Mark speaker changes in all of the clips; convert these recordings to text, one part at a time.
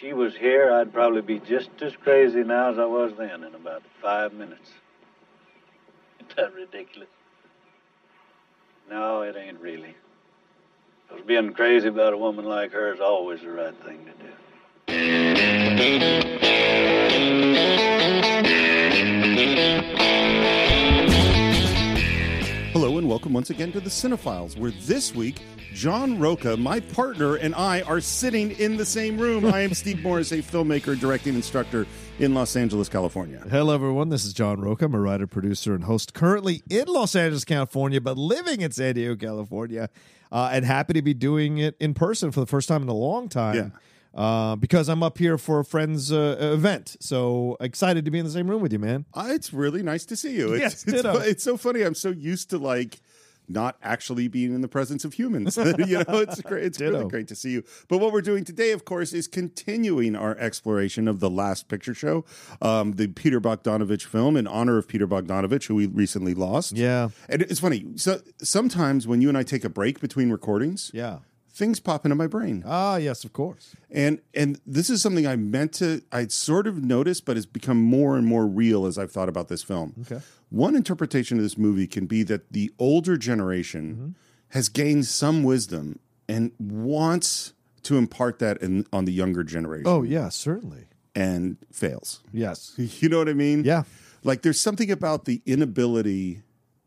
Speaker 1: she was here, I'd probably be just as crazy now as I was then in about five minutes. Isn't that ridiculous? No, it ain't really. Because being crazy about a woman like her is always the right thing to do.
Speaker 2: Hello and welcome once again to the Cinephiles, where this week John Roca, my partner, and I are sitting in the same room. I am Steve Morris, a filmmaker, directing instructor in Los Angeles, California.
Speaker 3: Hello, everyone. This is John Roca. I'm a writer, producer, and host currently in Los Angeles, California, but living in San Diego, California, uh, and happy to be doing it in person for the first time in a long time. Uh, because I'm up here for a friend's uh, event, so excited to be in the same room with you, man.
Speaker 2: Uh, It's really nice to see you. It's,
Speaker 3: Yes,
Speaker 2: it's,
Speaker 3: ditto.
Speaker 2: fu- it's so funny. I'm so used to like not actually being in the presence of humans. you know, it's great. It's really
Speaker 3: Ditto.
Speaker 2: great to see you. But what we're doing today, of course, is continuing our exploration of the last picture show, um, the Peter Bogdanovich film in honor of Peter Bogdanovich, who we recently lost.
Speaker 3: Yeah,
Speaker 2: And it's funny. So sometimes when you and I take a break between recordings,
Speaker 3: yeah.
Speaker 2: things pop into my brain.
Speaker 3: Ah, yes, of course.
Speaker 2: And and this is something I meant to I'd sort of noticed, but it's become more and more real as I've thought about this film.
Speaker 3: Okay.
Speaker 2: One interpretation of this movie can be that the older generation
Speaker 3: Mm-hmm.
Speaker 2: has gained some wisdom and wants to impart that in, on the younger generation
Speaker 3: Oh, yeah, certainly.
Speaker 2: and fails.
Speaker 3: Yes.
Speaker 2: You know what I mean?
Speaker 3: Yeah.
Speaker 2: Like there's something about the inability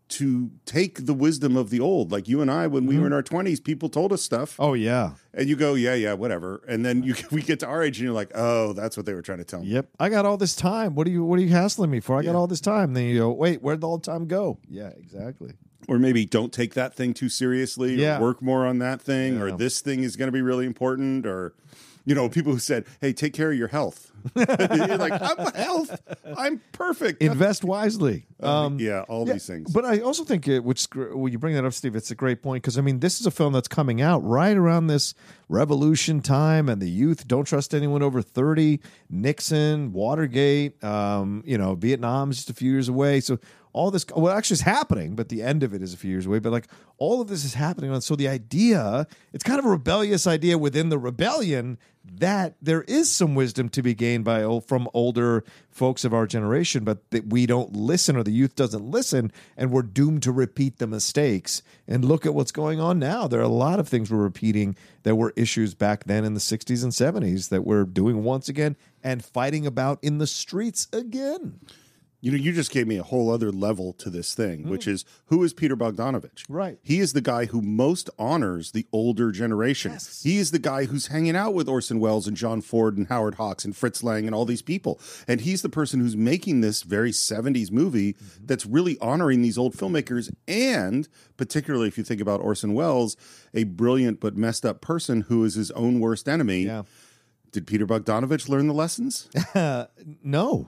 Speaker 2: to take the wisdom of the old. Like you and I, when we were in our 20s, people told us stuff
Speaker 3: Mm-hmm. Oh, yeah.
Speaker 2: and you go, yeah, yeah, whatever. And then you we get to our age and you're like, oh, that's what they were trying to tell me.
Speaker 3: Yep. I got all this time. What are you What are you hassling me for? I got all this time. Then you go, wait, where'd all the time go? Yeah, exactly.
Speaker 2: Or maybe don't take that thing too seriously.
Speaker 3: Yeah.
Speaker 2: Or work more on that thing. Or
Speaker 3: Yeah.
Speaker 2: this thing is going to be really important. Or, you know, people who said, hey, take care of your health. you're like, I'm health. I'm perfect.
Speaker 3: Invest wisely. Um,
Speaker 2: yeah, all
Speaker 3: yeah,
Speaker 2: these things.
Speaker 3: But I also think it, which well, you bring that up, Steve. It's a great point because I mean, this is a film that's coming out right around this revolution time and the youth don't trust anyone over thirty. Nixon, Watergate, um, you know, Vietnam's just a few years away. So all this, well, actually, is happening, but the end of it is a few years away. But like all of this is happening, and so the idea, it's kind of a rebellious idea within the rebellion that there is some wisdom to be gained by old, from older folks of our generation, but that we don't listen or the youth doesn't listen, and we're doomed to repeat the mistakes. And look at what's going on now. There are a lot of things we're repeating that were issues back then in the '60s and '70s that we're doing once again and fighting about in the streets again.
Speaker 2: You know, you just gave me a whole other level to this thing, which is who is Peter Bogdanovich?
Speaker 3: Mm. Right.
Speaker 2: He is the guy who most honors the older generation.
Speaker 3: Yes.
Speaker 2: He is the guy who's hanging out with Orson Welles and John Ford and Howard Hawks and Fritz Lang and all these people. And he's the person who's making this very 70s movie
Speaker 3: Mm-hmm.
Speaker 2: that's really honoring these old filmmakers. And particularly if you think about Orson Welles, a brilliant but messed up person who is his own worst enemy.
Speaker 3: Yeah.
Speaker 2: Did Peter Bogdanovich learn the lessons?
Speaker 3: No.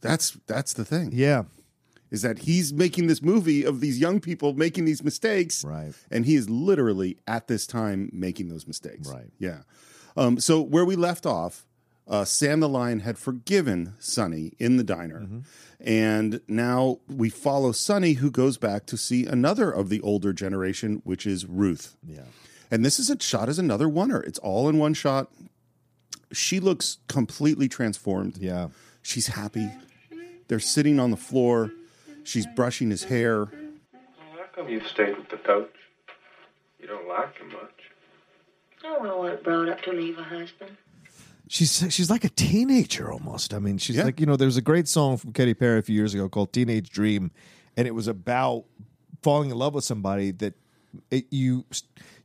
Speaker 2: that's that's the thing
Speaker 3: Yeah.
Speaker 2: is that he's making this movie of these young people making these mistakes.
Speaker 3: Right.
Speaker 2: And he is literally at this time making those mistakes.
Speaker 3: Right.
Speaker 2: Yeah. Um, so where we left off, uh, Sam the Lion had forgiven Sonny in the diner.
Speaker 3: Mm-hmm.
Speaker 2: And now we follow Sonny, who goes back to see another of the older generation, which is Ruth.
Speaker 3: Yeah.
Speaker 2: And this is a shot as another oneer. It's all in one shot. She looks completely transformed.
Speaker 3: Yeah.
Speaker 2: She's happy. They're sitting on the floor. She's brushing his hair.
Speaker 4: How come you've stayed with the coach? You don't like him much.
Speaker 5: I don't know what it brought up to leave a husband.
Speaker 3: She's she's like a teenager almost. I mean, she's
Speaker 2: Yeah.
Speaker 3: like you know. There's a great song from Katy Perry a few years ago called "Teenage Dream," and it was about falling in love with somebody that it, you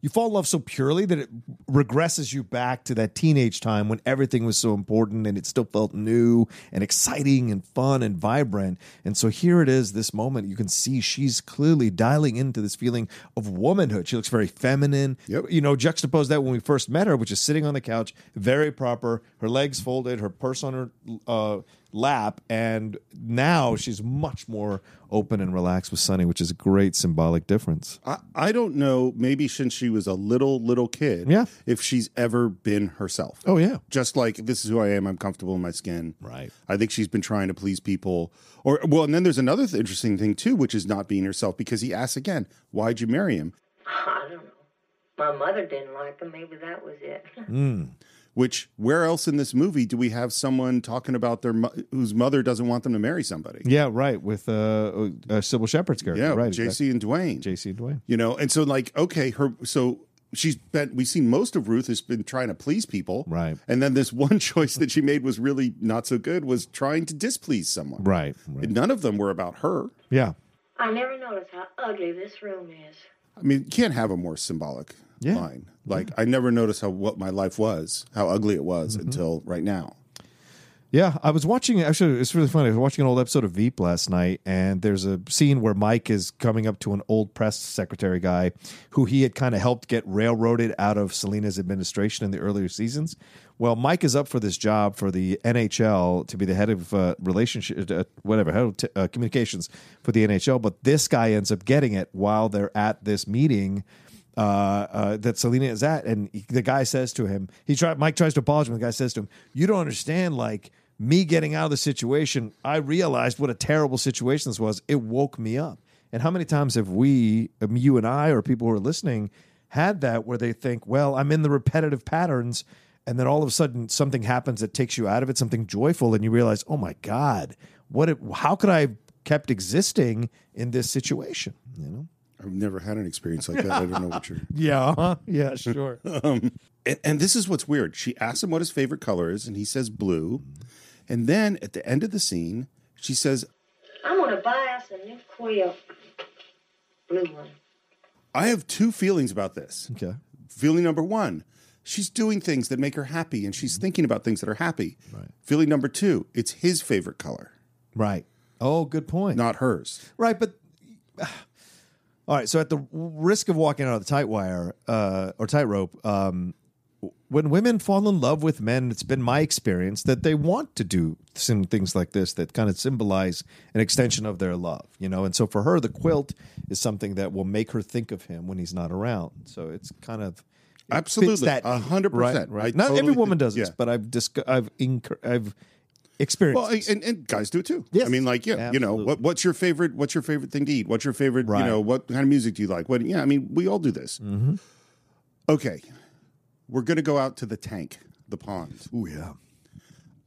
Speaker 3: you fall in love so purely that it regresses you back to that teenage time when everything was so important and it still felt new and exciting and fun and vibrant. And so here it is, this moment you can see she's clearly dialing into this feeling of womanhood. She looks very feminine.
Speaker 2: Yep.
Speaker 3: You know, juxtapose that when we first met her, which is sitting on the couch, very proper, her legs folded, her purse on her uh, lap, and now she's much more open and relaxed with Sonny, which is a great symbolic difference.
Speaker 2: I, I don't know, maybe since she was a little, little kid,
Speaker 3: Yeah.
Speaker 2: if she's ever been herself.
Speaker 3: Oh, yeah.
Speaker 2: Just like, this is who I am. I'm comfortable in my skin.
Speaker 3: Right.
Speaker 2: I think she's been trying to please people. Or, well, and then there's another th- interesting thing, too, which is not being herself because he asks again, why'd you marry him?
Speaker 5: I don't know. My mother didn't like him. Maybe that was it.
Speaker 2: Mm. Which where else in this movie do we have someone talking about their mo- whose mother doesn't want them to marry somebody?
Speaker 3: Yeah, right. With uh, uh Sybil Shepherd's character,
Speaker 2: Yeah,
Speaker 3: right?
Speaker 2: JC
Speaker 3: exactly.
Speaker 2: and Dwayne.
Speaker 3: JC and Dwayne.
Speaker 2: you know, and so like okay, her so she's been we've seen most of Ruth has been trying to please people.
Speaker 3: Right.
Speaker 2: And then this one choice that she made was really not so good was trying to displease someone.
Speaker 3: Right.
Speaker 2: And
Speaker 3: right.
Speaker 2: None of them were about her.
Speaker 3: Yeah.
Speaker 5: I never noticed how ugly this room is.
Speaker 2: I mean, you can't have a more symbolic
Speaker 3: Yeah.
Speaker 2: line. Like I never noticed how what my life was, how ugly it was
Speaker 3: Mm-hmm.
Speaker 2: until right now.
Speaker 3: Yeah, I was watching. Actually, it's really funny. I was watching an old episode of Veep last night, and there's a scene where Mike is coming up to an old press secretary guy who he had kind of helped get railroaded out of Selena's administration in the earlier seasons. Well, Mike is up for this job for the NHL to be the head of uh, relationship, uh, whatever, head of t- uh, communications for the NHL. But this guy ends up getting it while they're at this meeting uh, uh, that Selena is at, and he- the guy says to him, he tried. Mike tries to apologize, and the guy says to him, "You don't understand, like." Me getting out of the situation, I realized what a terrible situation this was. It woke me up. And how many times have we, um, you and I, or people who are listening, had that where they think, well, I'm in the repetitive patterns. And then all of a sudden something happens that takes you out of it, something joyful, and you realize, oh my God, what, it, how could I have kept existing in this situation? You know?
Speaker 2: I've never had an experience like that. I don't know what you're Um,
Speaker 3: Yeah. uh-huh. Yeah, sure.
Speaker 2: and, and this is what's weird. She asks him what his favorite color is, and he says blue.
Speaker 3: Mm-hmm.
Speaker 2: And then at the end of the scene, she says,
Speaker 5: I'm gonna buy us a new quilt. Blue one.
Speaker 2: I have two feelings about this.
Speaker 3: okay.
Speaker 2: Feeling number one, she's doing things that make her happy and she's thinking about things that are happy.
Speaker 3: Mm-hmm. Right.
Speaker 2: Feeling number two, it's his favorite color,
Speaker 3: Right. Oh, good point.
Speaker 2: not hers.
Speaker 3: Right, but all right. So at the risk of walking out of the tight wire uh, or tightrope, um, when women fall in love with men, it's been my experience that they want to do some things like this that kind of symbolize an extension of their love, you know. And so for her, the quilt is something that will make her think of him when he's not around. So it's kind of it
Speaker 2: Absolutely.
Speaker 3: fits that
Speaker 2: A hundred percent.
Speaker 3: Right,
Speaker 2: I
Speaker 3: right. Not
Speaker 2: totally
Speaker 3: every woman
Speaker 2: think-
Speaker 3: does this,
Speaker 2: yeah.
Speaker 3: but I've disc- I've incur- I've experienced.
Speaker 2: Well,
Speaker 3: this.
Speaker 2: and, and guys do it too.
Speaker 3: Yes.
Speaker 2: I mean, like, yeah, you know,
Speaker 3: Absolutely.
Speaker 2: what, what's your favorite? What's your favorite thing to eat? What's your favorite?
Speaker 3: Right. Mm-hmm.
Speaker 2: You know, what kind of music do you like? What? Yeah, I mean, we all do this. Okay, we're gonna go out to the tank, the pond.
Speaker 3: Ooh, yeah.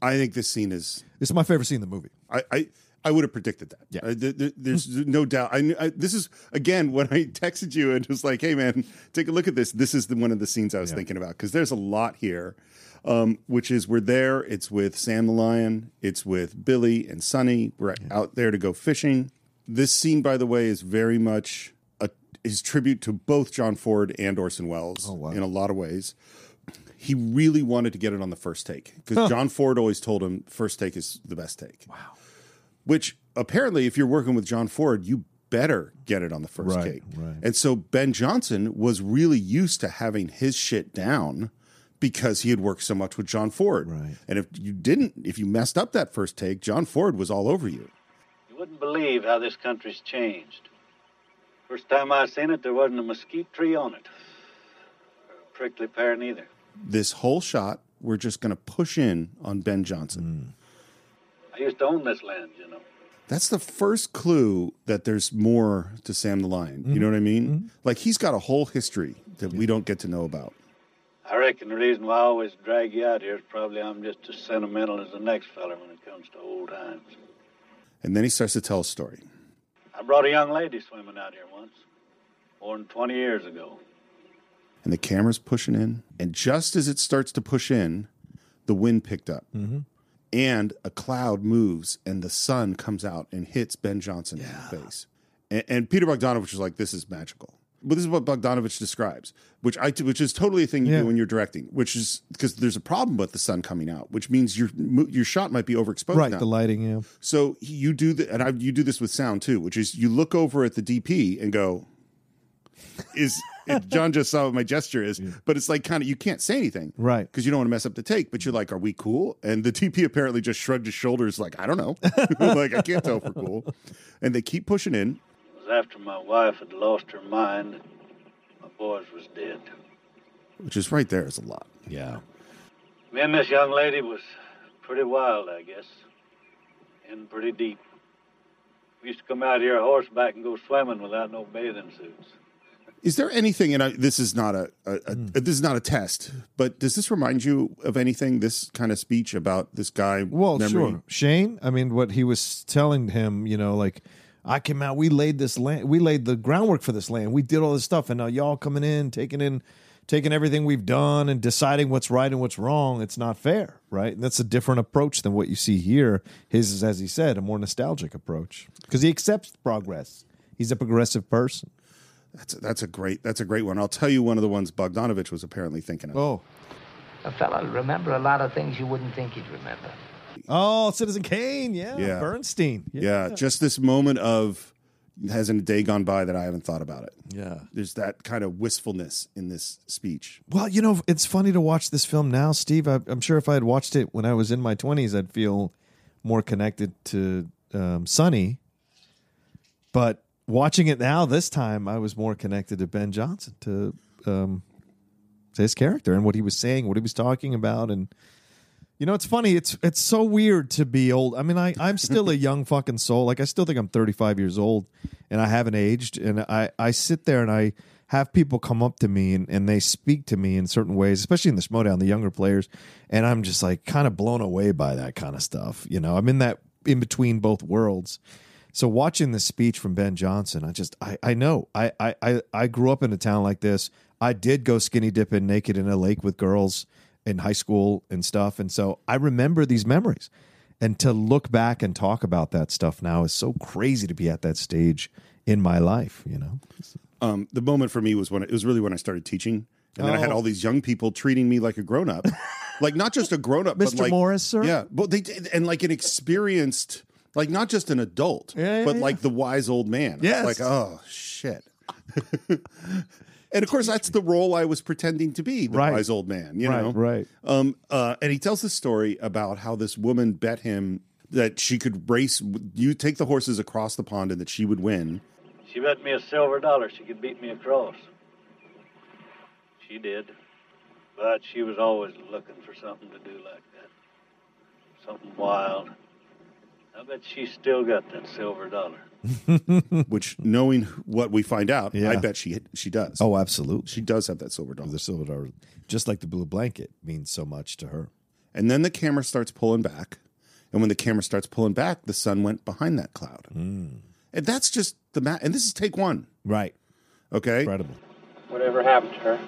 Speaker 2: I think this scene is.
Speaker 3: This is my favorite scene in the movie.
Speaker 2: I. I I would have predicted that.
Speaker 3: Yeah.
Speaker 2: Uh, th- th- there's no doubt. I, kn- I this is again when I texted you and was like, "Hey man, take a look at this. This is the, one of the scenes I was thinking about because there's a lot here, um, which is we're there. It's with Sam the lion. It's with Billy and Sonny. We're out there to go fishing. This scene, by the way, is very much a, his tribute to both John Ford and Orson Welles in a lot of ways he really wanted to get it on the first take because John Ford always told him first take is the best take. Wow. Which apparently, if you're working with John Ford, you better get it on the first
Speaker 3: Right,
Speaker 2: take.
Speaker 3: right.
Speaker 2: And so Ben Johnson was really used to having his shit down because he had worked so much with John Ford.
Speaker 3: Right.
Speaker 2: And if you didn't, if you messed up that first take, John Ford was all over you.
Speaker 1: You wouldn't believe how this country's changed. First time I seen it, there wasn't a mesquite tree on it. Or a prickly pear neither.
Speaker 2: This whole shot, we're just going to push in on Ben Johnson.
Speaker 1: I used to own this land, you know.
Speaker 2: That's the first clue that there's more to Sam the Lion. You know what I mean? Like he's got a whole history that we don't get to know about.
Speaker 1: I reckon the reason why I always drag you out here is probably I'm just as sentimental as the next feller when it comes to old times.
Speaker 2: And then he starts to tell a story.
Speaker 1: I brought a young lady swimming out here once, more than 20 years ago.
Speaker 2: And the camera's pushing in. And just as it starts to push in, the wind picked up.
Speaker 3: Mm-hmm.
Speaker 2: And a cloud moves and the sun comes out and hits Ben Johnson in the face. And, and Peter Bogdanovich is like, this is magical. But this is what Bogdanovich describes, which I which is totally a thing you
Speaker 3: Yeah.
Speaker 2: do when you're directing, which is because there's a problem with the sun coming out, which means your mo- your shot might be overexposed.
Speaker 3: Right,
Speaker 2: now.
Speaker 3: the lighting, yeah.
Speaker 2: So he- you do the, and I, you do this with sound too, which is you look over at the DP and go, "Is and John just saw what my gesture is?" But it's like kind of you can't say anything,
Speaker 3: Right.
Speaker 2: Because you don't want to mess up the take. But you're like, "Are we cool?" And the DP apparently just shrugged his shoulders, like, "I don't know, like I can't tell if we're cool." And they keep pushing in.
Speaker 1: It was after my wife had lost her mind. My boys was dead.
Speaker 2: Which is right there is a lot.
Speaker 3: Yeah.
Speaker 1: Me and this young lady was pretty wild, I guess, and pretty deep. We used to come out here horseback and go swimming without no bathing suits.
Speaker 2: Is there anything? And I, this is not a, a, a
Speaker 3: Hmm.
Speaker 2: this is not a test, but does this remind you of anything? This kind of speech about this guy.
Speaker 3: Well,
Speaker 2: memory?
Speaker 3: sure, Shane. I mean, what he was telling him, you know, like I came out, we laid this land, we laid the groundwork for this land, we did all this stuff, and now y'all coming in, taking in, taking everything we've done, and deciding what's right and what's wrong. It's not fair, right? And that's a different approach than what you see here. His is, as he said, a more nostalgic approach because he accepts progress. He's a progressive person.
Speaker 2: That's a, that's a great that's a great one. I'll tell you one of the ones Bogdanovich was apparently thinking of.
Speaker 3: Oh,
Speaker 6: A fella remember a lot of things you wouldn't think he'd remember.
Speaker 3: oh, Citizen Kane, yeah,
Speaker 2: Yeah.
Speaker 3: Bernstein,
Speaker 2: yeah, just this moment of hasn't a day gone by that I haven't thought about it.
Speaker 3: yeah.
Speaker 2: There's that kind of wistfulness in this speech.
Speaker 3: Well, you know, it's funny to watch this film now, Steve. I, I'm sure if I had watched it when I was in my 20s, I'd feel more connected to um, Sonny. But watching it now, this time, I was more connected to Ben Johnson, to, um, to his character and what he was saying, what he was talking about, and you know, it's funny. It's it's so weird to be old. I mean, I I'm still a young fucking soul. Like I still think I'm 35 years old, and I haven't aged. And I I sit there and I have people come up to me and, and they speak to me in certain ways, especially in the Schmodown, the younger players, and I'm just like kind of blown away by that kind of stuff. You know, I'm in that in between both worlds. So watching this speech from Ben Johnson, I just I I know I I I, I grew up in a town like this. I did go skinny dipping naked in a lake with girls in high school and stuff, and so I remember these memories. And to look back and talk about that stuff now is so crazy to be at that stage in my life, you know.
Speaker 2: Um, the moment for me was when it was really when I started teaching, and then I had
Speaker 3: Oh.
Speaker 2: all these young people treating me like a grown up, like not just a grown up, but
Speaker 3: Mr.
Speaker 2: like
Speaker 3: Morris, sir?
Speaker 2: Yeah, but they did- and like an experienced, like not just an adult,
Speaker 3: yeah,
Speaker 2: but
Speaker 3: yeah.
Speaker 2: like the wise old man.
Speaker 3: Yes.
Speaker 2: like oh shit. and of course, that's the role I was pretending to be, the
Speaker 3: Right.
Speaker 2: wise old man. You know,
Speaker 3: right.
Speaker 2: Um, uh, and he tells this story about how this woman bet him that she could race, you take the horses across the pond and that she would win.
Speaker 1: She bet me a silver dollar she could beat me across. She did. But she was always looking for something to do like that. Something wild. I bet she still got that silver dollar.
Speaker 2: Which, knowing what we find out,
Speaker 3: Yeah.
Speaker 2: I bet she she does.
Speaker 3: Oh, absolutely.
Speaker 2: she does have that silver dollar.
Speaker 3: The silver dollar, just like the blue blanket, means so much to her.
Speaker 2: And then the camera starts pulling back, and when the camera starts pulling back, the sun went behind that cloud,
Speaker 3: Hmm.
Speaker 2: and that's just the ma- And this is take one,
Speaker 3: Right.
Speaker 2: okay?
Speaker 3: Incredible.
Speaker 4: Whatever happened to her?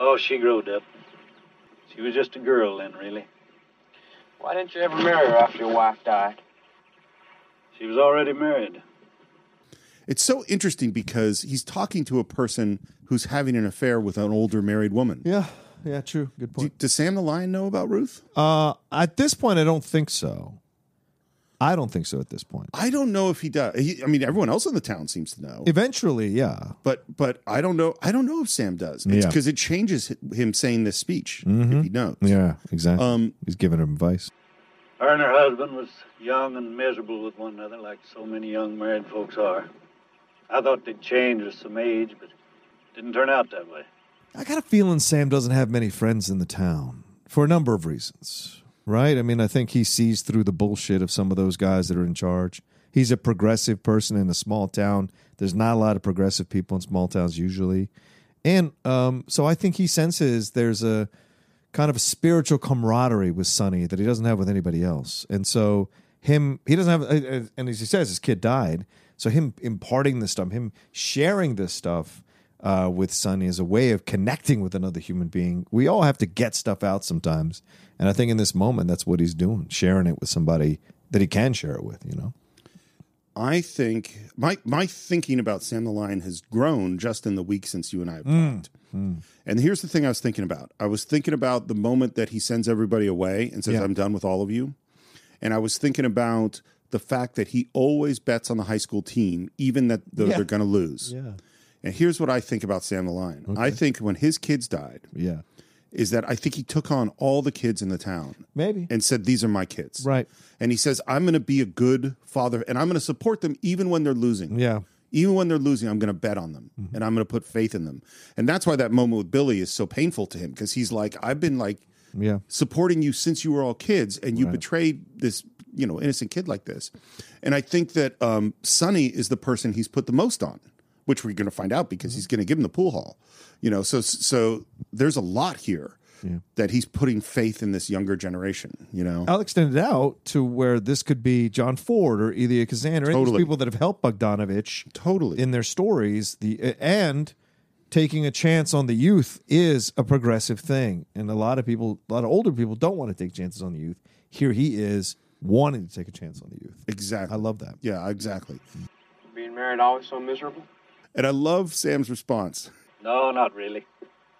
Speaker 1: Oh, she growed up. She was just a girl then, really.
Speaker 4: Why didn't you ever marry her after your wife died?
Speaker 1: She was already married.
Speaker 2: It's so interesting because he's talking to a person who's having an affair with an older married woman.
Speaker 3: Yeah. Yeah, true. Good
Speaker 2: Do-
Speaker 3: point.
Speaker 2: does Sam the Lion know about Ruth?
Speaker 3: Uh, at this point, I don't think so. I don't think so at this point.
Speaker 2: I don't know if he does. He, I mean, everyone else in the town seems to know,
Speaker 3: Eventually, yeah.
Speaker 2: but but I don't know. I don't know if Sam does
Speaker 3: Yeah. Mm-hmm.
Speaker 2: because it changes hi- him saying this speech if he knows.
Speaker 3: Yeah, exactly.
Speaker 2: Um,
Speaker 3: He's giving him advice.
Speaker 1: Her and her husband was young and miserable with one another, like so many young married folks are. I thought they'd change with some age, but it didn't turn out that way.
Speaker 3: I got a feeling Sam doesn't have many friends in the town for a number of reasons, right? I mean, I think he sees through the bullshit of some of those guys that are in charge. He's a progressive person in a small town. There's not a lot of progressive people in small towns usually. And um, so I think he senses there's a kind of a spiritual camaraderie with Sonny that he doesn't have with anybody else. And so him, he doesn't have, uh, uh, and as he says, his kid died. So him imparting this stuff, him sharing this stuff uh, with Sonny is a way of connecting with another human being. We all have to get stuff out sometimes. And I think in this moment, that's what he's doing, sharing it with somebody that he can share it with, you know?
Speaker 2: I think my my thinking about Sam the Lion has grown just in the week since you and I have
Speaker 3: Hmm,
Speaker 2: talked. And here's the thing I was thinking about. I was thinking about the moment that he sends everybody away and says,
Speaker 3: Yeah.
Speaker 2: "I'm done with all of you." And I was thinking about the fact that he always bets on the high school team, even that though
Speaker 3: Yeah.
Speaker 2: they're going to lose.
Speaker 3: Yeah.
Speaker 2: And here's what I think about Sam the Lion. I think when his kids died,
Speaker 3: Yeah.
Speaker 2: is that I think he took on all the kids in the town
Speaker 3: Maybe.
Speaker 2: and said, "These are my kids."
Speaker 3: Right.
Speaker 2: And he says, "I'm going to be a good father, and I'm going to support them even when they're losing.
Speaker 3: Yeah. Mm-hmm.
Speaker 2: even when they're losing, I'm going to bet on them, and I'm going to put faith in them. And that's why that moment with Billy is so painful to him because he's like, I've been like
Speaker 3: Yeah.
Speaker 2: supporting you since you were all kids, and you betrayed this, you know, innocent kid like this. And I think that um, Sonny is the person he's put the most on. which we're going to find out
Speaker 3: Mm-hmm.
Speaker 2: because he's going to give him the pool hall. You know, so so there's a lot here that he's putting faith in this younger generation. You know,
Speaker 3: I'll extend it out to where this could be John Ford or Elia Kazan or any of these
Speaker 2: Totally.
Speaker 3: people that have helped Bogdanovich
Speaker 2: totally.
Speaker 3: in their stories. The and taking a chance on the youth is a progressive thing, and a lot of people, a lot of older people, don't want to take chances on the youth. Here he is wanting to take a chance on the youth.
Speaker 2: exactly.
Speaker 3: I love that.
Speaker 2: yeah, exactly.
Speaker 4: Being married always so miserable?
Speaker 2: And I love Sam's response.
Speaker 1: No, not really.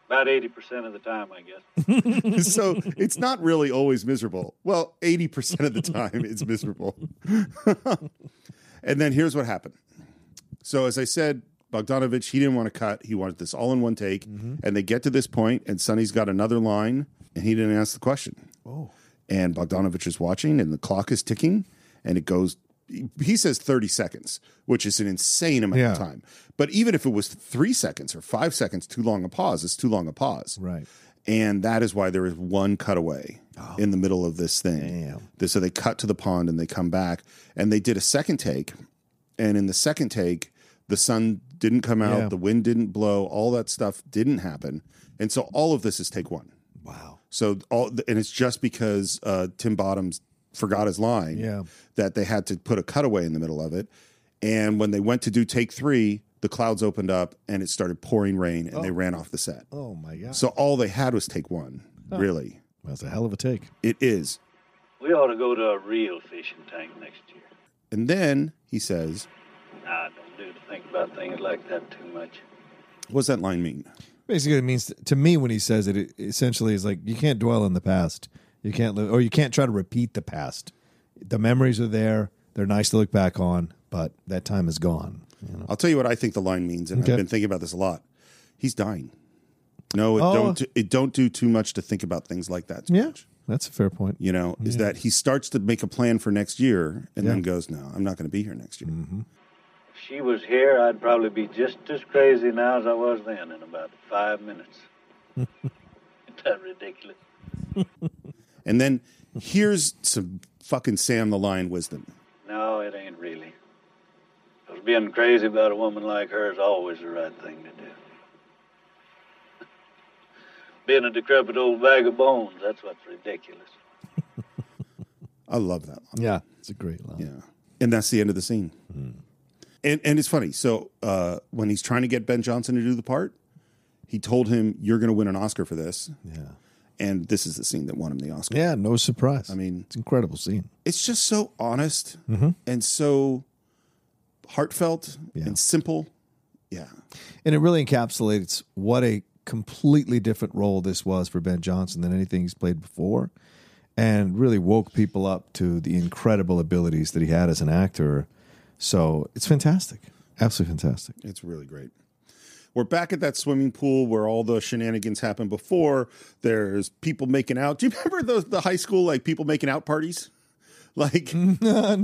Speaker 1: About 80% of the time, I guess.
Speaker 2: so it's not really always miserable. Well, 80% of the time it's miserable. and then here's what happened. So as I said, Bogdanovich, he didn't want to cut. He wanted this all in one take. And they get to this point and Sonny's got another line and he didn't ask the question. Oh. And Bogdanovich is watching and the clock is ticking and it goes he says 30 seconds, which is an insane amount
Speaker 3: Yeah.
Speaker 2: of time. But even if it was 3 seconds or 5 seconds too long a pause, it's too long a pause.
Speaker 3: Right.
Speaker 2: And that is why there is one cutaway in the middle of this thing.
Speaker 3: Oh. Damn.
Speaker 2: Th- So they cut to the pond and they come back and they did a second take. And in the second take, the sun didn't come out,
Speaker 3: Yeah.
Speaker 2: the wind didn't blow, all that stuff didn't happen. And so all of this is take one.
Speaker 3: Wow.
Speaker 2: So all, and it's just because uh, Tim Bottoms forgot his line
Speaker 3: Yeah.
Speaker 2: that they had to put a cutaway in the middle of it. And when they went to do take three, the clouds opened up and it started pouring rain and they ran off the set.
Speaker 3: Oh my god.
Speaker 2: So all they had was take one, really.
Speaker 3: That's a hell of a take.
Speaker 2: It is.
Speaker 1: We ought to go to a real fishing tank next year.
Speaker 2: And then he says,
Speaker 1: Nah, I don't do to think about things like that too much.
Speaker 2: What does that line mean?
Speaker 3: Basically, it means to me when he says it, it essentially is like you can't dwell in the past. You can't live, or you can't try to repeat the past. The memories are there; they're nice to look back on, but that time is gone. You know?
Speaker 2: I'll tell you what I think the line means, and
Speaker 3: Oh. Okay.
Speaker 2: I've been thinking about this a lot. He's dying. No, it
Speaker 3: Oh.
Speaker 2: don't it don't do too much to think about things like that too
Speaker 3: Yeah,
Speaker 2: much.
Speaker 3: that's a fair point.
Speaker 2: You know, is that he starts to make a plan for next year and
Speaker 3: Yeah. Mm-hmm.
Speaker 2: then goes, No, I'm not gonna be here next year.
Speaker 1: If she was here, I'd probably be just as crazy now as I was then in about five minutes. Isn't that ridiculous?
Speaker 2: And then here's some fucking Sam the Lion wisdom.
Speaker 1: No, it ain't really. 'Cause being crazy about a woman like her is always the right thing to do. being a decrepit old bag of bones, that's what's ridiculous.
Speaker 2: I love that line.
Speaker 3: Yeah, it's a great line.
Speaker 2: Yeah. And that's the end of the scene.
Speaker 3: Mm-hmm.
Speaker 2: And and it's funny. So uh, when he's trying to get Ben Johnson to do the part, he told him, You're gonna win an Oscar for this.
Speaker 3: Yeah, yeah,
Speaker 2: And this is the scene that won him the Oscar.
Speaker 3: no surprise.
Speaker 2: I mean,
Speaker 3: it's an incredible scene.
Speaker 2: it's just so honest and so heartfelt
Speaker 3: Mm-hmm. Yeah.
Speaker 2: and simple. Yeah.
Speaker 3: And it really encapsulates what a completely different role this was for Ben Johnson than anything he's played before, and really woke people up to the incredible abilities that he had as an actor. So it's fantastic, absolutely fantastic.
Speaker 2: It's really great. We're back at that swimming pool where all the shenanigans happened before. There's people making out. Do you remember those the high school like people making out parties? Like
Speaker 3: no,
Speaker 2: I
Speaker 3: Mm,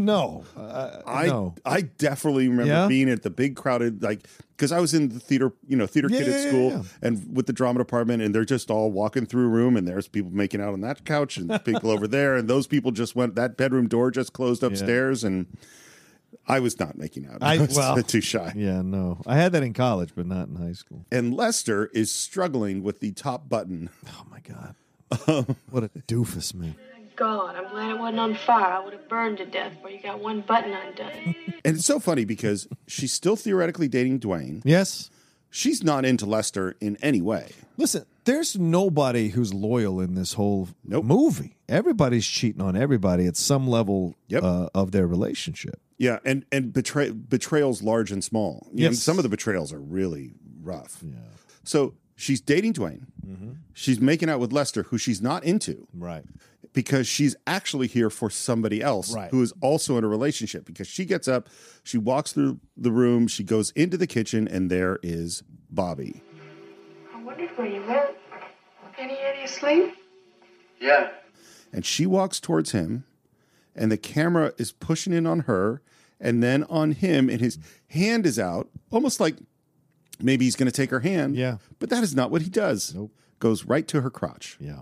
Speaker 3: No.
Speaker 2: I definitely remember
Speaker 3: Yeah?
Speaker 2: being at the big crowded like because I was in the theater you know theater
Speaker 3: Yeah,
Speaker 2: kid
Speaker 3: yeah,
Speaker 2: at
Speaker 3: yeah,
Speaker 2: school
Speaker 3: yeah.
Speaker 2: and with the drama department and they're just all walking through a room and there's people making out on that couch and there's people over there and those people just went that bedroom door just closed upstairs and I was not making out I,
Speaker 3: I-
Speaker 2: was
Speaker 3: well.
Speaker 2: too shy
Speaker 3: yeah, no. I had that in college, but not in high school.
Speaker 2: and Lester is struggling with the top button
Speaker 3: Oh my god, what a doofus man!
Speaker 7: God, I'm glad it wasn't on fire. I would have burned to death where you got one button undone.
Speaker 2: and it's so funny because she's still theoretically dating Dwayne
Speaker 3: Yes,
Speaker 2: she's not into Lester in any way
Speaker 3: Listen, there's nobody who's loyal in this whole
Speaker 2: Nope.
Speaker 3: movie. Everybody's cheating on everybody at some level
Speaker 2: Yep.
Speaker 3: uh, of their relationship.
Speaker 2: Yeah, and and betray betrayals large and small. You know,
Speaker 3: Yes. Mm-hmm.
Speaker 2: some of the betrayals are really rough. Yeah. So she's dating Dwayne. She's making out with Lester, who she's not into,
Speaker 3: Right.
Speaker 2: because she's actually here for somebody else
Speaker 3: Right.
Speaker 2: who is also in a relationship. Because she gets up, she walks through the room, she goes into the kitchen, and there is Bobby.
Speaker 7: I wondered where you went. Any any asleep?
Speaker 4: Yeah.
Speaker 2: And she walks towards him, and the camera is pushing in on her and then on him, and his hand is out, almost like maybe he's going to take her hand.
Speaker 3: Yeah.
Speaker 2: But that is not what he does. Nope. Goes right to her crotch.
Speaker 3: Yeah.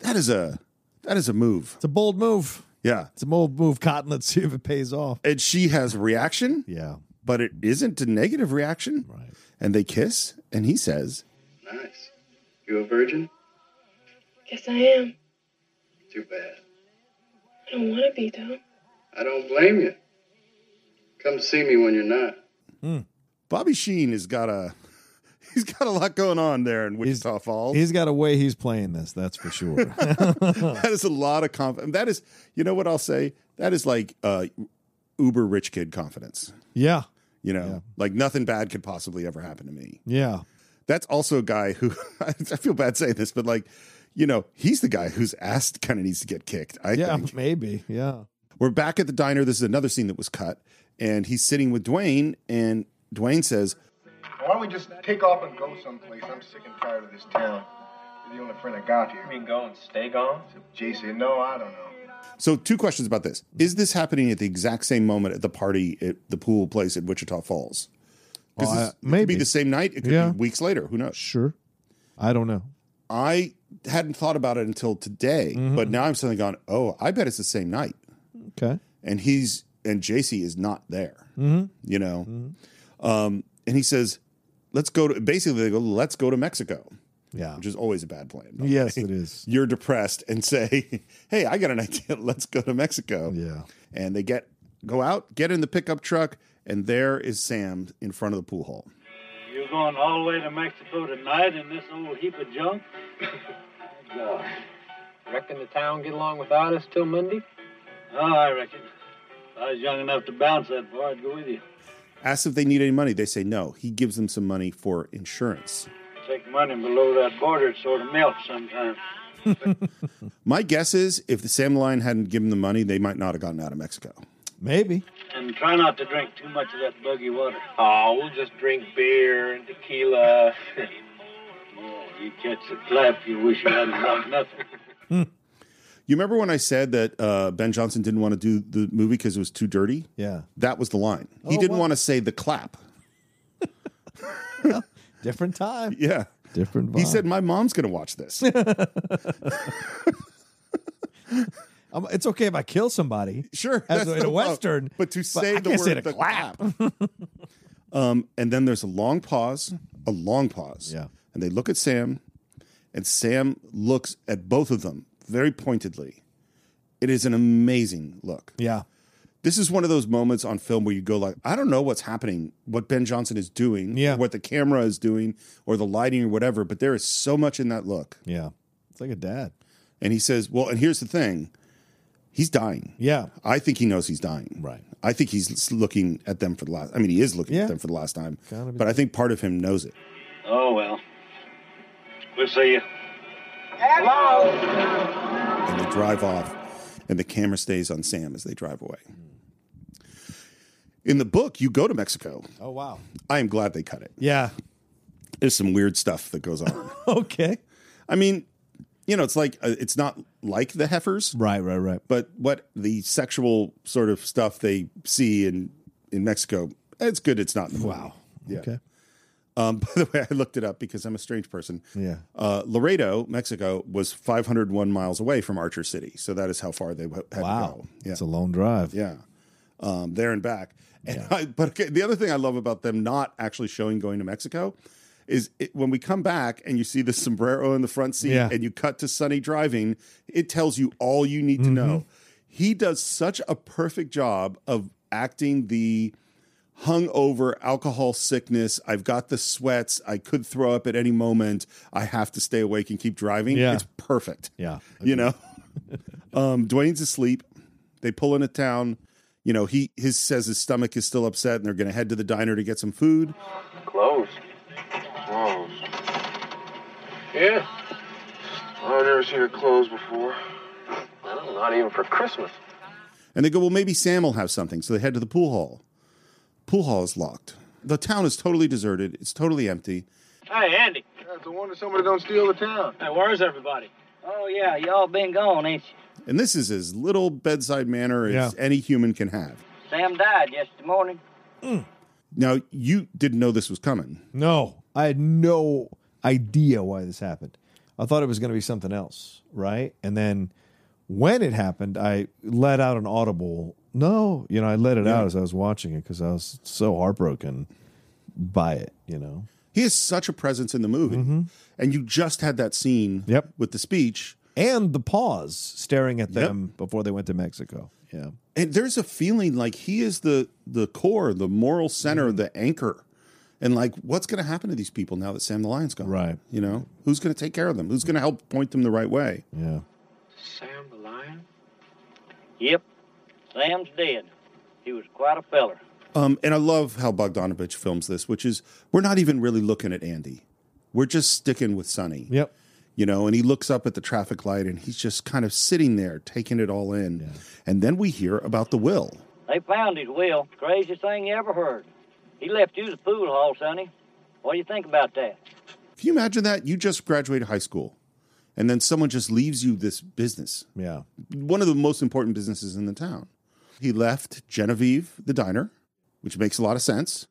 Speaker 2: That is a that is a move.
Speaker 3: It's a bold move.
Speaker 2: Yeah.
Speaker 3: It's a bold move, Cotton. Let's see if it pays off.
Speaker 2: And she has reaction
Speaker 3: Yeah.
Speaker 2: but it isn't a negative reaction.
Speaker 3: Right.
Speaker 2: And they kiss, and he says,
Speaker 8: Nice. You a virgin?
Speaker 7: Guess I am.
Speaker 8: Too bad.
Speaker 7: I don't want to be, though.
Speaker 8: I don't blame you. Come see me when you're not.
Speaker 2: Bobby Sheen has got a he's got a lot going on there in Wichita Falls.
Speaker 3: He's got a way he's playing this, that's for sure.
Speaker 2: that is a lot of confidence. That is, you know what I'll say? That is like uh, uber rich kid confidence.
Speaker 3: yeah.
Speaker 2: You know, like nothing bad could possibly ever happen to me.
Speaker 3: Yeah.
Speaker 2: That's also a guy who I feel bad saying this, but like, you know, he's the guy whose ass kind of needs to get kicked. I
Speaker 3: yeah,
Speaker 2: think.
Speaker 3: maybe. Yeah.
Speaker 2: We're back at the diner. This is another scene that was cut, and he's sitting with Dwayne, and Dwayne says,
Speaker 9: Why don't we just take off and go someplace? I'm sick and tired of this town. You're the only friend I got here.
Speaker 4: You mean go and stay gone?
Speaker 9: Jay said, no, I don't know.
Speaker 2: So, two questions about this. Is this happening at the exact same moment at the party at the pool place at Wichita Falls? Because
Speaker 3: Well, I-
Speaker 2: this it could
Speaker 3: maybe.
Speaker 2: be the same night. It could
Speaker 3: Yeah.
Speaker 2: be weeks later. Who knows?
Speaker 3: Sure. I don't know.
Speaker 2: I hadn't thought about it until today,
Speaker 3: Mm-hmm.
Speaker 2: but now I'm suddenly gone, oh, I bet it's the same night.
Speaker 3: Okay.
Speaker 2: And he's, and JC is not there,
Speaker 3: Mm-hmm.
Speaker 2: you know? Um, and he says, let's go to, basically, they go, let's go to Mexico,
Speaker 3: Yeah.
Speaker 2: which is always a bad plan. by the
Speaker 3: Yes,
Speaker 2: way.
Speaker 3: it is.
Speaker 2: You're depressed and say, hey, I got an idea. Let's go to Mexico
Speaker 3: Yeah.
Speaker 2: and they get go out, get in the pickup truck, and there is Sam in front of the pool hall.
Speaker 1: You're going all the way to Mexico tonight in this old heap of junk? My God.
Speaker 10: Reckon the town get along without us till Monday?
Speaker 1: Oh, I reckon. If I was young enough to bounce that far, I'd go with you.
Speaker 2: Asks if they need any money. They say no. He gives them some money for insurance.
Speaker 1: Take money below that border, it sort of melts sometimes.
Speaker 2: My guess is if the Sam line hadn't given them money, they might not have gotten out of Mexico.
Speaker 3: Maybe.
Speaker 1: And try not to drink too much of that buggy water.
Speaker 10: Oh, we'll just drink beer and tequila.
Speaker 1: Yeah, you catch the clap, you wish you hadn't drunk nothing.
Speaker 2: You remember when I said that uh, Ben Johnson didn't want to do the movie because it was too dirty?
Speaker 3: Yeah.
Speaker 2: That was the line. He
Speaker 3: Oh,
Speaker 2: didn't
Speaker 3: wow.
Speaker 2: want to say the clap.
Speaker 3: Different time.
Speaker 2: Yeah.
Speaker 3: Different vibe.
Speaker 2: He said, My mom's going to watch this.
Speaker 3: Um, it's okay if I kill somebody.
Speaker 2: Sure,
Speaker 3: As
Speaker 2: that's
Speaker 3: in a
Speaker 2: the-
Speaker 3: Western,
Speaker 2: but to
Speaker 3: but
Speaker 2: say
Speaker 3: I
Speaker 2: the
Speaker 3: can't
Speaker 2: word
Speaker 3: say to
Speaker 2: the clap. um, and then there's a long pause, a long pause.
Speaker 3: Yeah.
Speaker 2: and they look at Sam, and Sam looks at both of them very pointedly. It is an amazing look.
Speaker 3: Yeah.
Speaker 2: This is one of those moments on film where you go like, I don't know what's happening, what Ben Johnson is doing,
Speaker 3: Yeah.
Speaker 2: or what the camera is doing, or the lighting or whatever. But there is so much in that look.
Speaker 3: Yeah. It's like a dad.
Speaker 2: And he says, "Well, and here's the thing, he's dying.
Speaker 3: Yeah.
Speaker 2: I think he knows he's dying.
Speaker 3: Right.
Speaker 2: I think he's looking at them for the last. I mean, he is looking
Speaker 3: Yeah.
Speaker 2: at them for the last time.
Speaker 3: Gotta be.
Speaker 2: But I think part of him knows it.
Speaker 1: Oh, well. We'll see you.
Speaker 2: And they drive off, and the camera stays on Sam as they drive away. In the book, you go to Mexico.
Speaker 3: Oh wow.
Speaker 2: I am glad they cut it.
Speaker 3: Yeah.
Speaker 2: There's some weird stuff that goes on.
Speaker 3: Okay.
Speaker 2: I mean, you know, it's like uh, it's not like the heifers,
Speaker 3: Right. Right. Right.
Speaker 2: but what the sexual sort of stuff they see in in Mexico, it's good. It's not. in the movie.
Speaker 3: Wow.
Speaker 2: Yeah.
Speaker 3: Okay.
Speaker 2: Um, by the way, I looked it up because I'm a strange person.
Speaker 3: Yeah.
Speaker 2: Uh, Laredo, Mexico, was 501 miles away from Archer City, so that is how far they w- had to
Speaker 3: Wow.
Speaker 2: go. Yeah,
Speaker 3: It's a long drive.
Speaker 2: yeah, um, there and back. And I, but okay, the other thing I love about them not actually showing going to Mexico is it, when we come back and you see the sombrero in the front seat,
Speaker 3: Yeah.
Speaker 2: and you cut to Sonny driving, it tells you all you need to know.
Speaker 3: Mm-hmm.
Speaker 2: He does such a perfect job of acting the hungover, alcohol sickness. I've got the sweats. I could throw up at any moment. I have to stay awake and keep driving.
Speaker 3: Yeah.
Speaker 2: It's perfect.
Speaker 3: Yeah.
Speaker 2: You know, um, Dwayne's asleep. They pull into town. You know, he his says his stomach is still upset, and they're going to head to the diner to get some food.
Speaker 4: Closed. Closed. Yeah. I never seen it closed before. Well, not even for Christmas.
Speaker 2: And they go, well, maybe Sam will have something. So they head to the pool hall. Pool hall is locked. The town is totally deserted. It's totally empty.
Speaker 10: Hey, Andy.
Speaker 9: That's a wonder somebody don't steal the town.
Speaker 10: Hey, where's everybody?
Speaker 6: Oh, yeah, y'all been gone, ain't you?
Speaker 2: And this is as little bedside manner as
Speaker 3: Yeah.
Speaker 2: any human can have.
Speaker 6: Sam died yesterday morning.
Speaker 2: Now, you didn't know this was coming.
Speaker 3: No, I had no idea why this happened. I thought it was going to be something else, right? And then when it happened, I let out an audible no, you know, I let it
Speaker 2: Yeah.
Speaker 3: out as I was watching it because I was so heartbroken by it. You know,
Speaker 2: He has such a presence in the movie. And you just had that scene
Speaker 3: Mm-hmm. Yep.
Speaker 2: with the speech.
Speaker 3: and the pause staring at them before they went to Mexico. Yeah,
Speaker 2: And there's a feeling like he is the the core, the moral center,
Speaker 3: Mm-hmm.
Speaker 2: the anchor. And like what's gonna happen to these people now that Sam the Lion's gone?
Speaker 3: Right.
Speaker 2: You know? Who's gonna take care of them? Who's gonna help point them the right way?
Speaker 3: yeah.
Speaker 4: Sam the Lion?
Speaker 1: Yep. Sam's dead. He was quite a feller.
Speaker 2: Um, and I love how Bogdanovich films this, which is we're not even really looking at Andy. We're just sticking with Sonny.
Speaker 3: Yep.
Speaker 2: You know, and he looks up at the traffic light and he's just kind of sitting there taking it all in. And then we hear about the will.
Speaker 11: They found his will. Craziest thing you ever heard. He left you the pool hall, Sonny. What do you think about that?
Speaker 2: Can you imagine that? You just graduated high school and then someone just leaves you this business,
Speaker 3: Yeah.
Speaker 2: one of the most important businesses in the town. He left Genevieve, the diner, which makes a lot of sense.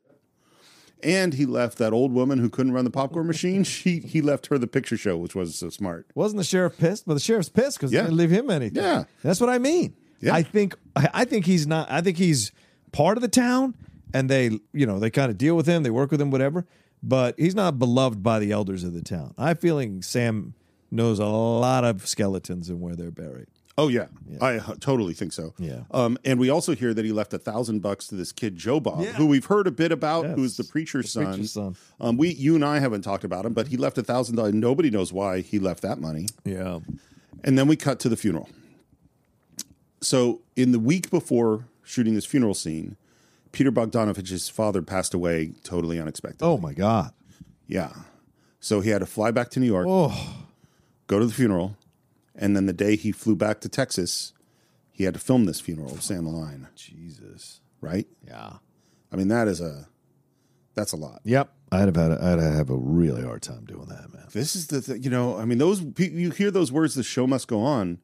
Speaker 2: And he left that old woman who couldn't run the popcorn machine. She he left her the picture show, which was so smart.
Speaker 3: Wasn't the sheriff pissed? But the sheriff's pissed because
Speaker 2: Yeah.
Speaker 3: they didn't leave him anything.
Speaker 2: Yeah.
Speaker 3: that's what I mean.
Speaker 2: Yeah.
Speaker 3: I think I I think he's not. I think he's part of the town, and they you know they kind of deal with him, they work with him, whatever. But he's not beloved by the elders of the town. I have a feeling Sam knows a lot of skeletons and where they're buried.
Speaker 2: Oh yeah, I uh, totally think so.
Speaker 3: Yeah.
Speaker 2: Um, and we also hear that he left a thousand bucks to this kid Joe Bob, who we've heard a bit about, who is the preacher's son.
Speaker 3: Oh, preacher's son.
Speaker 2: Um, we, you and I haven't talked about him, but he left a thousand dollars. Nobody knows why he left that money.
Speaker 3: Yeah,
Speaker 2: And then we cut to the funeral. So, in the week before shooting this funeral scene, Peter Bogdanovich's father passed away totally unexpectedly.
Speaker 3: Oh my God.
Speaker 2: Yeah. So he had to fly back to New
Speaker 3: Oh.
Speaker 2: York, go to the funeral, and then the day he flew back to Texas, he had to film this funeral of Sam the Lion,
Speaker 3: Jesus.
Speaker 2: right?
Speaker 3: Yeah.
Speaker 2: I mean, that is a that's a lot.
Speaker 3: Yep. I'd have had. A, I'd have a really hard time doing that, man.
Speaker 2: This is the th- you know, I mean, those pe- you hear those words, the show must go on.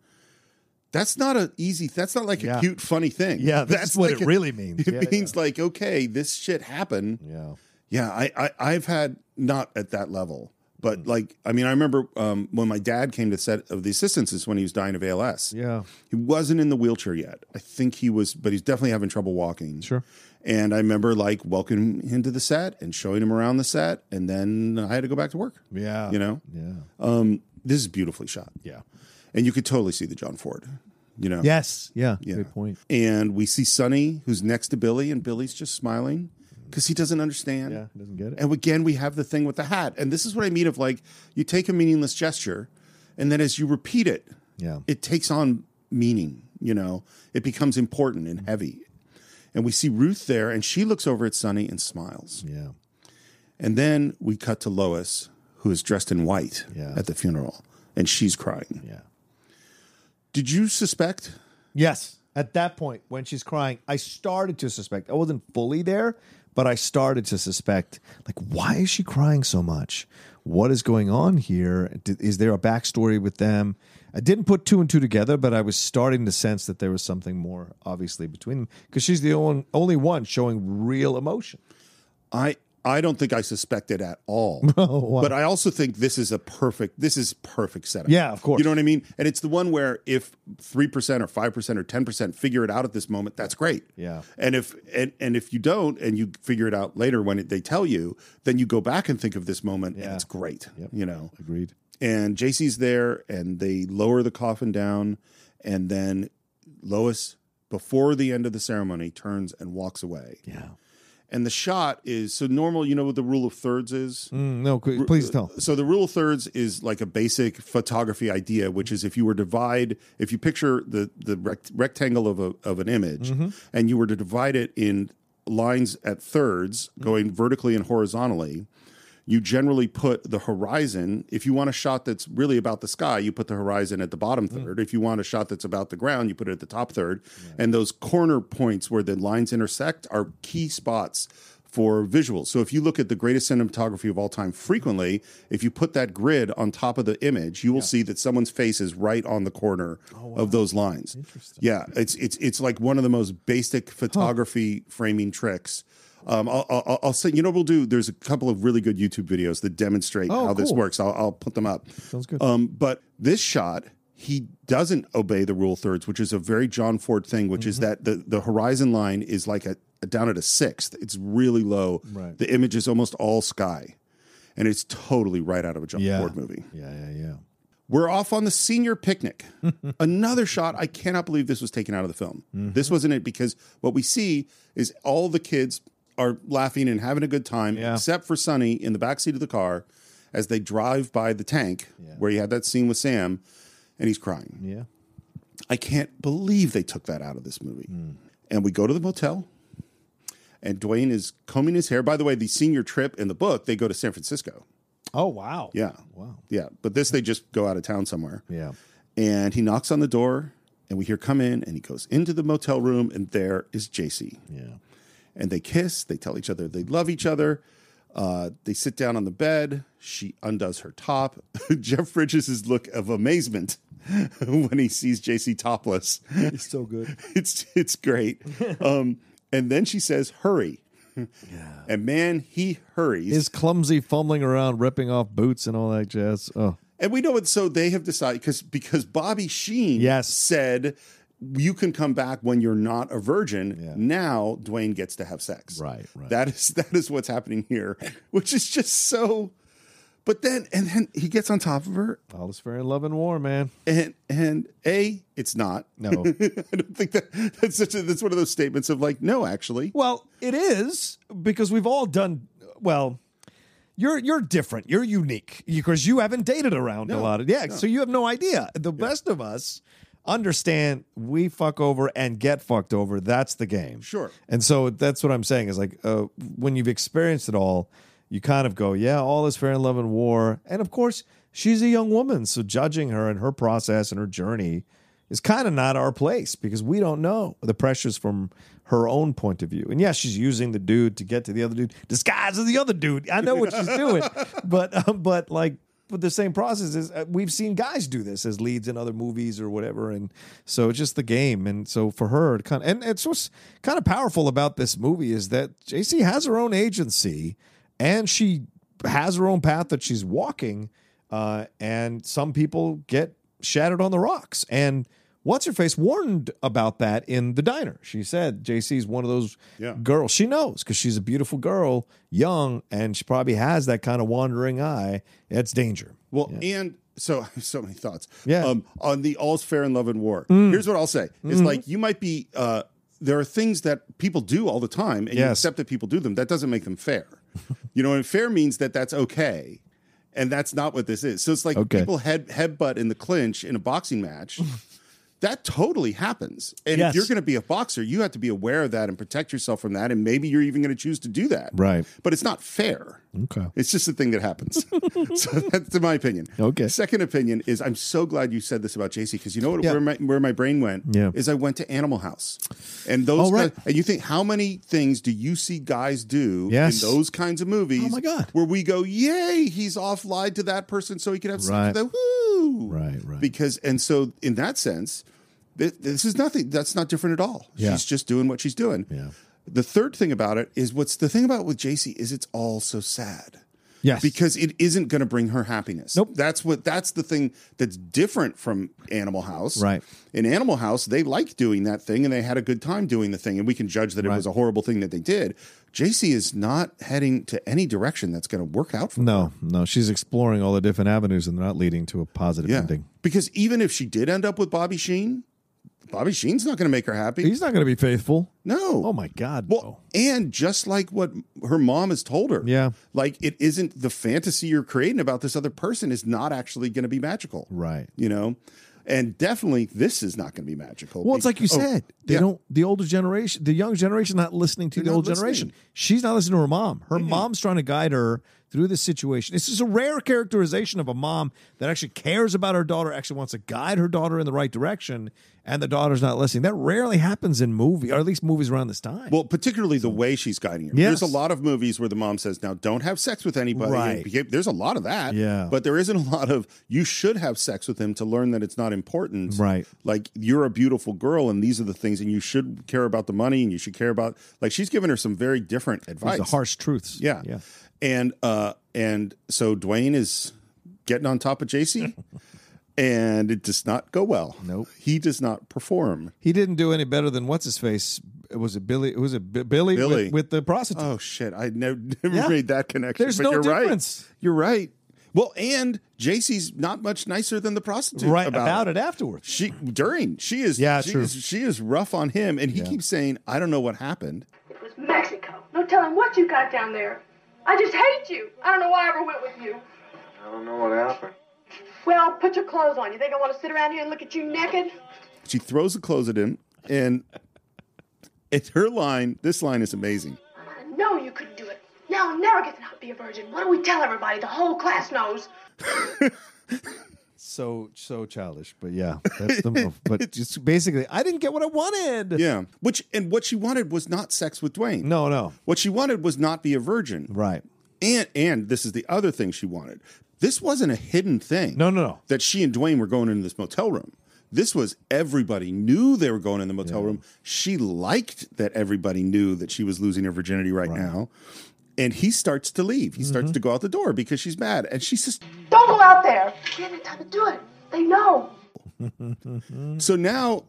Speaker 2: That's not an easy. That's not like
Speaker 3: Yeah.
Speaker 2: a cute, funny thing.
Speaker 3: Yeah, that's what
Speaker 2: like
Speaker 3: it really means.
Speaker 2: It
Speaker 3: Yeah,
Speaker 2: means like, okay, this shit happened.
Speaker 3: Yeah.
Speaker 2: Yeah, I, I I've had not at that level, but
Speaker 3: Mm.
Speaker 2: like I mean, I remember um, when my dad came to set of the assistance is when he was dying of ALS.
Speaker 3: Yeah.
Speaker 2: He wasn't in the wheelchair yet. I think he was, but he's definitely having trouble walking.
Speaker 3: Sure.
Speaker 2: And I remember like welcoming him to the set and showing him around the set, and then I had to go back to work.
Speaker 3: Yeah.
Speaker 2: You know,
Speaker 3: Yeah.
Speaker 2: um, this is beautifully shot,
Speaker 3: Yeah.
Speaker 2: and you could totally see the John Ford. You know,
Speaker 3: Yes. Yeah.
Speaker 2: Yeah.
Speaker 3: Good point.
Speaker 2: And we see Sonny, who's next to Billy, and Billy's just smiling because he doesn't understand.
Speaker 3: Yeah. Doesn't get it.
Speaker 2: And again, we have the thing with the hat. And this is what I mean of like you take a meaningless gesture, and then as you repeat it,
Speaker 3: yeah.
Speaker 2: it takes on meaning, you know, it becomes important and heavy. And we see Ruth there, and she looks over at Sonny and smiles.
Speaker 3: Yeah.
Speaker 2: And then we cut to Lois, who is dressed in white
Speaker 3: Yeah.
Speaker 2: at the funeral, and she's crying.
Speaker 3: Yeah.
Speaker 2: Did you suspect?
Speaker 3: Yes. At that point, when she's crying, I started to suspect. I wasn't fully there, but I started to suspect. Like, why is she crying so much? What is going on here? D- Is there a backstory with them? I didn't put two and two together, but I was starting to sense that there was something more, obviously, between them because she's the on- only one showing real emotion.
Speaker 2: I I don't think I suspected at all.
Speaker 3: Oh, wow.
Speaker 2: But I also think this is a perfect this is perfect setup.
Speaker 3: Yeah, of course.
Speaker 2: You know what I mean? And it's the one where if 3% or 5% or 10% figure it out at this moment, that's great.
Speaker 3: Yeah.
Speaker 2: And if and and if you don't and you figure it out later when it, they tell you, then you go back and think of this moment and
Speaker 3: Yeah.
Speaker 2: it's great.
Speaker 3: Yep.
Speaker 2: You know.
Speaker 3: Agreed.
Speaker 2: And JC's there and they lower the coffin down and then Lois before the end of the ceremony turns and walks away
Speaker 3: Yeah.
Speaker 2: and the shot is so normal you know what the rule of thirds is
Speaker 3: Mm, no, qu- please tell.
Speaker 2: so the rule of thirds is like a basic photography idea which is if you were to divide if you picture the the rect- rectangle of a of an image and you were to divide it in lines at thirds going vertically and horizontally you generally put the horizon if you want a shot that's really about the sky you put the horizon at the bottom third if you want a shot that's about the ground you put it at the top third and those corner points where the lines intersect are key spots for visuals so if you look at the greatest cinematography of all time frequently if you put that grid on top of the image you will see that someone's face is right on the corner of those lines yeah it's it's it's like one of the most basic photography framing tricks um, I'll, I'll, I'll say, you know what we'll do? There's a couple of really good YouTube videos that demonstrate
Speaker 3: Oh,
Speaker 2: how this
Speaker 3: cool. uh,
Speaker 2: works. I'll, I'll put them up.
Speaker 3: Sounds good.
Speaker 2: Um, but this shot, he doesn't obey the rule of thirds, which is a very John Ford thing, which is
Speaker 3: Mm-hmm.
Speaker 2: that the, the horizon line is like a, a down at a sixth. It's really low.
Speaker 3: Right.
Speaker 2: The image is almost all sky. And it's totally right out of a John
Speaker 3: Yeah.
Speaker 2: Ford movie.
Speaker 3: Yeah, yeah, yeah.
Speaker 2: We're off on the senior picnic. Another shot. I cannot believe this was taken out of the film.
Speaker 3: Mm-hmm.
Speaker 2: This wasn't it because what we see is all the kids are laughing and having a good time, except for Sonny in the backseat of the car as they drive by the tank where you had that scene with Sam and he's crying.
Speaker 3: Yeah.
Speaker 2: I can't believe they took that out of this movie.
Speaker 3: Mm.
Speaker 2: And we go to the motel, and Dwayne is combing his hair. By the way, the senior trip in the book, they go to San Francisco.
Speaker 3: Oh wow.
Speaker 2: Yeah.
Speaker 3: Wow.
Speaker 2: Yeah. But this, they just go out of town somewhere.
Speaker 3: Yeah.
Speaker 2: And he knocks on the door, and we hear come in, and he goes into the motel room, and there is JC.
Speaker 3: Yeah.
Speaker 2: And they kiss, they tell each other they love each other. Uh, they sit down on the bed. She undoes her top. Jeff Bridges' look of amazement when he sees JC topless.
Speaker 3: It's so good.
Speaker 2: it's it's great. Um, and then she says, "Hurry!" And man, he hurries.
Speaker 3: His clumsy fumbling around, ripping off boots and all that jazz. Oh,
Speaker 2: and we know it. So they have decided because because Bobby Sheen
Speaker 3: Yes.
Speaker 2: said you can come back when you're not a virgin.
Speaker 3: Yeah.
Speaker 2: Now Dwayne gets to have sex.
Speaker 3: right, right.
Speaker 2: That is that is what's happening here, which is just so. But then and then he gets on top of her,
Speaker 3: all is fair in love and war, man.
Speaker 2: and and a it's not.
Speaker 3: No.
Speaker 2: I don't think that that's such a, that's one of those statements of like no, actually.
Speaker 3: Well, it is because we've all done well. You're you're different. You're unique because you haven't dated around a
Speaker 2: No,
Speaker 3: lot of yeah.
Speaker 2: no.
Speaker 3: So you have no idea. The best of us understand we fuck over and get fucked over. That's the game.
Speaker 2: Sure.
Speaker 3: And so that's what I'm saying is like uh, when you've experienced it all, you kind of go, yeah, all is fair in love and war. And of course, she's a young woman, so judging her and her process and her journey is kind of not our place because we don't know the pressures from her own point of view. And yeah, she's using the dude to get to the other dude, disguise as the other dude. I know what she's doing, but um, but like but the same process is uh, we've seen guys do this as leads in other movies or whatever and so it's just the game and so for her it kind of, and it's what's kind of powerful about this movie is that JC has her own agency and she has her own path that she's walking uh, and some people get shattered on the rocks and what's her face warned about that in the diner she said JC's one of those
Speaker 2: Yeah.
Speaker 3: girl she knows because she's a beautiful girl young and she probably has that kind of wandering eye that's danger
Speaker 2: Well, and so I have so many thoughts.
Speaker 3: Yeah. Mm. Mm-hmm.
Speaker 2: Um, on the all's fair in love and war. Here's what I'll say: It's like you might be. Uh, there are things that people do all the time, and you
Speaker 3: Yes.
Speaker 2: accept that people do them. That doesn't make them fair. you know, and fair means that that's okay, and that's not what this is. So it's like
Speaker 3: Okay.
Speaker 2: people head headbutt in the clinch in a boxing match. That totally happens. And if
Speaker 3: Yes.
Speaker 2: you're going to be a boxer, you have to be aware of that and protect yourself from that. And maybe you're even going to choose to do that.
Speaker 3: Right.
Speaker 2: But it's not fair.
Speaker 3: Okay.
Speaker 2: It's just a thing that happens. so that's my opinion.
Speaker 3: Okay.
Speaker 2: Second opinion is I'm so glad you said this about JC because you know what,
Speaker 3: Yeah.
Speaker 2: where my where my brain went
Speaker 3: Yeah.
Speaker 2: is I went to Animal House, and those
Speaker 3: Oh, right.
Speaker 2: guys- and you think how many things do you see guys do
Speaker 3: Yes.
Speaker 2: in those kinds of movies?
Speaker 3: Oh, my God.
Speaker 2: Where we go, yay, he's off lied to that person so he could have
Speaker 3: Right.
Speaker 2: sex with that. Woo!
Speaker 3: Right, right.
Speaker 2: Because and so in that sense, thi- this is nothing. That's not different at all.
Speaker 3: Yeah.
Speaker 2: She's just doing what she's doing.
Speaker 3: Yeah.
Speaker 2: The third thing about it is what's the thing about with JC is it's all so sad
Speaker 3: Yes.
Speaker 2: because it isn't going to bring her happiness.
Speaker 3: Nope.
Speaker 2: That's what that's the thing that's different from Animal House.
Speaker 3: Right.
Speaker 2: In Animal House, they liked doing that thing and they had a good time doing the thing and we can judge that it
Speaker 3: Right.
Speaker 2: was a horrible thing that they did. JC is not heading to any direction that's going to work out for her.
Speaker 3: no, no, she's exploring all the different avenues and they're not leading to a positive
Speaker 2: Yeah.
Speaker 3: ending.
Speaker 2: Because even if she did end up with Bobby Sheen, Bobby Sheen's not going to make her happy.
Speaker 3: He's not going to be faithful.
Speaker 2: no.
Speaker 3: Oh my God.
Speaker 2: Well, and just like what her mom has told her,
Speaker 3: Yeah.
Speaker 2: like it isn't the fantasy you're creating about this other person is not actually going to be magical,
Speaker 3: Right.
Speaker 2: You know, and definitely this is not going to be magical.
Speaker 3: Well, it's like you
Speaker 2: Oh,
Speaker 3: said. They
Speaker 2: yeah.
Speaker 3: don't. The older generation, the young generation, not listening to
Speaker 2: They're
Speaker 3: the
Speaker 2: not
Speaker 3: old generation.
Speaker 2: listening.
Speaker 3: She's not listening to her mom. Her mom's trying to guide her through this situation. This is a rare characterization of a mom that actually cares about her daughter, actually wants to guide her daughter in the right direction, and the daughter's not listening. That rarely happens in movie, or at least movies around this time.
Speaker 2: Well, particularly the way she's guiding her.
Speaker 3: Yes.
Speaker 2: There's a lot of movies where the mom says, "Now, don't have sex with anybody." and
Speaker 3: Right.
Speaker 2: behave- There's a lot of that.
Speaker 3: Yeah.
Speaker 2: But there isn't a lot of you should have sex with him to learn that it's not important.
Speaker 3: Right.
Speaker 2: Like you're a beautiful girl, and these are the things, and you should care about the money, and you should care about like she's giving her some very different advice.
Speaker 3: These are harsh truths.
Speaker 2: Yeah.
Speaker 3: Yeah.
Speaker 2: And uh and so Dwayne is getting on top of JC and it does not go well.
Speaker 3: Nope.
Speaker 2: He does not perform.
Speaker 3: He didn't do any better than what's his face. Was it Billy? Was it B- Billy,
Speaker 2: Billy.
Speaker 3: With, with the prostitute?
Speaker 2: Oh shit! I never, never
Speaker 3: Yeah.
Speaker 2: made that connection.
Speaker 3: There's
Speaker 2: but
Speaker 3: no
Speaker 2: you're
Speaker 3: difference.
Speaker 2: Right. You're right. Well, and JC's not much nicer than the prostitute. Uh,
Speaker 3: right
Speaker 2: about,
Speaker 3: about, it. afterwards.
Speaker 2: She during she is
Speaker 3: Yeah,
Speaker 2: she
Speaker 3: true.
Speaker 2: is, she is rough on him, and he
Speaker 3: Yeah.
Speaker 2: keeps saying, "I don't know what happened."
Speaker 12: It was Mexico. No telling what you got down there. I just hate you. I don't know why I ever went with you.
Speaker 4: I don't know what happened.
Speaker 12: Well, put your clothes on. You think I want to sit around here and look at you naked?
Speaker 2: She throws the clothes at him, and it's her line. This line is amazing.
Speaker 12: I know you couldn't do it. Now and never get to not be a virgin. What do we tell everybody? The whole class knows.
Speaker 3: So so childish, but yeah. That's the, oh, but just basically, I didn't get what I wanted.
Speaker 2: Yeah, which and what she wanted was not sex with Dwayne.
Speaker 3: No, no.
Speaker 2: What she wanted was not be a virgin.
Speaker 3: Right.
Speaker 2: And and this is the other thing she wanted. This wasn't a hidden thing.
Speaker 3: No, no, no.
Speaker 2: That she and Dwayne were going into this motel room. This was everybody knew they were going in the motel room. She liked that everybody knew that she was losing her virginity right, now. And he starts to leave. He starts to go out the door because she's mad. And she says,
Speaker 12: Don't go out there. We haven't time to do it. They know.
Speaker 2: So now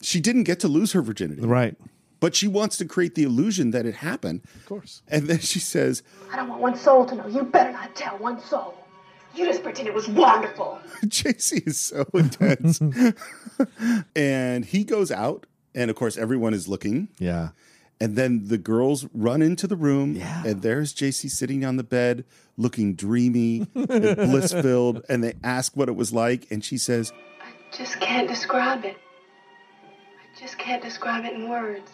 Speaker 2: she didn't get to lose her virginity.
Speaker 3: Right.
Speaker 2: But she wants to create the illusion that it happened. Of
Speaker 3: course.
Speaker 2: And then she says,
Speaker 12: I don't want one soul to know. You better not tell one soul. You just pretend it was wonderful.
Speaker 2: JC is so intense. and he goes out, and of course, everyone is looking.
Speaker 3: Yeah.
Speaker 2: And then the girls run into the room, and there's JC sitting on the bed, looking dreamy and bliss filled. And they ask what it was like, and she says,
Speaker 7: Just can't describe it. I just can't describe it in words.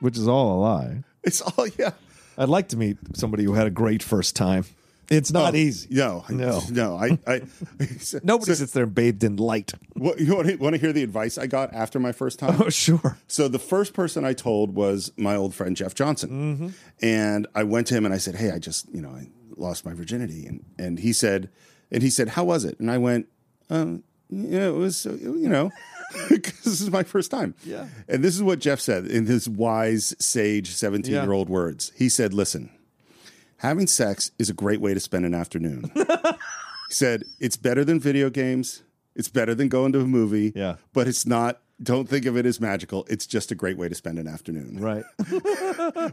Speaker 3: Which is all a lie.
Speaker 2: It's all, yeah.
Speaker 3: I'd like to meet somebody who had a great first time. It's not
Speaker 2: Oh,
Speaker 3: easy.
Speaker 2: No,
Speaker 3: No.
Speaker 2: no. I, I
Speaker 3: Nobody sits there bathed in light.
Speaker 2: What, you want to, want to hear the advice I got after my first time?
Speaker 3: Oh, sure.
Speaker 2: So the first person I told was my old friend Jeff Johnson,
Speaker 3: Mm-hmm.
Speaker 2: and I went to him and I said, "Hey, I just you know I lost my virginity," and and he said, and he said, "How was it?" And I went, um, "Yeah, it was uh, you know." Because this is my first time.
Speaker 3: Yeah.
Speaker 2: And this is what Jeff said in his wise, sage 17 year old words. He said, Listen, having sex is a great way to spend an afternoon. he said, It's better than video games. It's better than going to a movie.
Speaker 3: Yeah.
Speaker 2: But it's not, don't think of it as magical. It's just a great way to spend an afternoon,
Speaker 3: Right.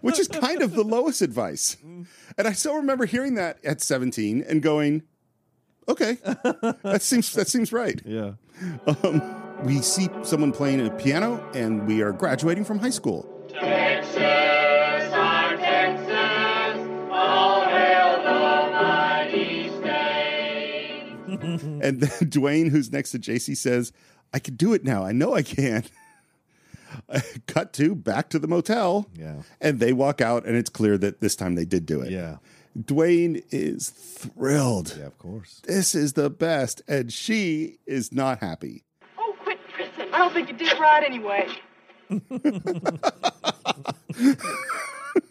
Speaker 2: which is kind of the lowest advice. And I still remember hearing that at 17 and going, Okay, that seems that seems right.
Speaker 3: Yeah.
Speaker 2: Um, we see someone playing a piano, and we are graduating from high school.
Speaker 13: Texas, our Texas, all hail the mighty state.
Speaker 2: And then Dwayne, who's next to JC, says, I can do it now. I know I can. Cut to back to the motel.
Speaker 3: Yeah.
Speaker 2: And they walk out, and it's clear that this time they did do it.
Speaker 3: Yeah.
Speaker 2: Dwayne is thrilled.
Speaker 3: Yeah, of course.
Speaker 2: This is the best. And she is not happy.
Speaker 12: Oh, quit prison. I don't think you did it right anyway.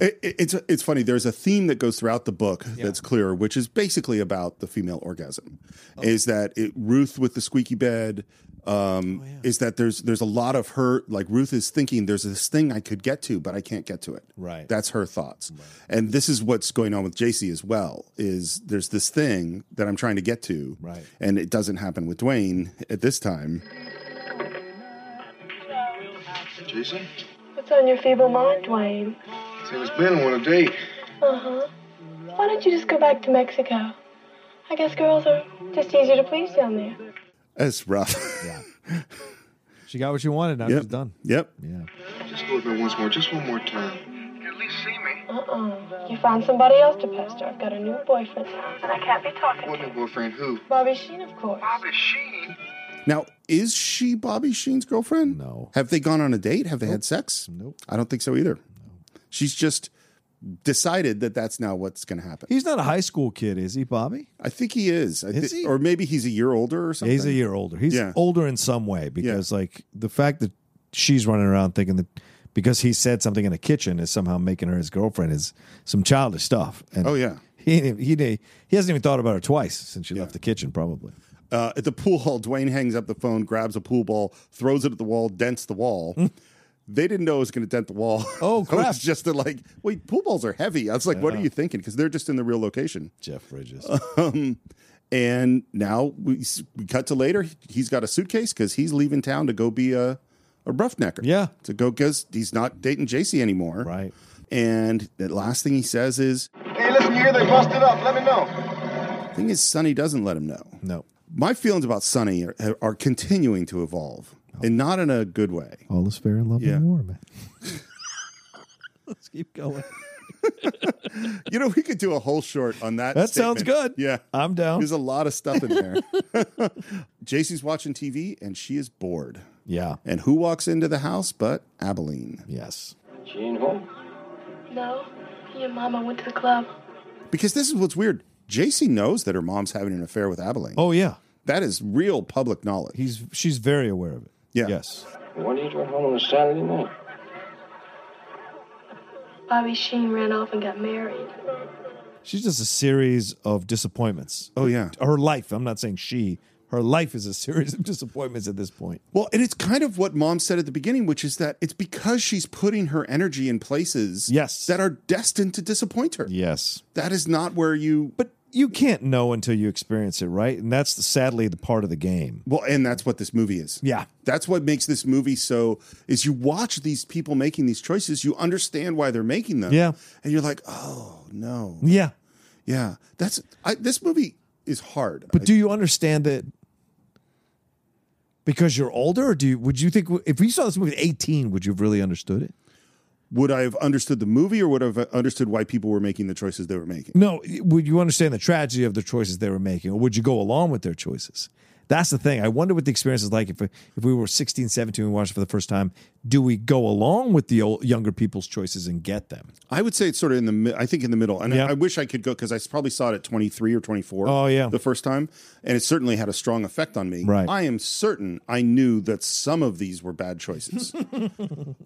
Speaker 2: It, it- it's, it's funny. There's a theme that goes throughout the book that's clear, which is basically about the female orgasm. Is that it, Ruth with the squeaky bed? Um, Is that there's there's a lot of her like Ruth is thinking there's this thing I could get to, but I can't get to it.
Speaker 3: Right.
Speaker 2: That's her thoughts. And this is what's going on with JC as well. Is there's this thing that I'm trying to get to,
Speaker 3: Right.
Speaker 2: and it doesn't happen with Dwayne at this time.
Speaker 9: Jason?
Speaker 7: What's on your feeble mind, Dwayne?
Speaker 9: See, it's been I want a date.
Speaker 7: Uh huh. Why don't you just go back to Mexico? I guess girls are just easier to please down there.
Speaker 2: That's rough.
Speaker 3: Yeah. She got what she wanted. Now
Speaker 2: Yep.
Speaker 3: she's done.
Speaker 2: Yep.
Speaker 3: Yeah.
Speaker 9: Just go with me once more, just one more time.
Speaker 7: Uh uh You found somebody else to pester. I've got a new boyfriend now, and I can't be talking
Speaker 9: What
Speaker 7: to
Speaker 9: new
Speaker 7: him.
Speaker 9: boyfriend? Who?
Speaker 7: Bobby Sheen, of course. Bobby Sheen?
Speaker 2: Now, is she Bobby Sheen's girlfriend?
Speaker 3: No.
Speaker 2: Have they gone on a date? Have they had sex?
Speaker 3: Nope.
Speaker 2: I don't think so either. She's just decided that that's now what's going to happen.
Speaker 3: He's not a high school kid, is he, Bobby?
Speaker 2: I think he is. I
Speaker 3: Is
Speaker 2: thi-
Speaker 3: he?
Speaker 2: Or maybe he's a year older or something.
Speaker 3: He's a year older. He's
Speaker 2: Yeah.
Speaker 3: older in some way because, like, the fact that she's running around thinking that because he said something in the kitchen is somehow making her his girlfriend is some childish stuff. And
Speaker 2: Oh, yeah.
Speaker 3: he ain't even- he ain't- he hasn't even thought about her twice since she left the kitchen, probably.
Speaker 2: Uh, at the pool hall, Dwayne hangs up the phone, grabs a pool ball, throws it at the wall, dents the wall. they didn't know it was going to dent the wall.
Speaker 3: Hmm. Oh,
Speaker 2: So
Speaker 3: crap.
Speaker 2: it's just a, like, wait, pool balls are heavy. I was like, what are
Speaker 3: Yeah.
Speaker 2: you thinking? Because they're just in the real location.
Speaker 3: Jeff Bridges.
Speaker 2: Um, And now we, we cut to later. He's got a suitcase because he's leaving town to go be a, a roughnecker.
Speaker 3: Yeah.
Speaker 2: To go because he's not dating JC anymore.
Speaker 3: Right.
Speaker 2: And the last thing he says is,
Speaker 9: Hey, listen, you hear they busted up. Let me know.
Speaker 2: thing is, Sonny doesn't let him know.
Speaker 3: No.
Speaker 2: My feelings about Sonny are, are continuing to evolve
Speaker 3: Oh.
Speaker 2: and not in a good way.
Speaker 3: All is fair in love
Speaker 2: Yeah.
Speaker 3: and war, man. Let's keep going.
Speaker 2: You know, we could do a whole short on that.
Speaker 3: That sounds
Speaker 2: statement.
Speaker 3: good. Uh-huh.
Speaker 2: Yeah.
Speaker 3: I'm down.
Speaker 2: There's a lot of stuff in there. JC's watching TV and she is bored.
Speaker 3: Yeah.
Speaker 2: And who walks into the house but Abilene?
Speaker 3: Yes.
Speaker 4: Gene home.
Speaker 7: No, he and Mama went to the club.
Speaker 2: Because this is what's weird. JC knows that her mom's having an affair with Abilene.
Speaker 3: Oh yeah.
Speaker 2: That is real public knowledge.
Speaker 3: He's she's very aware of it.
Speaker 2: Yeah.
Speaker 3: Yes.
Speaker 4: What are you doing home on a Saturday night?
Speaker 7: Bobby Sheen ran off and got married.
Speaker 3: She's just a series of disappointments.
Speaker 2: Oh yeah.
Speaker 3: Her life, I'm not saying she, her life is a series of disappointments at this point.
Speaker 2: Well, and it's kind of what mom said at the beginning, which is that it's because she's putting her energy in places
Speaker 3: Yes.
Speaker 2: that are destined to disappoint her.
Speaker 3: Yes.
Speaker 2: That is not where you
Speaker 3: But you can't know until you experience it, right? And that's sadly the part of the game.
Speaker 2: Well, and that's what this movie is.
Speaker 3: Yeah.
Speaker 2: That's what makes this movie so is you watch these people making these choices, you understand why they're making them.
Speaker 3: Yeah.
Speaker 2: And you're like, "Oh, no."
Speaker 3: Yeah.
Speaker 2: Yeah. That's I, this movie is hard.
Speaker 3: But do you understand it? Because you're older, or do you, would you think if we saw this movie at 18, would you have really understood it?
Speaker 2: would I have understood the movie or would I have understood why people were making the choices they were making?
Speaker 3: No, would you understand the tragedy of the choices they were making, or would you go along with their choices? That's the thing. I wonder what the experience is like if if we were 16, 17 and watched it for the first time. Do we go along with the old, younger people's choices and get them?
Speaker 2: I would say it's sort of in the mi- I think in the middle, and I-
Speaker 3: Yeah.
Speaker 2: I, wish I could go because I probably saw it at twenty three or twenty four.
Speaker 3: Oh, yeah.
Speaker 2: the first time, and it certainly had a strong effect on me.
Speaker 3: Right.
Speaker 2: I am certain I knew that some of these were bad choices,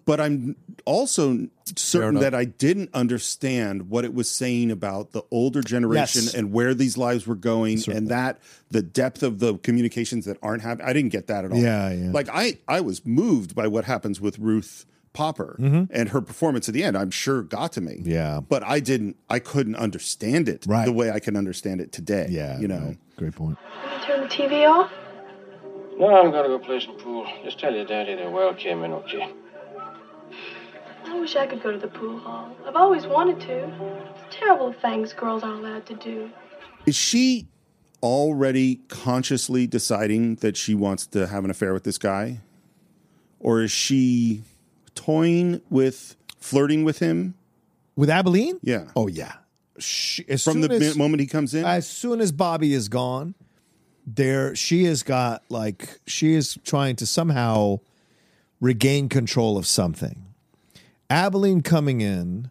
Speaker 2: but I'm also certain
Speaker 3: enough.
Speaker 2: that I didn't understand what it was saying about the older generation
Speaker 3: Yes.
Speaker 2: and where these lives were going, and that the depth of the communications that aren't happening. I didn't get that at all.
Speaker 3: Yeah, yeah.
Speaker 2: Like I, I was moved by what happens with Ruth. Popper and her performance at the end, I'm sure got to me
Speaker 3: Mm-hmm. Yeah.
Speaker 2: but I didn't, I couldn't understand it
Speaker 3: Right.
Speaker 2: the way I can understand it today.
Speaker 3: Yeah.
Speaker 2: You know,
Speaker 3: right. Great point.
Speaker 7: Let me turn the TV off.
Speaker 4: No, I'm gonna go play some pool. Just tell your daddy that well came in, okay?
Speaker 7: I wish I could go to the pool hall. I've always wanted to. It's terrible things girls aren't allowed to do.
Speaker 2: is she already consciously deciding that she wants to have an affair with this guy? Or is she toying with flirting with him?
Speaker 3: With Abilene?
Speaker 2: Yeah.
Speaker 3: Oh yeah. She, as
Speaker 2: From
Speaker 3: soon
Speaker 2: the
Speaker 3: as,
Speaker 2: mi- moment he comes in?
Speaker 3: as soon as Bobby is gone, there she has got like she is trying to somehow regain control of something. Abilene coming in,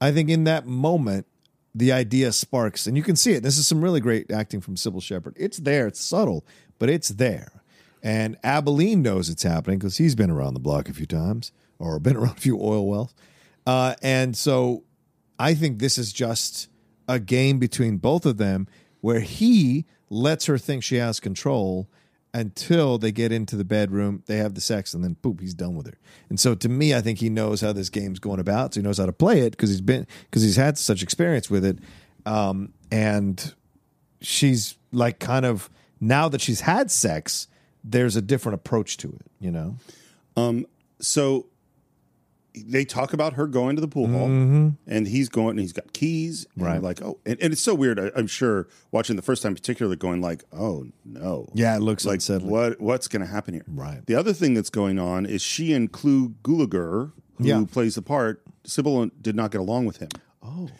Speaker 3: I think in that moment, the idea sparks, and you can see it. This is some really great acting from Sybil Shepherd. It's there, it's subtle, but it's there. And Abilene knows it's happening because he's been around the block a few times or been around a few oil wells. Uh, and so I think this is just a game between both of them where he lets her think she has control until they get into the bedroom, they have the sex, and then boop, he's done with her. And so to me, I think he knows how this game's going about. So he knows how to play it because he's been because he's had such experience with it. Um, and she's like kind of now that she's had sex, there's a different approach to it, you know?
Speaker 2: so they talk about her going to the pool hall and he's going and he's got keys and
Speaker 3: Mm-hmm. Right.
Speaker 2: I'm like oh and, and it's so weird I, i'm sure watching the first time particularly going like oh no
Speaker 3: Yeah, it looks
Speaker 2: like
Speaker 3: unsettling.
Speaker 2: what what's going to happen here
Speaker 3: Right.
Speaker 2: the other thing that's going on is she and clue gulager who
Speaker 3: Yeah.
Speaker 2: plays the part sybil did not get along with him
Speaker 3: Oh.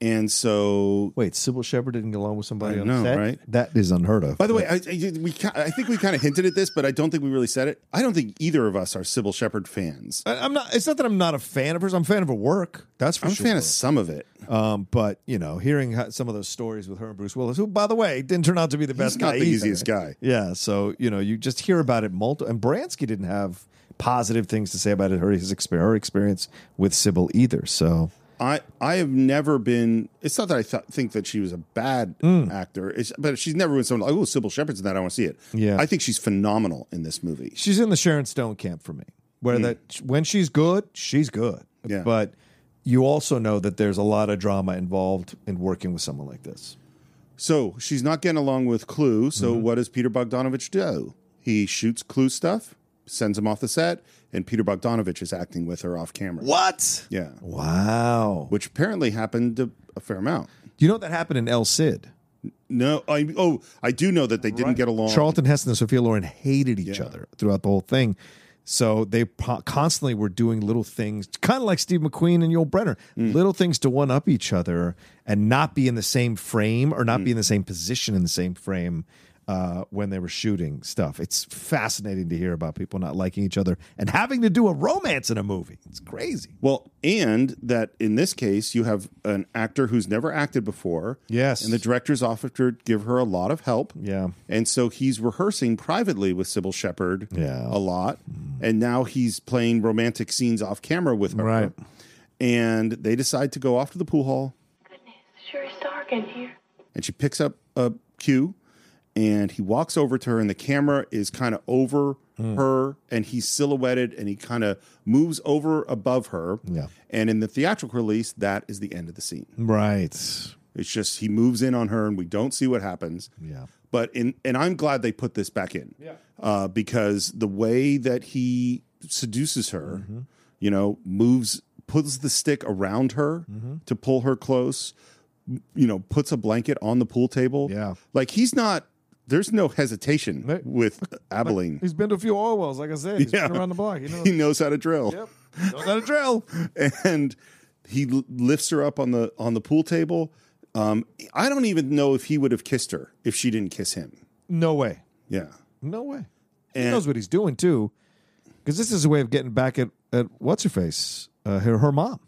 Speaker 2: and so
Speaker 3: Wait, Sybil Shepherd didn't get along with somebody
Speaker 2: I
Speaker 3: on
Speaker 2: know,
Speaker 3: set?
Speaker 2: right?
Speaker 3: That is unheard of.
Speaker 2: by the way, I, I, we ki- I think we kind of hinted at this, but I don't think we really said it. I don't think either of us are Sybil Shepherd fans.
Speaker 3: I, I'm not. It's not that I'm not a fan of hers. I'm a fan of her work. That's for
Speaker 2: I'm
Speaker 3: sure.
Speaker 2: a fan of some of it.
Speaker 3: um, but you know, hearing how, some of those stories with her and Bruce Willis, who, by the way, didn't turn out to be the best
Speaker 2: not
Speaker 3: guy,
Speaker 2: the
Speaker 3: either.
Speaker 2: easiest guy.
Speaker 3: Yeah. So you know, you just hear about it multiple. And Bransky didn't have positive things to say about it. Her his experience, her experience with Sybil either. So
Speaker 2: I I have never been. It's not that I th- think that she was a bad actor, it's, but she's never been someone like oh Sybil Shepherd's in that. I want to see it.
Speaker 3: Yeah.
Speaker 2: I think she's phenomenal in this movie.
Speaker 3: she's in the Sharon Stone camp for me, where that when she's good, she's good.
Speaker 2: Hmm. Yeah.
Speaker 3: But you also know that there's a lot of drama involved in working with someone like this.
Speaker 2: So she's not getting along with Clue. So what does Peter Bogdanovich do? He shoots Clue stuff, sends him off the set, and Peter Bogdanovich is acting with her off camera.
Speaker 14: What?
Speaker 2: Yeah.
Speaker 3: Wow.
Speaker 2: Which apparently happened a, a fair amount.
Speaker 3: Do you know that happened in El Cid?
Speaker 2: No, I oh I do know that they didn't get along.
Speaker 3: Charlton Heston and Sophia Loren hated each other throughout the whole thing. So they po- constantly were doing little things, kind of like Steve McQueen and Yul Brenner, little things to one up each other and not be in the same frame or not be in the same position in the same frame uh, when they were shooting stuff. It's fascinating to hear about people not liking each other and having to do a romance in a movie. It's crazy.
Speaker 2: Well, and that in this case, you have an actor who's never acted before.
Speaker 3: Yes.
Speaker 2: And the director's offered to give her a lot of help.
Speaker 3: Yeah.
Speaker 2: And so he's rehearsing privately with Sybil Shepherd
Speaker 3: Yeah.
Speaker 2: a lot. And now he's playing romantic scenes off camera with her.
Speaker 3: Right.
Speaker 2: And they decide to go off to the pool hall.
Speaker 7: Sure is dark in here.
Speaker 2: and she picks up a cue and he walks over to her and the camera is kind of over
Speaker 3: Hmm.
Speaker 2: her and he's silhouetted and he kind of moves over above her
Speaker 3: Yeah.
Speaker 2: and in the theatrical release that is the end of the scene
Speaker 3: Right.
Speaker 2: it's just he moves in on her and we don't see what happens
Speaker 3: Yeah.
Speaker 2: but in and i'm glad they put this back in yeah. uh, because the way that he seduces her you know moves puts the stick around her to pull her close m- you know puts a blanket on the pool table
Speaker 3: Yeah.
Speaker 2: like he's not there's no hesitation with abilene
Speaker 3: He's been to a few oil wells, like I said. He's
Speaker 2: Yeah.
Speaker 3: been around the block. You know,
Speaker 2: he knows how to drill
Speaker 3: Yep. knows how to drill.
Speaker 2: and he l- lifts her up on the on the pool table um, i don't even know if he would have kissed her if she didn't kiss him
Speaker 3: No way.
Speaker 2: yeah
Speaker 3: No way. he
Speaker 2: And-
Speaker 3: knows what he's doing too, because this is a way of getting back at at what's her face, uh, her her mom,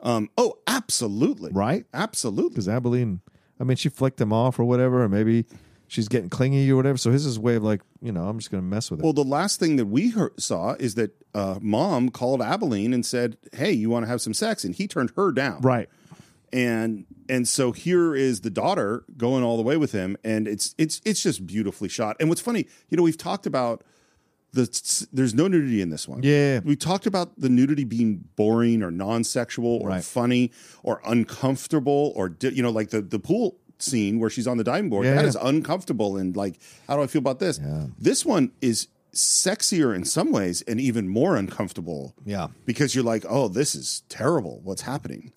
Speaker 2: Um, oh, absolutely.
Speaker 3: right?
Speaker 2: Absolutely.
Speaker 3: Because Abilene, I mean, she flicked him off or whatever, or maybe she's getting clingy or whatever. So his is a way of like, you know, I'm just gonna mess with it.
Speaker 2: Well, the last thing that we heard, saw is that uh, mom called Abilene and said, "Hey, you want to have some sex?" And he turned her down.
Speaker 3: right.
Speaker 2: And and so here is the daughter going all the way with him, and it's it's it's just beautifully shot. And what's funny, you know, we've talked about the there's no nudity in this one.
Speaker 3: Yeah.
Speaker 2: we talked about the nudity being boring or non-sexual or
Speaker 3: Right.
Speaker 2: funny or uncomfortable or di- you know like the the pool scene where she's on the diving board
Speaker 3: Yeah,
Speaker 2: that
Speaker 3: yeah.
Speaker 2: is uncomfortable and like how do i feel about this this one is sexier in some ways and even more uncomfortable
Speaker 3: Yeah.
Speaker 2: because you're like oh this is terrible what's happening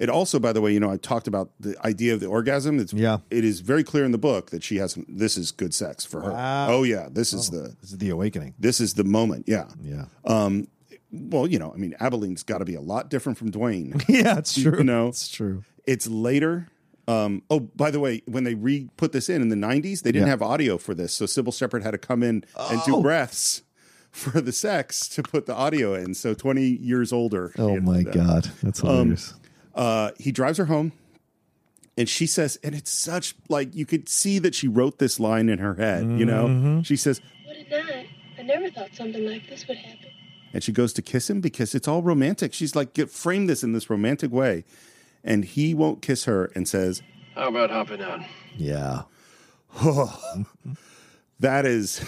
Speaker 2: it also by the way you know i talked about the idea of the orgasm it's
Speaker 3: Yeah.
Speaker 2: it is very clear in the book that she has this is good sex for her
Speaker 3: Wow.
Speaker 2: oh yeah this is the
Speaker 3: This is the awakening.
Speaker 2: this is the moment yeah
Speaker 3: Yeah.
Speaker 2: um, well, you know, I mean, Abilene's got to be a lot different from Dwayne.
Speaker 3: yeah, it's true.
Speaker 2: You know,
Speaker 3: it's true.
Speaker 2: it's later. Um, oh, by the way, when they re put this in in the 90s, they didn't
Speaker 3: Yeah.
Speaker 2: have audio for this. So Sybil Shepherd had to come in and
Speaker 3: Oh.
Speaker 2: do breaths for the sex to put the audio in. So 20 years older. she
Speaker 3: Oh
Speaker 2: had
Speaker 3: my
Speaker 2: that.
Speaker 3: god, that's
Speaker 2: Um,
Speaker 3: hilarious.
Speaker 2: Uh, he drives her home and she says, and it's such like you could see that she wrote this line in her head, you
Speaker 3: Mm-hmm.
Speaker 2: know? She says,
Speaker 7: What a night. I never thought something like this would happen.
Speaker 2: and she goes to kiss him because it's all romantic. She's like, get frame this in this romantic way. And he won't kiss her and says,
Speaker 4: How about hopping out?
Speaker 3: yeah,
Speaker 2: oh, that is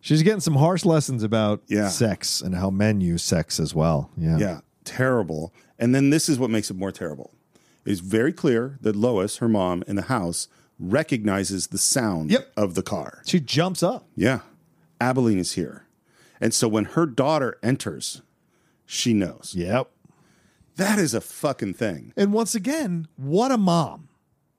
Speaker 3: she's getting some harsh lessons about
Speaker 2: Yeah.
Speaker 3: sex and how men use sex as well. Yeah,
Speaker 2: yeah, terrible. And then this is what makes it more terrible. It's very clear that Lois, her mom, in the house recognizes the sound
Speaker 3: Yep.
Speaker 2: of the car.
Speaker 3: She jumps up.
Speaker 2: Yeah. Abilene is here. And so when her daughter enters, she knows.
Speaker 3: Yep.
Speaker 2: That is a fucking thing.
Speaker 3: And once again, what a mom.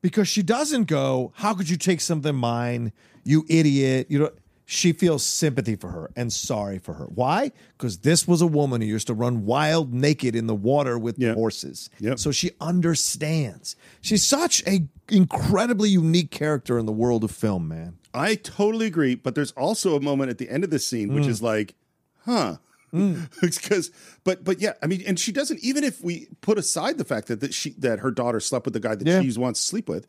Speaker 3: Because she doesn't go, how could you take something of mine, you idiot? You know, she feels sympathy for her and sorry for her. Why? Because this was a woman who used to run wild naked in the water with
Speaker 2: Yep.
Speaker 3: horses.
Speaker 2: Yep.
Speaker 3: So she understands. She's such a incredibly unique character in the world of film, man.
Speaker 2: I totally agree, but there's also a moment at the end of this scene
Speaker 3: Mm.
Speaker 2: which is like, huh. Because, but, but yeah, I mean, and she doesn't. Even if we put aside the fact that that she that her daughter slept with the guy that
Speaker 3: Yeah.
Speaker 2: she wants to sleep with,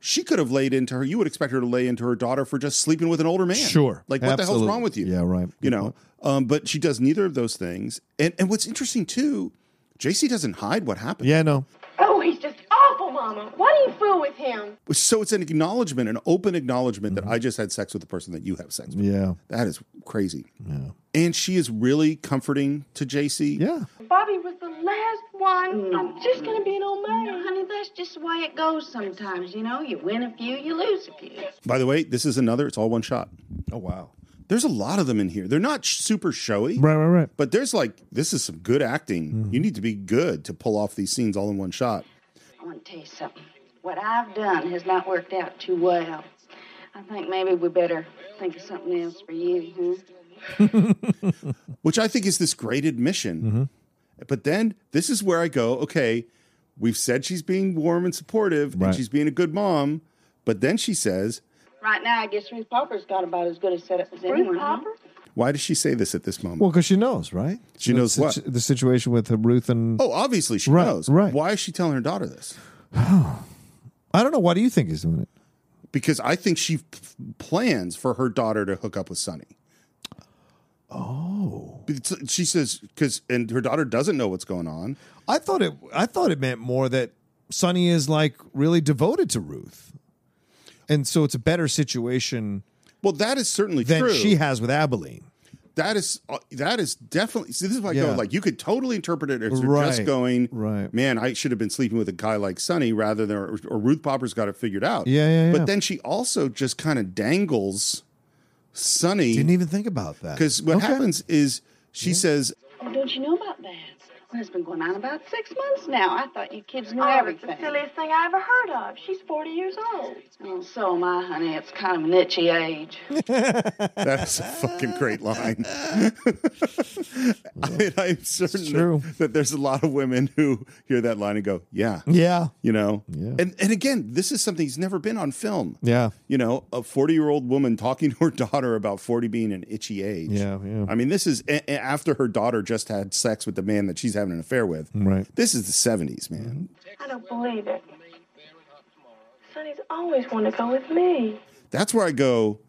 Speaker 2: she could have laid into her. You would expect her to lay into her daughter for just sleeping with an older man.
Speaker 3: Sure.
Speaker 2: like what the
Speaker 3: Absolutely.
Speaker 2: hell's wrong with you?
Speaker 3: Yeah, right.
Speaker 2: You
Speaker 3: Good
Speaker 2: know, um, but she does neither of those things. And and what's interesting too, JC doesn't hide what happened.
Speaker 3: Yeah, no.
Speaker 12: Oh, he's just awful, Mama. Why do you fool with him?
Speaker 2: So it's an acknowledgement, an open acknowledgement
Speaker 3: Mm-hmm.
Speaker 2: that I just had sex with the person that you have sex with.
Speaker 3: Yeah.
Speaker 2: That is crazy.
Speaker 3: Yeah.
Speaker 2: And she is really comforting to JC.
Speaker 3: Yeah.
Speaker 12: Bobby was the
Speaker 7: last one.
Speaker 5: No.
Speaker 7: I'm just gonna be an old maid.
Speaker 5: Honey, that's just the way it goes sometimes, you know? You win a few, you lose a few.
Speaker 2: By the way, this is another. It's all one shot.
Speaker 3: Oh wow.
Speaker 2: There's a lot of them in here. They're not sh- super showy,
Speaker 3: Right, Mm-hmm. right, right.
Speaker 2: but there's like this is some good acting. You need to be good to pull off these scenes all in one shot.
Speaker 5: I want to tell you something. What I've done has not worked out too well. I think maybe we better think of something else for you, huh?
Speaker 2: which I think is this great admission.
Speaker 3: Mm-hmm.
Speaker 2: But then this is where I go, okay, we've said she's being warm and supportive
Speaker 3: Right.
Speaker 2: and she's being a good mom. But then she says,
Speaker 5: Right now, I guess Ruth Popper's got about as good a setup as anyone. Ruth Popper?
Speaker 2: why does she say this at this moment?
Speaker 3: Well, because she knows, right?
Speaker 2: She
Speaker 3: The
Speaker 2: knows
Speaker 3: situ- the situation with uh, Ruth and.
Speaker 2: oh, obviously she
Speaker 3: Right,
Speaker 2: knows.
Speaker 3: right.
Speaker 2: Why is she telling her daughter this?
Speaker 3: I don't know. Why do you think he's doing it?
Speaker 2: Because I think she f- plans for her daughter to hook up with Sonny.
Speaker 3: Oh,
Speaker 2: It's- She says, because, and her daughter doesn't know what's going on.
Speaker 3: I thought it. I thought it meant more that Sonny is like really devoted to Ruth, and so it's a better situation
Speaker 2: Well, that is certainly
Speaker 3: than
Speaker 2: true.
Speaker 3: she has with Abilene.
Speaker 2: that is uh, that is definitely see this is why I go
Speaker 3: Yeah.
Speaker 2: like you could totally interpret it as you're just
Speaker 3: Right,
Speaker 2: going
Speaker 3: right.
Speaker 2: man I should have been sleeping with a guy like Sonny rather than or, or Ruth Popper's got it figured out
Speaker 3: Yeah, yeah, yeah.
Speaker 2: but then she also just kind of dangles
Speaker 3: Didn't
Speaker 2: Sonny
Speaker 3: even think about that.
Speaker 2: because what
Speaker 3: Okay.
Speaker 2: happens is she says
Speaker 5: Oh, don't you know about that? Well, it's been going on about six months now. I thought you kids knew
Speaker 7: Oh, it's the
Speaker 5: everything.
Speaker 7: silliest thing I ever heard of. She's 40 years old.
Speaker 5: Oh, so am I, honey. It's kind of an itchy age.
Speaker 2: that's a fucking great line I mean, I'm certain that-
Speaker 3: true.
Speaker 2: that there's a lot of women who hear that line and go yeah
Speaker 3: Yeah.
Speaker 2: you know
Speaker 3: Yeah.
Speaker 2: and and again this is something he's never been on film
Speaker 3: Yeah.
Speaker 2: you know, a 40 year old woman talking to her daughter about 40 being an itchy age.
Speaker 3: Yeah. Yeah.
Speaker 2: I mean, this is a- a- after her daughter just had sex with the man that she's having an affair with.
Speaker 3: Mm, right.
Speaker 2: This is the 70s,
Speaker 3: Mm-hmm.
Speaker 2: man.
Speaker 7: I don't believe it. Sonny's always wanted to go with me.
Speaker 2: That's where I go,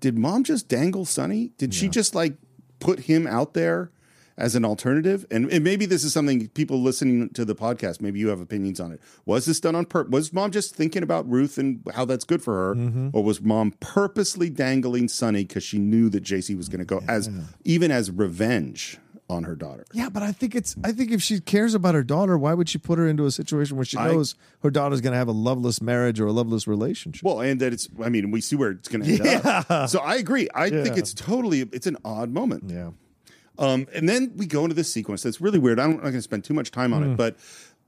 Speaker 2: did mom just dangle Sonny? Did she just like put him out there as an alternative? And, and maybe this is something people listening to the podcast, maybe you have opinions on it. Was this done on purpose? Was mom just thinking about Ruth and how that's good for her?
Speaker 3: Mm-hmm.
Speaker 2: Or was mom purposely dangling Sonny because she knew that JC was going to go as even as revenge on her daughter?
Speaker 3: Yeah, but I think it's. I think if she cares about her daughter, why would she put her into a situation where she
Speaker 2: I-
Speaker 3: knows her daughter's going to have a loveless marriage or a loveless relationship?
Speaker 2: Well, and that it's, I mean, we see where it's going to end
Speaker 3: Yeah.
Speaker 2: up. So I agree. I
Speaker 3: Yeah.
Speaker 2: think it's totally, it's an odd moment.
Speaker 3: Yeah.
Speaker 2: Um, and then we go into this sequence that's really weird. I don't, I'm not going to spend too much time on
Speaker 3: Mm.
Speaker 2: it, but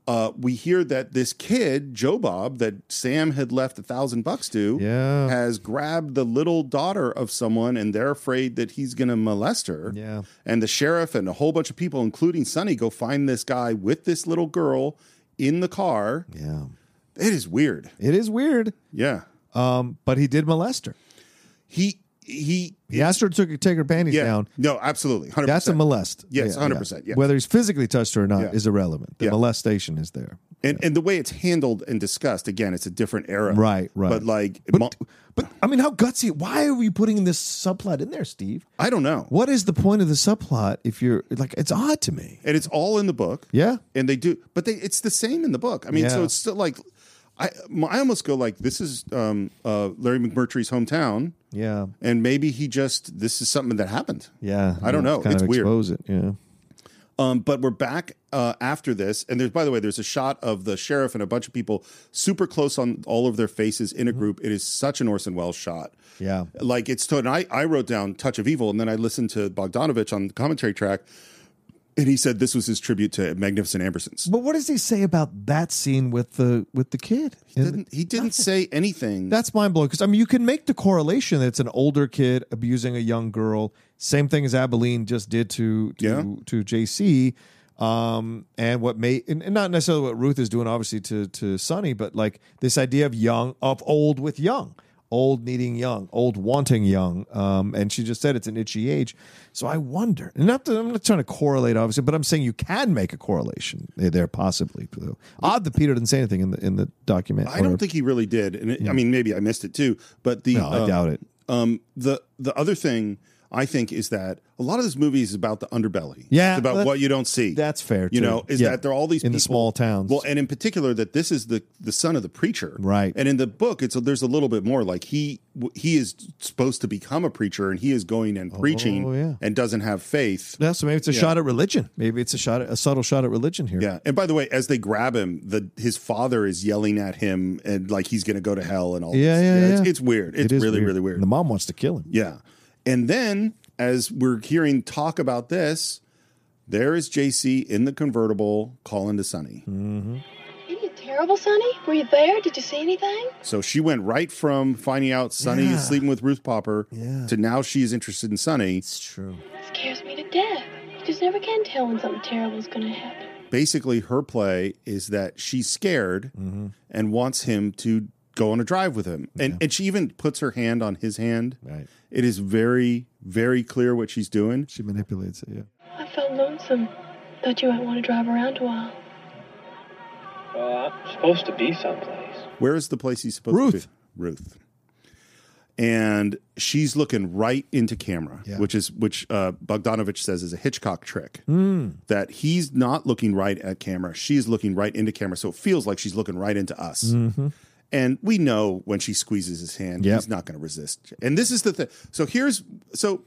Speaker 2: uh, we hear that this kid, Joe Bob, that Sam had left a thousand bucks to,
Speaker 3: Yeah.
Speaker 2: has grabbed the little daughter of someone and they're afraid that he's going to molest her.
Speaker 3: Yeah.
Speaker 2: And the sheriff and a whole bunch of people, including Sonny, go find this guy with this little girl in the car.
Speaker 3: Yeah.
Speaker 2: It is weird.
Speaker 3: It is weird.
Speaker 2: Yeah.
Speaker 3: Um, but he did molest her.
Speaker 2: He, he,
Speaker 3: He asked her to take her panties
Speaker 2: yeah.
Speaker 3: down.
Speaker 2: No, absolutely. 100%.
Speaker 3: That's a molest.
Speaker 2: Yes, 100%, yeah.
Speaker 3: Whether he's physically touched her or not
Speaker 2: Yeah.
Speaker 3: is irrelevant. The
Speaker 2: Yeah.
Speaker 3: molestation is there.
Speaker 2: And, and the way it's handled and discussed, again, it's a different era.
Speaker 3: Right, right.
Speaker 2: But like, mo-
Speaker 3: But, but I mean, how gutsy. Why are we putting this subplot in there, Steve?
Speaker 2: I don't know.
Speaker 3: What is the point of the subplot if you're like, it's odd to me.
Speaker 2: And it's all in the book.
Speaker 3: Yeah.
Speaker 2: And they do, but they it's the same in the book. I mean, so
Speaker 3: Yeah.
Speaker 2: it's still like, I I almost go like, this is um, uh, Larry McMurtry's hometown,
Speaker 3: Yeah.
Speaker 2: and maybe he just this is something that happened.
Speaker 3: Yeah.
Speaker 2: I don't know.
Speaker 3: Kind
Speaker 2: It's
Speaker 3: of
Speaker 2: weird.
Speaker 3: expose it. Yeah.
Speaker 2: Um, but we're back uh, after this, and there's by the way, there's a shot of the sheriff and a bunch of people super close on all of their faces
Speaker 3: Mm-hmm.
Speaker 2: in a group. It is such an Orson Welles shot.
Speaker 3: Yeah.
Speaker 2: like it's to, and I, I wrote down touch of evil and then i listened to bogdanovich on the commentary track and he said this was his tribute to magnificent ambersons
Speaker 3: But what does he say about that scene with the with the kid?
Speaker 2: he didn't, he didn't say anything
Speaker 3: That's mind blowing because I mean you can make the correlation that it's an older kid abusing a young girl, same thing as Abilene just did to to,
Speaker 2: Yeah.
Speaker 3: to JC, um, and what may and and not necessarily what Ruth is doing obviously to to Sonny, but like this idea of young of old with young, old needing young, old wanting young, um, and she just said it's an itchy age. So I wonder, and not that I'm not trying to correlate obviously, but I'm saying you can make a correlation there possibly. Odd that Peter didn't say anything in the in the document.
Speaker 2: i don't
Speaker 3: or-
Speaker 2: think he really did and it, i mean maybe i missed it too but the
Speaker 3: No, I
Speaker 2: um,
Speaker 3: doubt it.
Speaker 2: um, the the other thing I think, is that a lot of this movie is about the underbelly.
Speaker 3: Yeah,
Speaker 2: It's about
Speaker 3: that-
Speaker 2: what you don't see.
Speaker 3: That's fair.
Speaker 2: You
Speaker 3: too.
Speaker 2: know, is
Speaker 3: Yeah.
Speaker 2: that there are all these
Speaker 3: in the
Speaker 2: people-
Speaker 3: small towns?
Speaker 2: Well, and in particular, that this is the the son of the preacher,
Speaker 3: Right.
Speaker 2: And in the book, it's there's a little bit more. Like he he is supposed to become a preacher, and he is going and preaching,
Speaker 3: Oh, yeah.
Speaker 2: and doesn't have faith.
Speaker 3: yeah, so maybe it's a
Speaker 2: Yeah.
Speaker 3: shot at religion. Maybe it's a shot, at, a subtle shot at religion here.
Speaker 2: Yeah. And by the way, as they grab him, the his father is yelling at him, and like he's going to go to hell, and all.
Speaker 3: Yeah,
Speaker 2: this.
Speaker 3: yeah, yeah.
Speaker 2: It's, it's weird. It's
Speaker 3: It is
Speaker 2: really really weird.
Speaker 3: And the mom wants to kill him.
Speaker 2: Yeah. And then as we're hearing talk about this, there is JC in the convertible calling to Sonny.
Speaker 7: Isn't it terrible, Sonny? Were you there? Did you see anything?
Speaker 2: So she went right from finding out Sonny
Speaker 3: Yeah.
Speaker 2: is sleeping with Ruth Popper to now she's interested in Sonny. It's
Speaker 3: true.
Speaker 7: It scares me to death. You just never can tell when something terrible's gonna happen.
Speaker 2: Basically, her play is that she's scared
Speaker 3: Mm-hmm.
Speaker 2: and wants him to go on a drive with him. And, and she even puts her hand on his hand.
Speaker 3: Right.
Speaker 2: It is very, very clear what she's doing.
Speaker 3: She manipulates it, yeah.
Speaker 7: I felt lonesome. Thought you might want to drive around a while.
Speaker 10: Well, I'm Uh, supposed to be someplace.
Speaker 2: Where is the place he's supposed to be? Ruth. And she's looking right into camera,
Speaker 3: Yeah.
Speaker 2: which is which uh, Bogdanovich says is a Hitchcock trick.
Speaker 3: Mm.
Speaker 2: That he's not looking right at camera; she's looking right into camera, so it feels like she's looking right into us.
Speaker 3: Mhm.
Speaker 2: And we know when she squeezes his hand,
Speaker 3: Yep.
Speaker 2: he's not going to resist. And this is the thing. So here's so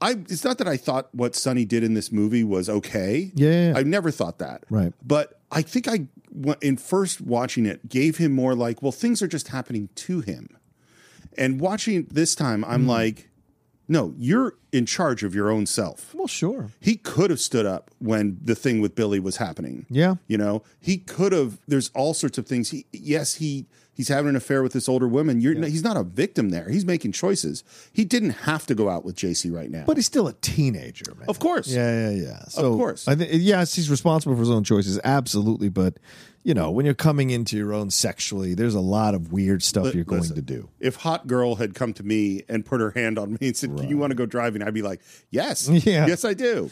Speaker 2: I. It's not that I thought what Sonny did in this movie was okay.
Speaker 3: Yeah, yeah, yeah.
Speaker 2: I never thought that.
Speaker 3: Right.
Speaker 2: But I think I, wa- in first watching it, gave him more like, well, things are just happening to him. And watching it this time,
Speaker 3: Mm.
Speaker 2: I'm like, no, you're in charge of your own self.
Speaker 3: Well, sure.
Speaker 2: He could have stood up when the thing with Billy was happening.
Speaker 3: Yeah.
Speaker 2: You know, he could have. There's all sorts of things. He yes, he he's having an affair with this older woman. You're he's not a victim there. He's making choices. He didn't have to go out with JC right now.
Speaker 3: But he's still a teenager, man.
Speaker 2: of course,
Speaker 3: Yeah, yeah, yeah. So
Speaker 2: course.
Speaker 3: I thi- yes, he's responsible for his own choices, absolutely. But you know, when you're coming into your own sexually, there's a lot of weird stuff
Speaker 2: Li-
Speaker 3: you're going
Speaker 2: listen.
Speaker 3: to do.
Speaker 2: If hot girl had come to me and put her hand on me and said, "Do you want to go driving?" I'd be like, "Yes,
Speaker 3: Yeah.
Speaker 2: yes, I do."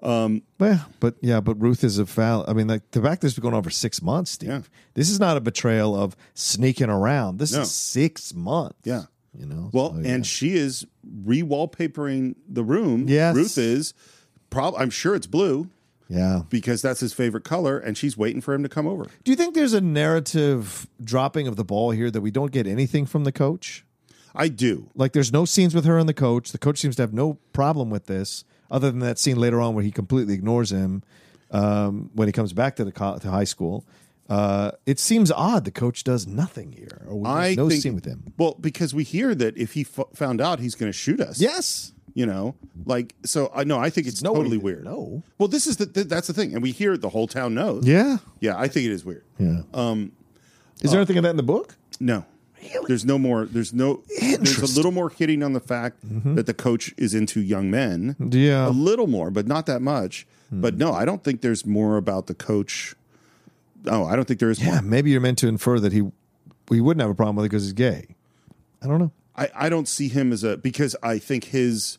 Speaker 3: Well, but yeah, but Ruth is a foul. I mean, like the fact this has been going on for six months, Steve. This is not a betrayal of sneaking around. This
Speaker 2: No.
Speaker 3: is six months.
Speaker 2: Yeah.
Speaker 3: you know.
Speaker 2: Well,
Speaker 3: so, Oh, yeah.
Speaker 2: and she is re-wallpapering the room.
Speaker 3: Yes.
Speaker 2: Ruth is. Prob- I'm sure it's blue
Speaker 3: yeah.
Speaker 2: because that's his favorite color, and she's waiting for him to come over.
Speaker 3: Do you think there's a narrative dropping of the ball here that we don't get anything from the coach?
Speaker 2: I do.
Speaker 3: Like there's no scenes with her and the coach. The coach seems to have no problem with this, other than that scene later on where he completely ignores him um, when he comes back to the co- to high school. Uh, it seems odd the coach does nothing here. Or we
Speaker 2: I
Speaker 3: no
Speaker 2: think,
Speaker 3: scene with him.
Speaker 2: Well, because we hear that if he f- found out, he's going to shoot us.
Speaker 3: Yes.
Speaker 2: You know, like so. I know. I think it's totally weird.
Speaker 3: No.
Speaker 2: Well, this is the th- that's the thing, and we hear it. The whole town knows.
Speaker 3: Yeah.
Speaker 2: Yeah, I think it is weird.
Speaker 3: Yeah.
Speaker 2: Um,
Speaker 3: Is there anything of that in the book?
Speaker 2: No. There's no more. There's no. There's a
Speaker 3: Interesting. Mm-hmm.
Speaker 2: little more hitting on the fact that the coach is into young men.
Speaker 3: Yeah. Hmm.
Speaker 2: A little more, but not that much. But no, I don't think there's more about the coach. Oh, I don't think there is.
Speaker 3: Yeah.
Speaker 2: More.
Speaker 3: Maybe you're meant to infer that he he wouldn't have a problem with it because he's gay. I don't know.
Speaker 2: I, I don't see him as a because I think his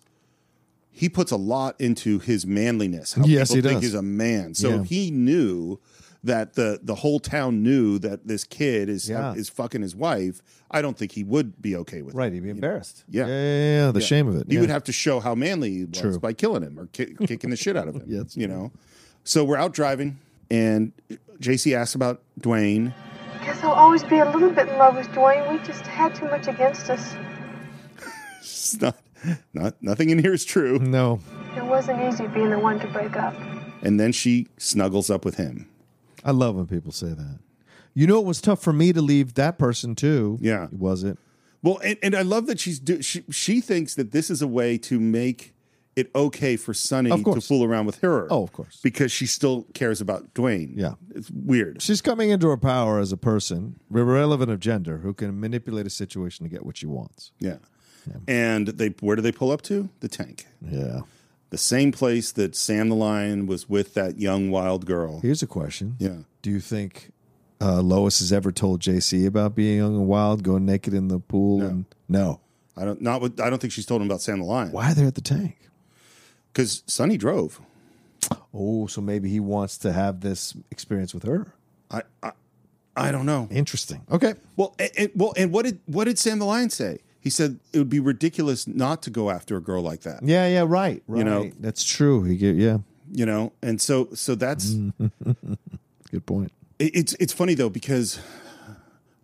Speaker 2: he puts a lot into his manliness. How
Speaker 3: Yes,
Speaker 2: people
Speaker 3: he
Speaker 2: think
Speaker 3: does.
Speaker 2: he's a man. So
Speaker 3: Yeah.
Speaker 2: if he knew that the the whole town knew that this kid is
Speaker 3: Yeah.
Speaker 2: is fucking his wife. I don't think he would be okay with it.
Speaker 3: Right. He'd be embarrassed.
Speaker 2: Yeah.
Speaker 3: Yeah. Yeah. yeah, yeah, The
Speaker 2: Yeah.
Speaker 3: shame of it.
Speaker 2: He would
Speaker 3: Yeah.
Speaker 2: have to show how manly he was
Speaker 3: True.
Speaker 2: by killing him or ki- kicking the shit out of him.
Speaker 3: Yeah, that's
Speaker 2: you know. So we're out driving, and JC asks about Dwayne.
Speaker 7: Guess I'll always be a little bit in love with Dwayne. We just had too much against us.
Speaker 2: It's not, not nothing in here is true.
Speaker 3: No.
Speaker 7: It wasn't easy being the one to break up.
Speaker 2: And then she snuggles up with him.
Speaker 3: I love when people say that. You know, it was tough for me to leave that person too.
Speaker 2: Yeah.
Speaker 3: Was it?
Speaker 2: Well, and, and I love that she's do, she she thinks that this is a way to make it okay for Sonny
Speaker 3: Of
Speaker 2: to
Speaker 3: course.
Speaker 2: fool around with her.
Speaker 3: Oh, of course.
Speaker 2: because she still cares about Dwayne.
Speaker 3: Yeah.
Speaker 2: it's weird.
Speaker 3: She's coming into her power as a person, irrelevant of gender, who can manipulate a situation to get what she wants.
Speaker 2: Yeah. And they where do they pull up to? The tank.
Speaker 3: Yeah.
Speaker 2: The same place that Sam the Lion was with that young wild girl.
Speaker 3: Here's a question
Speaker 2: Yeah.
Speaker 3: Do you think uh, Lois has ever told JC about being young and wild, going naked in the pool?
Speaker 2: No.
Speaker 3: And, no.
Speaker 2: I don't not with, I don't think she's told him about Sam the Lion.
Speaker 3: Why are they at the tank?
Speaker 2: Because Sonny drove.
Speaker 3: Oh, so maybe he wants to have this experience with her.
Speaker 2: I I, I don't know.
Speaker 3: Interesting. Okay.
Speaker 2: Well and, and- well and what did what did Sam the Lion say? He He said it would be ridiculous not to go after a girl like that.
Speaker 3: Yeah, yeah, right, right.
Speaker 2: You know?
Speaker 3: that's true. He get, yeah,
Speaker 2: You know, and so so that's
Speaker 3: Mm-hmm. good point.
Speaker 2: It- it's it's funny though because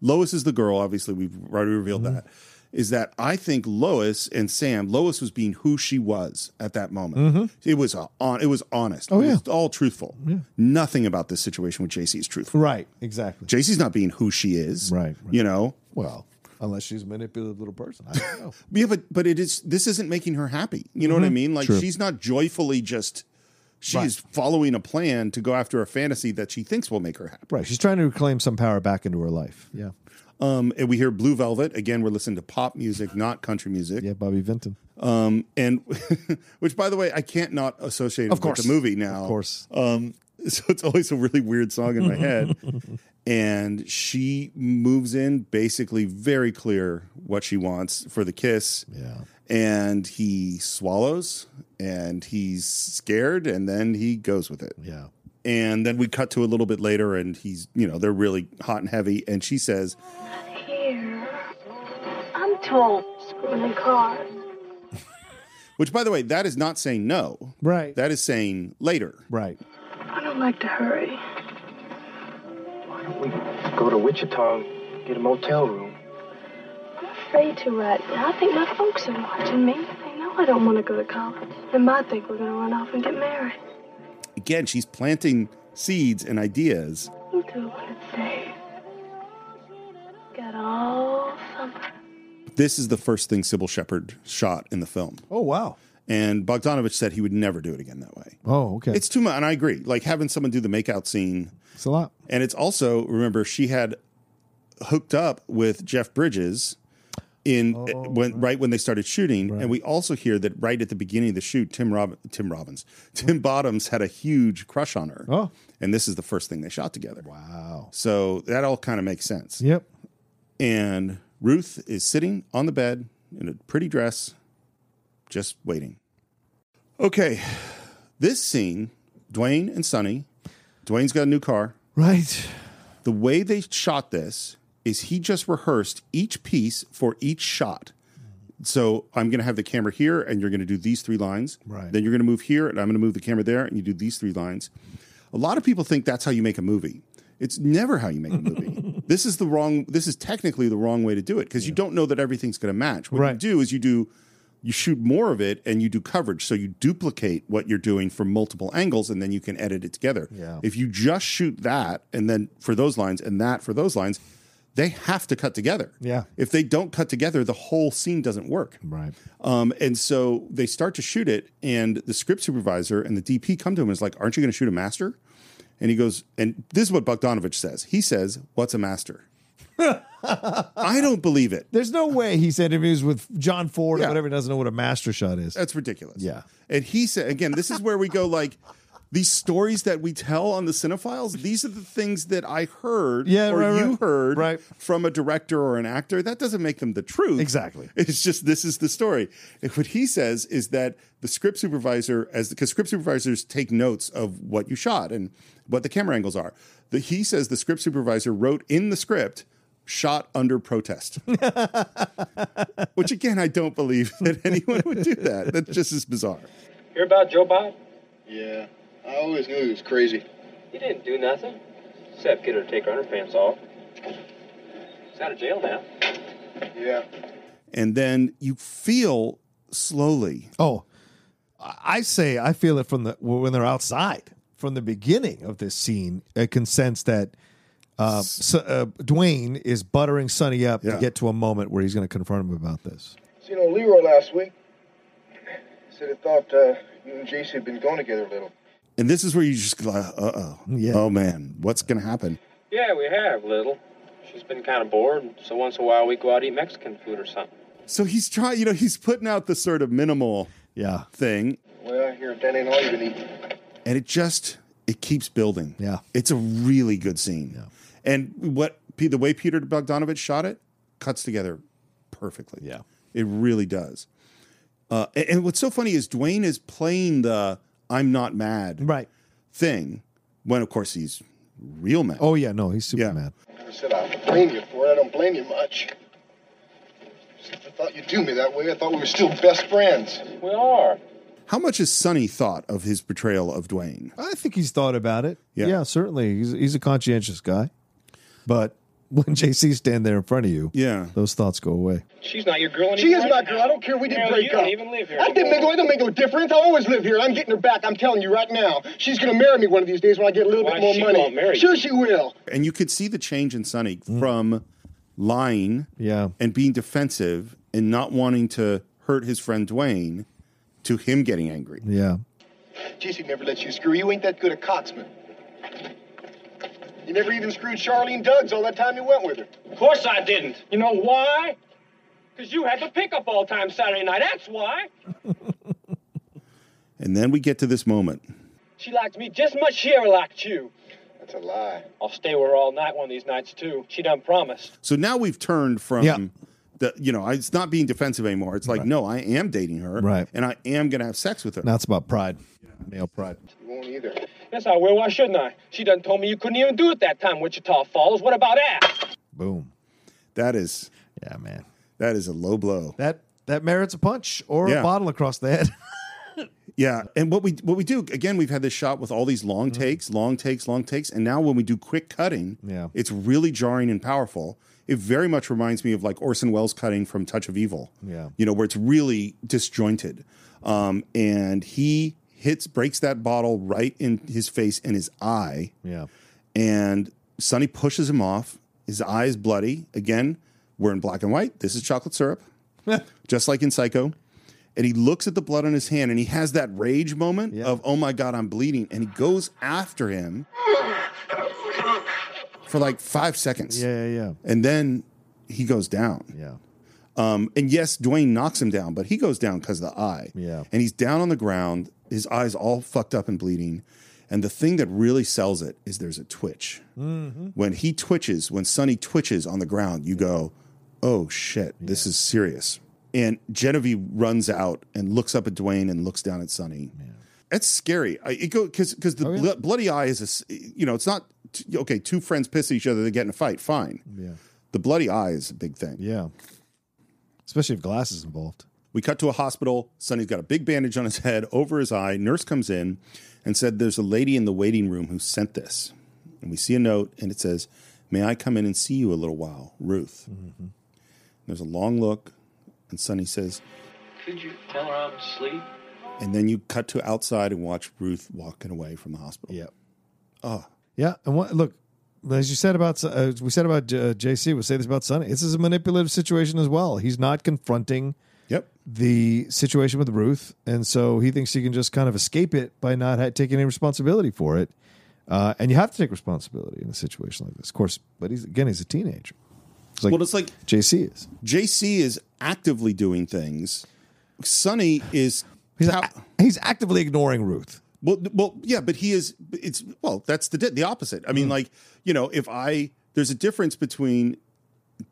Speaker 2: Lois is the girl. Obviously, we've already revealed
Speaker 3: Mm-hmm.
Speaker 2: that. Is that I think Lois and Sam. Lois was being who she was at that moment.
Speaker 3: Mhm.
Speaker 2: It was a, on. It was honest.
Speaker 3: Oh,
Speaker 2: it was
Speaker 3: yeah.
Speaker 2: all truthful.
Speaker 3: Yeah.
Speaker 2: Nothing about this situation with JC is truthful.
Speaker 3: Right, exactly.
Speaker 2: JC's not being who she is.
Speaker 3: Right,
Speaker 2: You know.
Speaker 3: Well, unless she's a manipulative little person, I don't know.
Speaker 2: Yeah, but but it is. This isn't making her happy. You know what I
Speaker 3: Mhm.
Speaker 2: mean? Like
Speaker 3: True.
Speaker 2: she's not joyfully just. She's
Speaker 3: Right.
Speaker 2: following a plan to go after a fantasy that she thinks will make her happy.
Speaker 3: right, she's trying to reclaim some power back into her life. Yeah,
Speaker 2: Um, and we hear Blue Velvet again. We're listening to pop music, not country music.
Speaker 3: yeah, Bobby Vinton.
Speaker 2: Um, and which, by the way, I can't not associate it
Speaker 3: Of course.
Speaker 2: with the movie now.
Speaker 3: Of course.
Speaker 2: Um, so it's always a really weird song in my head. And she moves in, basically very clear what she wants for the kiss.
Speaker 3: Yeah.
Speaker 2: And he swallows, and he's scared, and then he goes with it.
Speaker 3: Yeah.
Speaker 2: And then we cut to a little bit later, and he's, you know, they're really hot and heavy. And she says,
Speaker 12: Here. I'm told. Scribbling cards.
Speaker 2: Which, by the way, that is not saying no.
Speaker 3: Right.
Speaker 2: That is saying later.
Speaker 3: Right.
Speaker 12: I don't like to hurry.
Speaker 4: Go to Wichita and get a motel room.
Speaker 12: Afraid to right now. I think my folks are watching me. They know I don't want to go to college. They might think we're gonna run off and get married.
Speaker 2: Again, she's planting seeds and ideas.
Speaker 12: You do what it says. Got all summer.
Speaker 2: This is the first thing Sybil Shepherd shot in the film.
Speaker 3: Oh wow.
Speaker 2: And Bogdanovich said he would never do it again that way.
Speaker 3: Oh okay.
Speaker 2: It's too much. And I agree. Like having someone do the makeout scene.
Speaker 3: It's a lot.
Speaker 2: And it's also, remember, she had hooked up with Jeff Bridges in eh, when right. when they started shooting and we also hear that right at the beginning of the shoot Tim Rob- Tim Robbins Tim Bottoms had a huge crush on her
Speaker 3: Oh.
Speaker 2: and this is the first thing they shot together
Speaker 3: Wow.
Speaker 2: so that all kind of makes sense
Speaker 3: Yep.
Speaker 2: and Ruth is sitting on the bed in a pretty dress, just waiting. Okay, this scene, Dwayne and Sonny, Dwayne's got a new car.
Speaker 3: Right.
Speaker 2: The way they shot this is he just rehearsed each piece for each shot. So I'm going to have the camera here, and you're going to do these three lines.
Speaker 3: Right.
Speaker 2: Then you're going to move here, and I'm going to move the camera there, and you do these three lines. A lot of people think that's how you make a movie. It's never how you make a movie. this is the wrong. This is technically the wrong way to do it because you don't know that everything's going to match. What you
Speaker 3: Right.
Speaker 2: do is you do you shoot more of it and you do coverage, so you duplicate what you're doing from multiple angles, and then you can edit it together.
Speaker 3: Yeah.
Speaker 2: If you just shoot that and then for those lines and that for those lines, they have to cut together.
Speaker 3: Yeah.
Speaker 2: If they don't cut together, the whole scene doesn't work.
Speaker 3: Right.
Speaker 2: Um, and so they start to shoot it, and the script supervisor and the DP come to him and is like, "Aren't you going to shoot a master?" And he goes, and this is what Bogdanovich says. He says, "What's a master?" I don't believe it.
Speaker 3: There's no way he's had interviews with John Ford
Speaker 2: Yeah.
Speaker 3: or whatever doesn't know what a master shot is.
Speaker 2: That's ridiculous.
Speaker 3: Yeah.
Speaker 2: And he said, again, this is where we go like these stories that we tell on the cinephiles. These are the things that I heard
Speaker 3: Yeah,
Speaker 2: or
Speaker 3: right,
Speaker 2: you
Speaker 3: right.
Speaker 2: heard
Speaker 3: Right.
Speaker 2: from a director or an actor. That doesn't make them the truth.
Speaker 3: Exactly.
Speaker 2: It's just this is the story. And what he says is that the script supervisor, as because script supervisors take notes of what you shot and what the camera angles are. The, he says the script supervisor wrote in the script. Shot under protest, which again I don't believe that anyone would do that. That just is bizarre.
Speaker 10: Hear about Joe Bob?
Speaker 8: Yeah, I always knew he was crazy.
Speaker 10: He didn't do nothing. Except get her to take her underpants off. He's out of jail now.
Speaker 8: Yeah.
Speaker 2: and then you feel slowly.
Speaker 3: Oh, I I say I feel it from the when they're outside from the beginning of this scene. I can sense that uh, so, uh, Dwayne is buttering Sonny up
Speaker 2: Yeah.
Speaker 3: to get to a moment where he's going to confront him about this.
Speaker 9: Seen old Leroy last week. Said he thought uh, you and JC had been going together a little.
Speaker 2: And this is where you just go, uh oh,
Speaker 3: Yeah.
Speaker 2: oh man, what's going to happen?
Speaker 10: Yeah, we have, little. She's been kind of bored, so once in a while we go out to eat Mexican food or something.
Speaker 2: So he's trying, you know, he's putting out the sort of minimal
Speaker 3: Yeah,
Speaker 2: thing,
Speaker 9: Well, I hear that ain't all you've been eating.
Speaker 2: and it just it keeps building.
Speaker 3: yeah,
Speaker 2: It's a really good scene. And what P- the way Peter Bogdanovich shot it cuts together perfectly.
Speaker 3: Yeah.
Speaker 2: It really does. Uh, and, and what's so funny is Dwayne is playing the I'm not mad
Speaker 3: right.
Speaker 2: thing when, of course, he's real mad.
Speaker 3: Oh yeah, no, he's super
Speaker 2: Yeah.
Speaker 3: mad.
Speaker 9: I said I blame you for it. I don't blame you much. Just the thought you'd do me that way. I thought we were still best friends.
Speaker 10: We are.
Speaker 2: How much has Sonny thought of his portrayal of Dwayne?
Speaker 3: I think he's thought about it.
Speaker 2: Yeah.
Speaker 3: Yeah, certainly. He's he's a conscientious guy. But when JC stand there in front of you,
Speaker 2: yeah,
Speaker 3: those thoughts go away.
Speaker 10: She's not your girl anymore.
Speaker 9: She is my girl. I don't care. We didn't
Speaker 10: Mary,
Speaker 9: break
Speaker 10: you don't
Speaker 9: up.
Speaker 10: even live here
Speaker 9: I didn't make,
Speaker 10: anymore.
Speaker 9: it don't make no difference. I always live here. I'm getting her back. I'm telling you right now. She's gonna marry me one of these days when I get a little
Speaker 10: Why,
Speaker 9: bit more
Speaker 10: she
Speaker 9: money.
Speaker 10: won't marry you.
Speaker 9: sure, she will.
Speaker 2: And you could see the change in Sonny
Speaker 3: Mm.
Speaker 2: from lying
Speaker 3: yeah.
Speaker 2: and being defensive and not wanting to hurt his friend Dwayne to him getting angry.
Speaker 3: Yeah.
Speaker 9: JC never lets you screw. You ain't that good a coxman. You never even screwed Charlene Duggs all that time you went with her.
Speaker 10: Of course I didn't. You know why? Because you had the pickup all time Saturday night. That's why.
Speaker 2: And then we get to this moment.
Speaker 10: She liked me just much she ever liked you.
Speaker 9: That's a lie.
Speaker 10: I'll stay with her all night one of these nights, too. She done promised.
Speaker 2: So now we've turned from
Speaker 10: Yeah.
Speaker 2: the you know, it's not being defensive anymore. It's like, no, I am dating her.
Speaker 3: Right.
Speaker 2: And I am gonna have sex with her.
Speaker 3: Now it's about pride. Male pride.
Speaker 9: You won't either.
Speaker 10: Yes, I will. Why shouldn't I? She done told me you couldn't even do it that time, Wichita Falls. What about that?
Speaker 3: Boom.
Speaker 2: That is
Speaker 3: Yeah, man.
Speaker 2: That is a low blow.
Speaker 3: That that merits a punch or
Speaker 2: Yeah.
Speaker 3: a bottle across the head.
Speaker 2: Yeah, and what we what we do again, we've had this shot with all these
Speaker 3: Mm-hmm.
Speaker 2: long takes, long takes, long takes, and now when we do quick cutting,
Speaker 3: Yeah.
Speaker 2: it's really jarring and powerful. It very much reminds me of like Orson Welles cutting from Touch of Evil,
Speaker 3: Yeah.
Speaker 2: you know, where it's really disjointed, um, and he hits breaks that bottle right in his face and his eye,
Speaker 3: Yeah.
Speaker 2: and Sonny pushes him off. His eye is bloody. Again, we're in black and white. This is chocolate syrup, just like in Psycho. And he looks at the blood on his hand and he has that rage moment of, oh my God, I'm bleeding. And he goes after him for like five seconds.
Speaker 3: Yeah, yeah, yeah.
Speaker 2: And then he goes down.
Speaker 3: Yeah.
Speaker 2: Um, and yes, Dwayne knocks him down, but he goes down because of the eye.
Speaker 3: Yeah.
Speaker 2: And he's down on the ground, his eyes all fucked up and bleeding. And the thing that really sells it is there's a twitch.
Speaker 13: Mm-hmm.
Speaker 2: When he twitches, when Sonny twitches on the ground, you go, oh shit, this is serious. And Genevieve runs out and looks up at Dwayne and looks down at Sonny. That's scary. I, it go because because
Speaker 3: Oh,
Speaker 2: the blo- bloody eye is a s- you know it's not t- okay. Two friends piss at each other, they get in a fight. Fine.
Speaker 3: Yeah.
Speaker 2: The bloody eye is a big thing.
Speaker 3: Yeah. Especially if glasses involved.
Speaker 2: We cut to a hospital. Sonny's got a big bandage on his head over his eye. Nurse comes in and said, There's a lady in the waiting room who sent this. And we see a note and it says, May I come in and see you a little while, Ruth?
Speaker 3: Mm-hmm.
Speaker 2: There's a long look and Sonny says,
Speaker 14: Could you tell her I'm asleep?
Speaker 2: And then you cut to outside and watch Ruth walking away from the hospital.
Speaker 3: Yep.
Speaker 2: Oh,
Speaker 3: Yeah, and what, look, as you said about uh, we said about uh, JC, we say this about Sonny. This is a manipulative situation as well. He's not confronting.
Speaker 2: Yep.
Speaker 3: The situation with Ruth, and so he thinks he can just kind of escape it by not ha- taking any responsibility for it. Uh, and you have to take responsibility in a situation like this, of course. But he's again, he's a teenager. It's like,
Speaker 2: Well, it's like-
Speaker 3: JC is.
Speaker 2: JC is actively doing things. Sonny is
Speaker 3: he's he's actively ignoring Ruth.
Speaker 2: Well, well, yeah, but he is. It's well, that's the di- the opposite. I mean,
Speaker 3: Mm.
Speaker 2: like you know, if I there's a difference between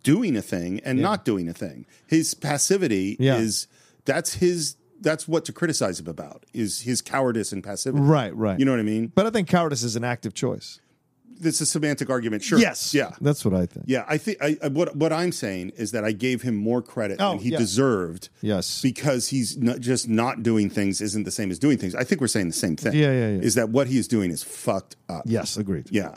Speaker 2: doing a thing and not doing a thing. His passivity
Speaker 3: Yeah.
Speaker 2: is that's his that's what to criticize him about is his cowardice and passivity.
Speaker 3: Right, right.
Speaker 2: You know what I mean?
Speaker 3: But I think cowardice is an active choice.
Speaker 2: This is a semantic argument. Sure.
Speaker 3: Yes.
Speaker 2: Yeah.
Speaker 3: That's what I think.
Speaker 2: Yeah, I think I, I- what what I'm saying is that I gave him more credit
Speaker 3: Oh,
Speaker 2: than he
Speaker 3: yeah.
Speaker 2: deserved.
Speaker 3: Yes.
Speaker 2: because he's not, just not doing things isn't the same as doing things. I think we're saying the same thing.
Speaker 3: Yeah, yeah, yeah.
Speaker 2: Is that what he is doing is fucked up?
Speaker 3: Yes, agreed.
Speaker 2: Yeah,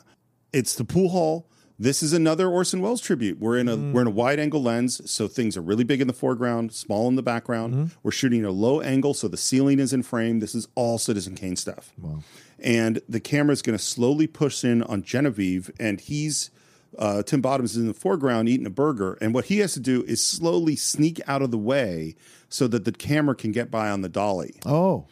Speaker 2: it's the pool hall. This is another Orson Welles tribute. We're in a we're in a wide angle lens, so things are really big in the foreground, small in the background. We're shooting at a low angle, so the ceiling is in frame. This is all Citizen Kane stuff.
Speaker 3: Wow.
Speaker 2: And the camera's going to slowly push in on Genevieve, and he's uh, Tim Bottoms is in the foreground eating a burger, and what he has to do is slowly sneak out of the way so that the camera can get by on the dolly.
Speaker 3: Oh,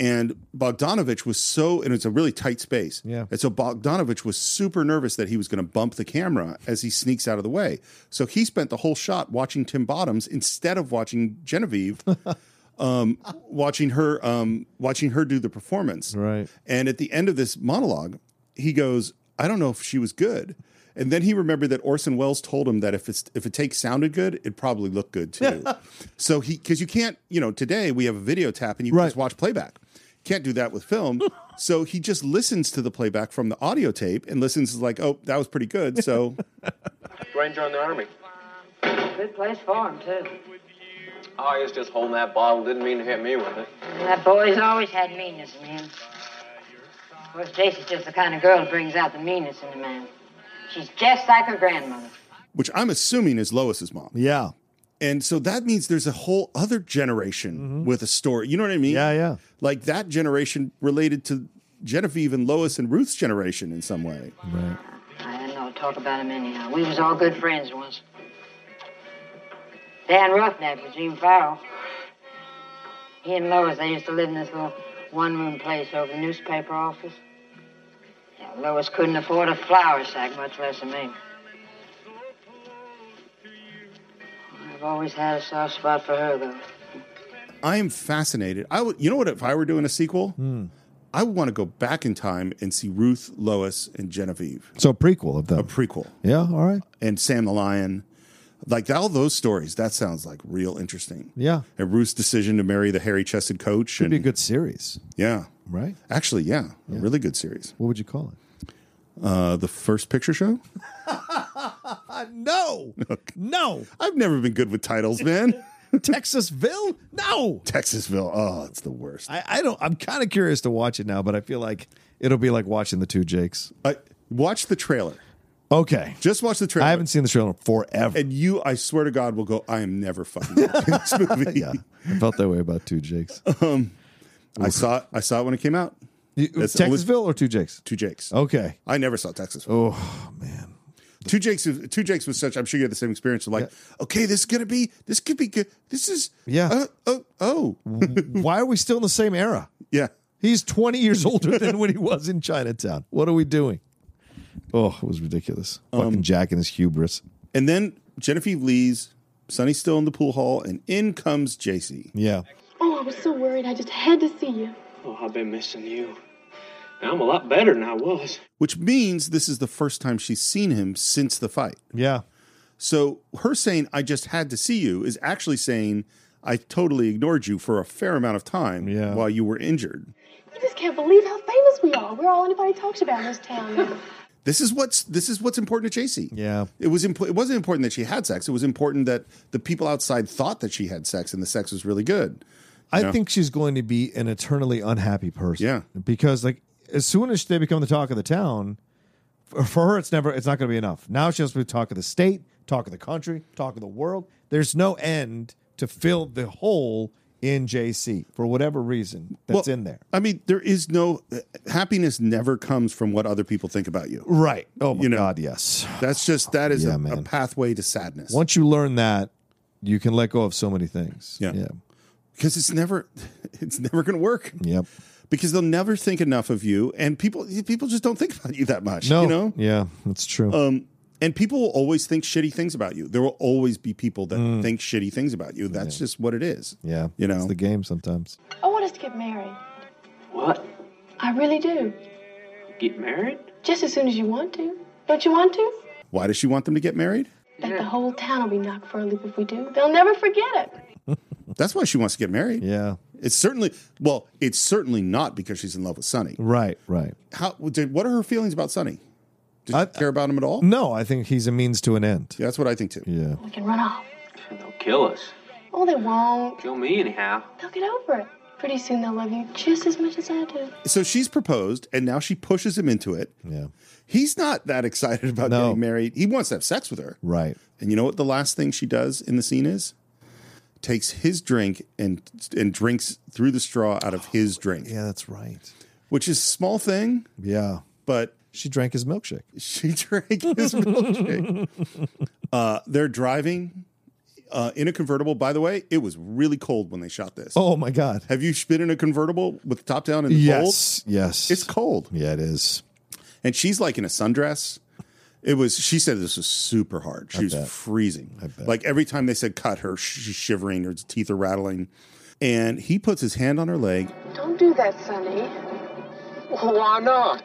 Speaker 2: And Bogdanovich was so, and it's a really tight space.
Speaker 3: Yeah.
Speaker 2: And so Bogdanovich was super nervous that he was going to bump the camera as he sneaks out of the way. So he spent the whole shot watching Tim Bottoms instead of watching Genevieve, um, watching her, um, watching her do the performance.
Speaker 3: Right.
Speaker 2: And at the end of this monologue, he goes, "I don't know if she was good." And then he remembered that Orson Welles told him that if it's if a take sounded good, it probably looked good too. so he because you can't, you know, today we have a video tap and you can just watch playback. Can't do that with film. so he just listens to the playback from the audio tape and listens is like, oh, that was pretty good. So
Speaker 10: Dwayne joined the army.
Speaker 5: Good place for him, too.
Speaker 10: Oh, he was just holding that bottle. Didn't mean to hit me with it.
Speaker 15: That boy's always had meanness in him. Of course, Jacie's just the kind of girl who brings out the meanness in a man. She's just like her grandmother.
Speaker 2: which I'm assuming is Lois's mom.
Speaker 3: Yeah.
Speaker 2: And so that means there's a whole other generation with a story. You know what I mean? Mm-hmm. Yeah,
Speaker 3: yeah.
Speaker 2: Like that generation related to Genevieve and Lois and Ruth's generation in some way.
Speaker 3: Right.
Speaker 15: I don't know, talk about him anyhow. We was all good friends once. Dan Roughneck was Jim Farrell. He and Lois, they used to live in this little one-room place over the newspaper office. Yeah, Lois couldn't afford a flour sack, much less a me. I've always had a soft spot for her, though.
Speaker 2: I am fascinated. I would, you know what? If I were doing a sequel, I would want to go back in time and see Ruth, Lois, and Genevieve.
Speaker 3: So a prequel of
Speaker 2: A
Speaker 3: them.
Speaker 2: prequel.
Speaker 3: yeah. All right.
Speaker 2: And Sam the Lion, like all those stories. That sounds like real interesting.
Speaker 3: Yeah.
Speaker 2: And Ruth's decision to marry the hairy-chested coach.
Speaker 3: Should
Speaker 2: and,
Speaker 3: be a good series,
Speaker 2: Yeah.
Speaker 3: right?
Speaker 2: Actually, yeah, a really good series.
Speaker 3: What would you call it?
Speaker 2: Uh, the first picture show.
Speaker 3: no. No.
Speaker 2: I've never been good with titles, man.
Speaker 3: Texasville? No.
Speaker 2: Texasville. Oh, it's the worst.
Speaker 3: I, I don't. I'm kind of curious to watch it now, but I feel like it'll be like watching the two Jakes.
Speaker 2: Uh, watch the trailer.
Speaker 3: Okay.
Speaker 2: Just watch the trailer.
Speaker 3: I haven't seen the trailer in forever.
Speaker 2: and you, I swear to God, will go. I am never fucking watching this movie.
Speaker 3: yeah, I felt that way about two Jakes.
Speaker 2: I saw. It, I saw it when it came out.
Speaker 3: You-
Speaker 2: That's-
Speaker 3: Texasville or two Jakes?
Speaker 2: Two Jakes.
Speaker 3: Okay.
Speaker 2: I never saw Texasville.
Speaker 3: Oh man.
Speaker 2: Two Jakes. is- Two Jakes was such. I'm sure you had the same experience. Of like, okay, this is gonna be. This could be good. This is.
Speaker 3: Yeah.
Speaker 2: Uh, oh. Oh.
Speaker 3: Why are we still in the same era?
Speaker 2: Yeah.
Speaker 3: He's 20 years older than when he was in Chinatown. What are we doing? Oh, it was ridiculous.
Speaker 2: Um,
Speaker 3: Fucking Jack and his hubris.
Speaker 2: And then Genevieve leaves. Sonny's still in the pool hall, and in comes JC.
Speaker 3: Yeah.
Speaker 12: Oh, I was so worried. I just had to see you.
Speaker 14: Oh, I've been missing you. Now I'm a lot better than I was.
Speaker 2: which means this is the first time she's seen him since the fight.
Speaker 3: Yeah.
Speaker 2: So her saying, I just had to see you, is actually saying, I totally ignored you for a fair amount of time
Speaker 3: Yeah.
Speaker 2: while you were injured.
Speaker 7: You just can't believe how famous we are. We're all anybody talks about in this town now.
Speaker 2: This is what's this is what's important to Jacy.
Speaker 3: Yeah.
Speaker 2: It was impo- it wasn't important that she had sex. It was important that the people outside thought that she had sex and the sex was really good.
Speaker 3: I
Speaker 2: Yeah.
Speaker 3: think she's going to be an eternally unhappy person.
Speaker 2: Yeah.
Speaker 3: Because like as soon as they become the talk of the town, for for her it's never it's not going to be enough. Now she has to be talk of the state, talk of the country, talk of the world. There's no end to fill the hole in JC for whatever reason that's
Speaker 2: Well,
Speaker 3: in there.
Speaker 2: I mean, there is no happiness never comes from what other people think about you.
Speaker 3: Right. Oh my
Speaker 2: You know.
Speaker 3: god, yes.
Speaker 2: That's just that is
Speaker 3: Yeah,
Speaker 2: a, a
Speaker 3: man.
Speaker 2: pathway to sadness.
Speaker 3: Once you learn that, you can let go of so many things.
Speaker 2: Yeah.
Speaker 3: Yeah.
Speaker 2: because it's never it's never going to work
Speaker 3: Yep.
Speaker 2: because they'll never think enough of you and people people just don't think about you that much
Speaker 3: No.
Speaker 2: you know
Speaker 3: Yeah, that's true.
Speaker 2: um and people will always think shitty things about you there will always be people that
Speaker 3: Mm.
Speaker 2: think shitty things about you that's just what it is
Speaker 3: yeah.
Speaker 2: you know
Speaker 3: It's the game sometimes.
Speaker 7: I want us to get married.
Speaker 14: What?
Speaker 7: I really do.
Speaker 14: Get married?
Speaker 7: Just as soon as you want to. Don't you want to?
Speaker 2: why does she want them to get married
Speaker 7: That the whole town will be knocked for a loop if we do. They'll never forget it.
Speaker 2: that's why she wants to get married
Speaker 3: Yeah.
Speaker 2: it's certainly well it's certainly not because she's in love with sonny
Speaker 3: Right, right.
Speaker 2: how did, what are her feelings about sonny does she
Speaker 3: I-
Speaker 2: care about him at all
Speaker 3: No, I think he's a means to an end.
Speaker 2: yeah, that's what i think too
Speaker 3: Yeah.
Speaker 7: We can run off.
Speaker 14: They'll kill us.
Speaker 7: Oh, they won't.
Speaker 14: Kill me anyhow.
Speaker 7: They'll get over it. Pretty soon they'll love you just as much as I do.
Speaker 2: so she's proposed and now she pushes him into it
Speaker 3: Yeah.
Speaker 2: he's not that excited about
Speaker 3: No.
Speaker 2: getting married. He wants to have sex with her.
Speaker 3: Right.
Speaker 2: And you know what the last thing she does in the scene is? Takes his drink and and drinks through the straw out of his drink,
Speaker 3: Yeah, that's right.
Speaker 2: which is a small thing,
Speaker 3: Yeah.
Speaker 2: but
Speaker 3: She drank his milkshake.
Speaker 2: she drank his milkshake. Uh, they're driving uh, in a convertible. By the way, it was really cold when they shot this.
Speaker 3: Oh my god.
Speaker 2: Have you been in a convertible with the top down in the
Speaker 3: Yes. Yes.
Speaker 2: cold? It's cold.
Speaker 3: yeah, it is.
Speaker 2: and she's like in a sundress. It was. She said this was super hard. She was
Speaker 3: bet.
Speaker 2: freezing.
Speaker 3: bet.
Speaker 2: Like every time they said cut her, she's shivering. Her teeth are rattling, and he puts his hand on her leg.
Speaker 5: Don't do that, Sonny.
Speaker 4: Well, why not?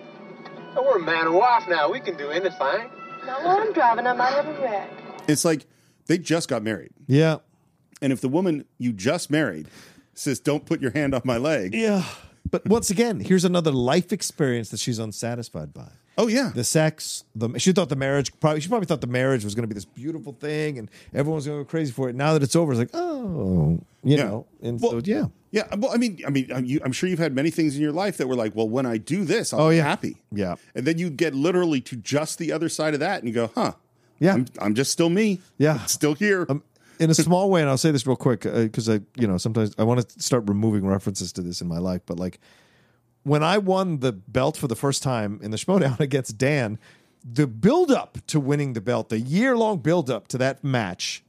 Speaker 4: Oh, we're man and wife now. We can do anything.
Speaker 7: Not while I'm driving, I might have a wreck.
Speaker 2: It's like they just got married,
Speaker 3: Yeah.
Speaker 2: and if the woman you just married says, "Don't put your hand on my leg,"
Speaker 3: Yeah. But once again, here's another life experience that she's unsatisfied by.
Speaker 2: Oh yeah,
Speaker 3: the sex. The she thought the marriage probably she probably thought the marriage was going to be this beautiful thing, and everyone's going to go crazy for it. Now that it's over, it's like oh, you
Speaker 2: Yeah.
Speaker 3: know, and
Speaker 2: Well,
Speaker 3: so yeah,
Speaker 2: Yeah, well, I mean, I mean, I'm- you, I'm sure you've had many things in your life that were like, well, when I do this, I'll
Speaker 3: Oh,
Speaker 2: be
Speaker 3: yeah.
Speaker 2: happy,
Speaker 3: yeah,
Speaker 2: and then you get literally to just the other side of that, and you go, huh,
Speaker 3: yeah.
Speaker 2: I'm, I'm just still me,
Speaker 3: Yeah, Um,
Speaker 2: still here.
Speaker 3: in a small way, and I'll say this real quick because I, you know, sometimes I want to start removing references to this in my life. But like when I won the belt for the first time in the Schmodown against Dan, the build up to winning the belt, the year long build up to that match,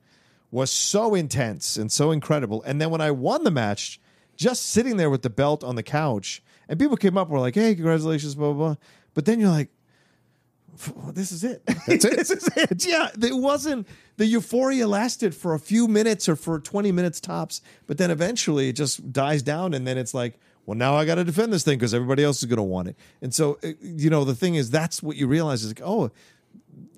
Speaker 3: was so intense and so incredible. And then when I won the match, just sitting there with the belt on the couch, and people came up and were like, "Hey, congratulations!" Blah blah. blah. But then you're like well, this is it. That's it. this is it. Yeah, it wasn't the euphoria lasted for a few minutes or for 20 minutes tops, but then eventually it just dies down and then it's like, well, now I got to defend this thing because everybody else is going to want it. And so, it- you know, the thing is, that's what you realize is like, oh,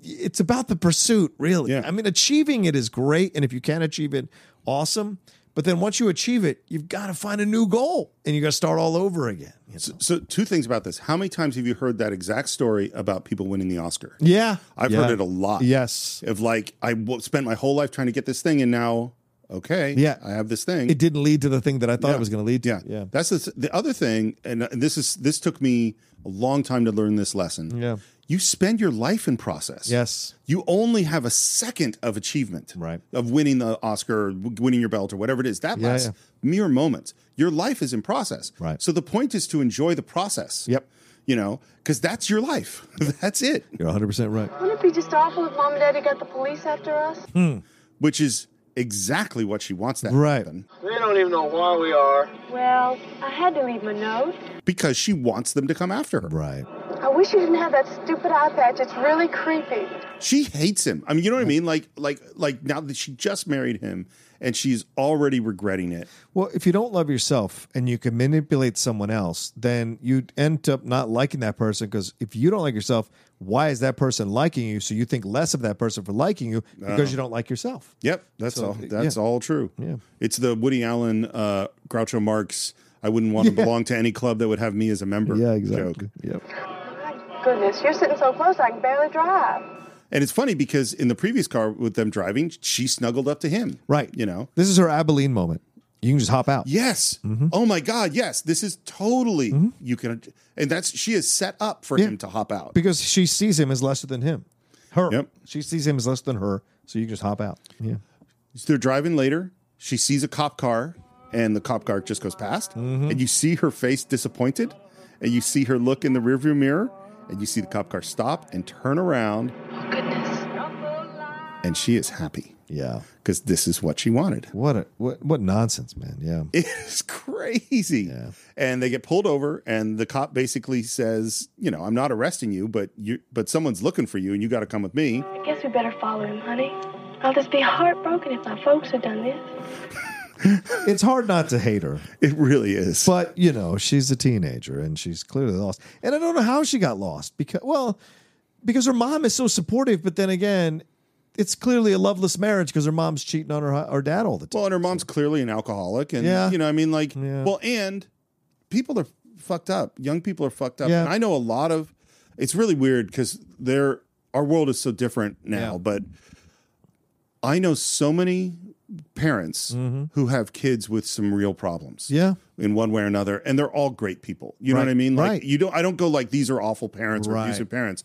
Speaker 3: it's about the pursuit, really. I mean, achieving it is great. And if you can achieve it, awesome. But then once you achieve it, you've got to find a new goal and you got to start all over again.
Speaker 2: So, so two things about this: how many times have you heard that exact story about people winning the Oscar?
Speaker 3: Yeah.
Speaker 2: I've
Speaker 3: Yeah.
Speaker 2: heard it a lot.
Speaker 3: Yes.
Speaker 2: of like I w- spent my whole life trying to get this thing, and now, okay,
Speaker 3: Yeah.
Speaker 2: I have this thing.
Speaker 3: It didn't lead to the thing that I thought it was going to lead to.
Speaker 2: Yeah, yeah. That's the, the other thing, and uh, this is this took me a long time to learn this lesson.
Speaker 3: Yeah.
Speaker 2: you spend your life in process.
Speaker 3: Yes.
Speaker 2: you only have a second of achievement,
Speaker 3: right?
Speaker 2: Of winning the Oscar, or w- winning your belt, or whatever it is. That
Speaker 3: Yeah,
Speaker 2: lasts
Speaker 3: yeah.
Speaker 2: mere moments. Your life is in process, right? So the point is to enjoy the process.
Speaker 3: Yep.
Speaker 2: You know, because that's your life. that's it.
Speaker 3: You're 100 percent right.
Speaker 7: Wouldn't it be just awful if Mom and Daddy got the police after us?
Speaker 2: Which is exactly what she wants that to
Speaker 3: Right.
Speaker 2: happen.
Speaker 9: We don't even know why we are.
Speaker 7: Well, I had to leave him a note.
Speaker 2: because she wants them to come after her.
Speaker 3: Right.
Speaker 7: I wish you didn't have that stupid eye patch. It's really creepy.
Speaker 2: She hates him. I mean, you know what I mean? Like, like, like now that she just married him and she's already regretting it.
Speaker 3: Well, if you don't love yourself and you can manipulate someone else, then you end up not liking that person because if you don't like yourself, why is that person liking you? So you think less of that person for liking you because
Speaker 2: Oh.
Speaker 3: you don't like yourself.
Speaker 2: Yep, that's
Speaker 3: So,
Speaker 2: all.
Speaker 3: yeah.
Speaker 2: That's all true.
Speaker 3: Yeah.
Speaker 2: it's the Woody Allen, uh, Groucho Marx. I wouldn't want to
Speaker 3: Yeah.
Speaker 2: belong to any club that would have me as a member.
Speaker 3: Yeah,
Speaker 2: exactly.
Speaker 3: Yep.
Speaker 7: Goodness, you're sitting so close I can barely drive.
Speaker 2: And it's funny because in the previous car with them driving, she snuggled up to him.
Speaker 3: Right.
Speaker 2: You know.
Speaker 3: This is her Abilene moment. You can just hop out.
Speaker 2: Yes.
Speaker 3: Mm-hmm.
Speaker 2: Oh my God. Yes. This is totally you can, and that's she is set up for
Speaker 3: Yeah.
Speaker 2: him to hop out.
Speaker 3: Because she sees him as lesser than him. Her.
Speaker 2: Yep.
Speaker 3: She sees him as less than her. So you can just hop out. Yeah.
Speaker 2: So they're driving later. She sees a cop car, and the cop car just goes past. And you see her face disappointed, and you see her look in the rearview mirror, and you see the cop car stop and turn around, and she is happy
Speaker 3: Yeah.
Speaker 2: because this is what she wanted.
Speaker 3: What a what what nonsense, man. Yeah.
Speaker 2: It's crazy. And they get pulled over, and the cop basically says, "You know, I'm not arresting you, but you, but someone's looking for you, and you got to come with me."
Speaker 7: I guess we better follow him, honey. I'll just be heartbroken if my folks had done this.
Speaker 3: it's hard not to hate her.
Speaker 2: It really is.
Speaker 3: But you know, she's a teenager and she's clearly lost. And I don't know how she got lost because well, because her mom is so supportive, but then again, it's clearly a loveless marriage because her mom's cheating on her her dad all the time.
Speaker 2: Well, and her mom's clearly an alcoholic, and
Speaker 3: Yeah.
Speaker 2: you know, I mean, like, well, and people are fucked up. Young people are fucked up,
Speaker 3: Yeah.
Speaker 2: and I know a lot of. It's really weird because there, our world is so different now,
Speaker 3: Yeah.
Speaker 2: but I know so many parents who have kids with some real problems.
Speaker 3: Mm-hmm. Yeah.
Speaker 2: In one way or another, and they're all great people. You know
Speaker 3: Right.
Speaker 2: what I mean? Like
Speaker 3: Right.
Speaker 2: you don't. I don't go like these are awful parents or
Speaker 3: Right.
Speaker 2: abusive parents.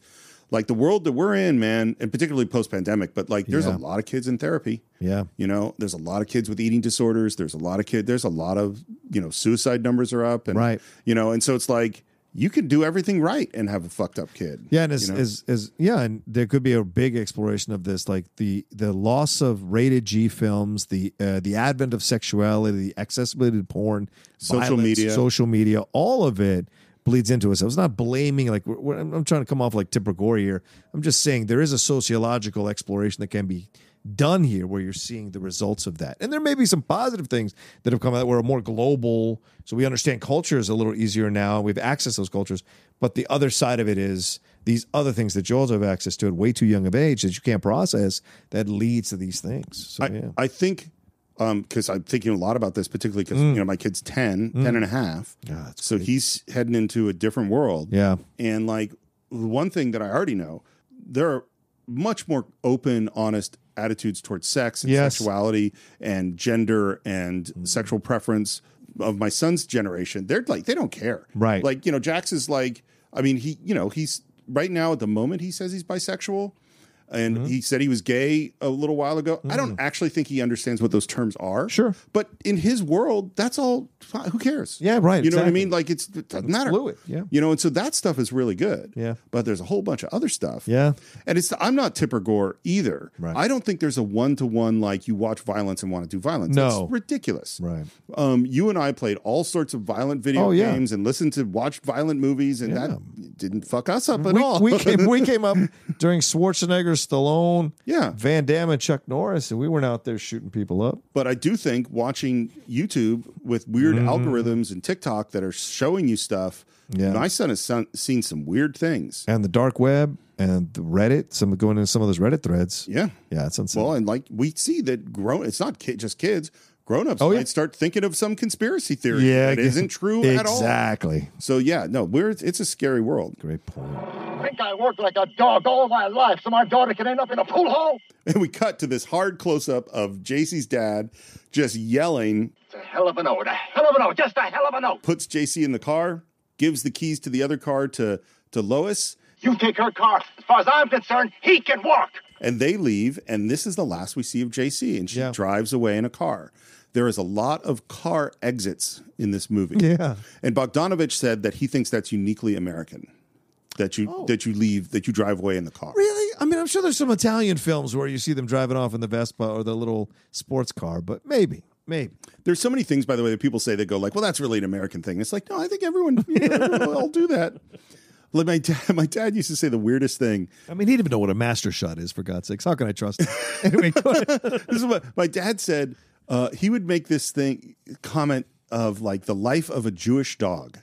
Speaker 2: Like the world that we're in, man, and particularly post pandemic. But like, there's
Speaker 3: Yeah.
Speaker 2: a lot of kids in therapy.
Speaker 3: Yeah.
Speaker 2: You know, there's a lot of kids with eating disorders. There's a lot of kid. There's a lot of you know suicide numbers are up, and
Speaker 3: Right.
Speaker 2: You know, and so it's like you can do everything right and have a fucked up kid.
Speaker 3: Yeah, and as,
Speaker 2: you know?
Speaker 3: as as yeah, and there could be a big exploration of this, like the the loss of rated G films, the uh, the advent of sexuality, the accessibility to porn,
Speaker 2: Social
Speaker 3: violence,
Speaker 2: media.
Speaker 3: social media, all of it bleeds into us. I was not blaming like we're, we're- I'm I'm trying to come off like Tip or Gore here. I'm just saying there is a sociological exploration that can be done here where you're seeing the results of that. And there may be some positive things that have come out where are more global. So we understand cultures a little easier now. We've accessed those cultures. But the other side of it is these other things that you also have access to at way too young of age that you can't process that leads to these things. So yeah.
Speaker 2: I think because I'm thinking a lot about this, particularly because
Speaker 3: Mm.
Speaker 2: you know my kid's 10, 10 and a half. so he's heading into a different world.
Speaker 3: Yeah.
Speaker 2: And like the one thing that I already know, there are much more open, honest attitudes towards sex and
Speaker 3: Yes. Mm-hmm.
Speaker 2: sexuality and gender and sexual preference of my son's generation. They're like they don't care.
Speaker 3: Right.
Speaker 2: Like, you know, Jax is like, I mean, he, you know, he's right now at the moment he says he's bisexual. And
Speaker 3: Mm-hmm.
Speaker 2: he said he was gay a little while ago. I
Speaker 3: Mm.
Speaker 2: don't actually think he understands what those terms are. Sure. But in his world, that's all fi- who cares?
Speaker 3: Yeah, right,
Speaker 2: You know what I
Speaker 3: exactly.
Speaker 2: mean? Like it's it doesn't
Speaker 3: It's
Speaker 2: matter.
Speaker 3: fluid, yeah.
Speaker 2: You know, and so that stuff is really good.
Speaker 3: Yeah.
Speaker 2: But there's a whole bunch of other stuff.
Speaker 3: Yeah.
Speaker 2: And it's I'm not Tipper Gore either. Right. I don't think there's a one to one like you watch violence and want to do violence.
Speaker 3: No.
Speaker 2: It's ridiculous.
Speaker 3: Right.
Speaker 2: Um, you and I played all sorts of violent video
Speaker 3: Oh, yeah.
Speaker 2: games and listened to watched violent movies, and that didn't fuck us up at
Speaker 3: we,
Speaker 2: all.
Speaker 3: we came we came up during Schwarzenegger, Stallone,
Speaker 2: Yeah.
Speaker 3: Van Damme, and Chuck Norris, and we weren't out there shooting people up.
Speaker 2: But I do think watching YouTube with weird algorithms and TikTok that are showing you stuff.
Speaker 3: Mm-hmm. Yeah.
Speaker 2: My son has son- seen some weird things.
Speaker 3: And the dark web and the Reddit, some going into some of those Reddit threads.
Speaker 2: Yeah.
Speaker 3: Yeah, it's insane.
Speaker 2: Well, and like we see that grown, it's not kid, just kids. Grown ups
Speaker 3: Oh, yeah.
Speaker 2: might start thinking of some conspiracy theory
Speaker 3: yeah,
Speaker 2: that isn't true at all.
Speaker 3: Exactly.
Speaker 2: So yeah, no, we're it's a scary world.
Speaker 3: Great point.
Speaker 16: I think I worked like a dog all my life so my daughter can end up in a pool hall?
Speaker 2: And we cut to this hard close up of JC's dad just yelling,
Speaker 16: It's a hell of a note, a hell of a note, just a hell of a note.
Speaker 2: puts JC in the car, gives the keys to the other car to to Lois,
Speaker 16: You take her car. As far as I'm concerned, he can walk.
Speaker 2: and they leave. And this is the last we see of JC, and she drives away in a car. There is a lot of car exits in this movie.
Speaker 3: Yeah.
Speaker 2: And Bogdanovich said that he thinks that's uniquely American. That you that you leave that you drive away in the car.
Speaker 3: Really? I mean, I'm sure there's some Italian films where you see them driving off in the Vespa or the little sports car, but maybe, maybe.
Speaker 2: There's so many things, by the way, that people say that go like, "Well, that's really an American thing." It's like, no, I think everyone, you know, everyone will do that. Like my dad, my dad used to say the weirdest thing.
Speaker 3: I mean, he'd even know what a master shot is, for God's sakes. How can I trust him? anyway, go ahead.
Speaker 2: this is what my dad said. Uh, he would make this thing comment of like the life of a Jewish dog.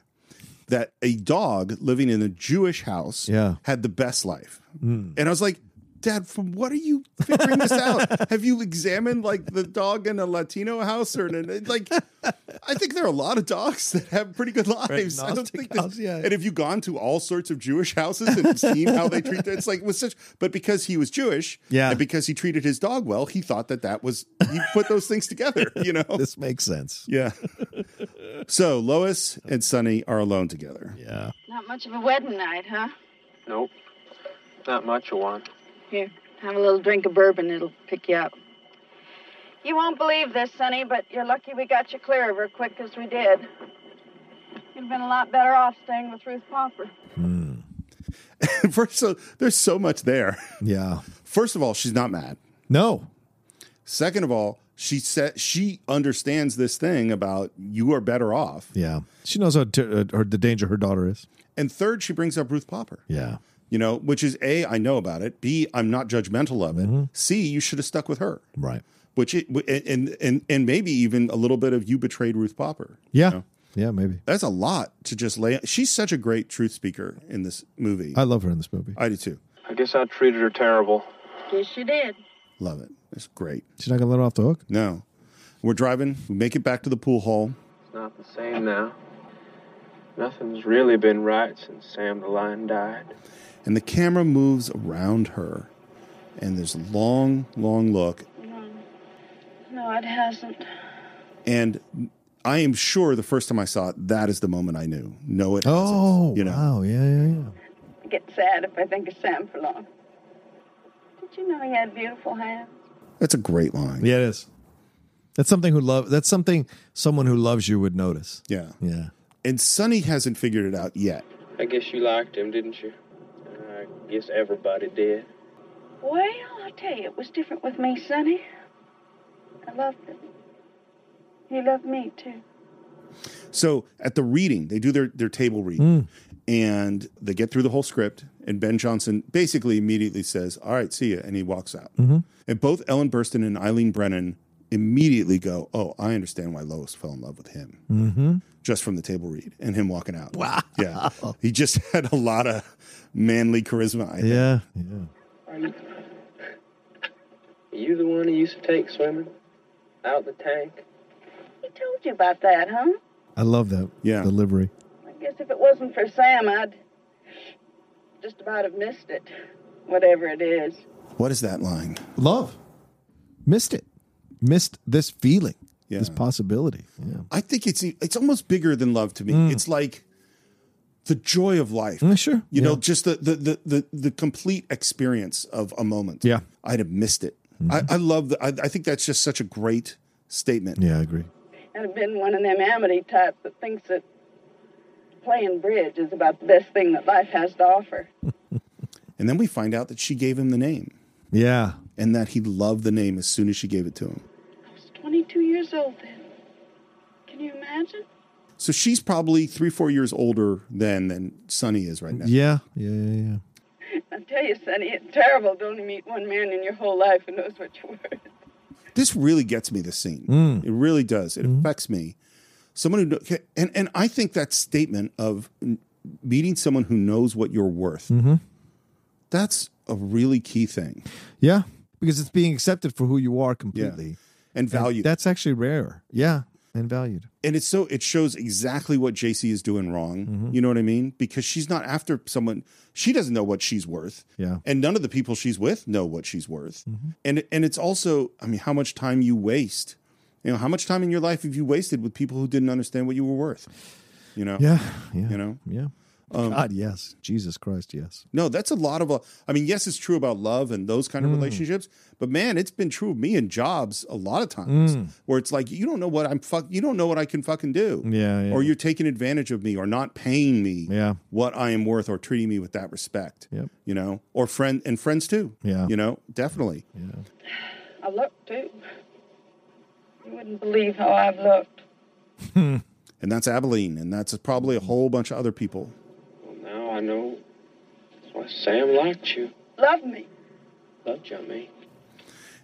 Speaker 2: That a dog living in a Jewish house
Speaker 3: Yeah. Hmm.
Speaker 2: had the best life. And I was like, Dad, from what are you figuring this out? Have you examined like the dog in a Latino house or in a, like? I think there are a lot of dogs that have pretty good lives. I don't
Speaker 3: Agnostic
Speaker 2: think. This,
Speaker 3: house, yeah.
Speaker 2: And if you've gone to all sorts of Jewish houses and seen how they treat their, it's like with such. But because he was Jewish,
Speaker 3: Yeah.
Speaker 2: and because he treated his dog well, he thought that that was he put those things together. You know.
Speaker 3: This makes sense.
Speaker 2: yeah. So Lois and Sonny are alone together.
Speaker 3: Yeah.
Speaker 5: Not much of a wedding night, huh?
Speaker 10: Nope. Not much, Juan.
Speaker 5: Here, have a little drink of bourbon. It'll pick you up. You won't believe this, Sonny, but you're lucky we got you clear of her quick as we did. You'd have been a lot better off staying with Ruth Pomper.
Speaker 2: First, so there's so much there.
Speaker 3: Yeah.
Speaker 2: First of all, she's not mad.
Speaker 3: No.
Speaker 2: Second of all, she said she understands this thing about you are better off.
Speaker 3: Yeah. She knows how to, uh, her, the danger her daughter is.
Speaker 2: And third, she brings up Ruth Popper.
Speaker 3: Yeah.
Speaker 2: You know, which is A, I know about it. B, I'm not judgmental of it.
Speaker 3: Mm-hmm.
Speaker 2: C, you should have stuck with her.
Speaker 3: Right.
Speaker 2: Which it, and and and maybe even a little bit of you betrayed Ruth Popper.
Speaker 3: Yeah.
Speaker 2: You know?
Speaker 3: Yeah, maybe.
Speaker 2: That's a lot to just lay. She's such a great truth speaker in this movie.
Speaker 3: I love her in this movie.
Speaker 2: I do too.
Speaker 10: I guess I treated her terrible.
Speaker 5: Yes, you did.
Speaker 2: Love it. It's great.
Speaker 3: She's not going to let her off the hook.
Speaker 2: No, we're driving. We make it back to the pool hall.
Speaker 10: It's not the same now. Nothing's really been right since Sam the Lion died.
Speaker 2: and the camera moves around her and there's a long long look
Speaker 5: No, it hasn't.
Speaker 2: and i am sure the first time i saw it that is the moment i knew no it
Speaker 3: Oh,
Speaker 2: hasn't, you know
Speaker 3: wow. Yeah, yeah, yeah.
Speaker 5: I get sad if I think of Sam for long. Did you know he had beautiful hands?
Speaker 2: that's a great line
Speaker 3: Yeah, it is. That's something who love. That's something someone who loves you would notice.
Speaker 2: yeah
Speaker 3: Yeah.
Speaker 2: and sonny hasn't figured it out yet
Speaker 10: I guess you liked him, didn't you? I guess everybody did.
Speaker 5: Well, I tell you, it was different with me, Sonny. I loved him. He loved me, too.
Speaker 2: so at the reading they do their, their table read
Speaker 3: Hmm.
Speaker 2: and they get through the whole script and ben johnson basically immediately says all right see ya and he walks out
Speaker 3: Mm-hmm.
Speaker 2: and both ellen burstyn and eileen brennan immediately go oh i understand why lois fell in love with him
Speaker 3: Mm-hmm.
Speaker 2: just from the table read and him walking out. Wow. Yeah. He just had a lot of manly charisma. I think.
Speaker 3: Yeah. Yeah.
Speaker 10: Are you, are you the one who used to take swimming? Out the tank?
Speaker 5: He told you about that, huh?
Speaker 3: I love that
Speaker 2: Yeah.
Speaker 3: delivery.
Speaker 5: I guess if it wasn't for Sam, I'd. just about have missed it, whatever it is.
Speaker 2: What is that line?
Speaker 3: Love. Missed it. Missed this feeling, this possibility. Yeah.
Speaker 2: I think it's it's almost bigger than love to me.
Speaker 3: Mm.
Speaker 2: It's like the joy of life.
Speaker 3: sure.
Speaker 2: You know,
Speaker 3: Yeah.
Speaker 2: just the, the the the the complete experience of a moment.
Speaker 3: Yeah. Mm-hmm.
Speaker 2: I'd have missed it. I, I love the I, I think that's just such a great statement.
Speaker 3: Yeah, I agree.
Speaker 5: And have been one of them amity types that thinks that playing bridge is about the best thing that life has to offer.
Speaker 2: And then we find out that she gave him the name.
Speaker 3: Yeah.
Speaker 2: And that he loved the name as soon as she gave it to him.
Speaker 5: He's 22 years old then. Can you imagine?
Speaker 2: So she's probably three, four years older than than Sonny is right now.
Speaker 3: Yeah. Yeah. Yeah. yeah.
Speaker 5: I tell you, Sonny, it's terrible to only meet one man in your whole life who knows what you're worth.
Speaker 2: This really gets me. This scene.
Speaker 3: Mm.
Speaker 2: It really does. It affects me. Someone who kn- and and I think that statement of n- meeting someone who knows what you're worth.
Speaker 3: Mm-hmm.
Speaker 2: That's a really key thing.
Speaker 3: Yeah. Because it's being accepted for who you are completely
Speaker 2: and valued.
Speaker 3: that's actually rare. Yeah. And valued.
Speaker 2: and it's so it shows exactly what JC is doing wrong.
Speaker 3: Mm-hmm.
Speaker 2: You know what I mean? Because she's not after someone. She doesn't know what she's worth.
Speaker 3: Yeah. Mm-hmm.
Speaker 2: and none of the people she's with know what she's worth and and it's also i mean how much time you waste you know how much time in your life have you wasted with people who didn't understand what you were worth you know
Speaker 3: Yeah. Yeah.
Speaker 2: you know
Speaker 3: Yeah.
Speaker 2: Um,
Speaker 3: God, yes. Jesus Christ, yes.
Speaker 2: no that's a lot of a i mean yes it's true about love and those kind of
Speaker 3: Mm.
Speaker 2: relationships but man it's been true of me in jobs a lot of times
Speaker 3: Mm.
Speaker 2: where it's like you don't know what i'm fuck you don't know what i can fucking do
Speaker 3: Yeah. yeah.
Speaker 2: or you're taking advantage of me or not paying me
Speaker 3: Yeah.
Speaker 2: what i am worth or treating me with that respect
Speaker 3: Yep.
Speaker 2: you know or friend and friends too
Speaker 3: Yeah.
Speaker 2: you know definitely
Speaker 3: Yeah.
Speaker 5: I looked too. You wouldn't believe how I've looked.
Speaker 2: and that's Abilene, and that's probably a whole bunch of other people.
Speaker 10: Well, now I know why Sam liked you.
Speaker 5: Love me.
Speaker 10: Loved you, I mean.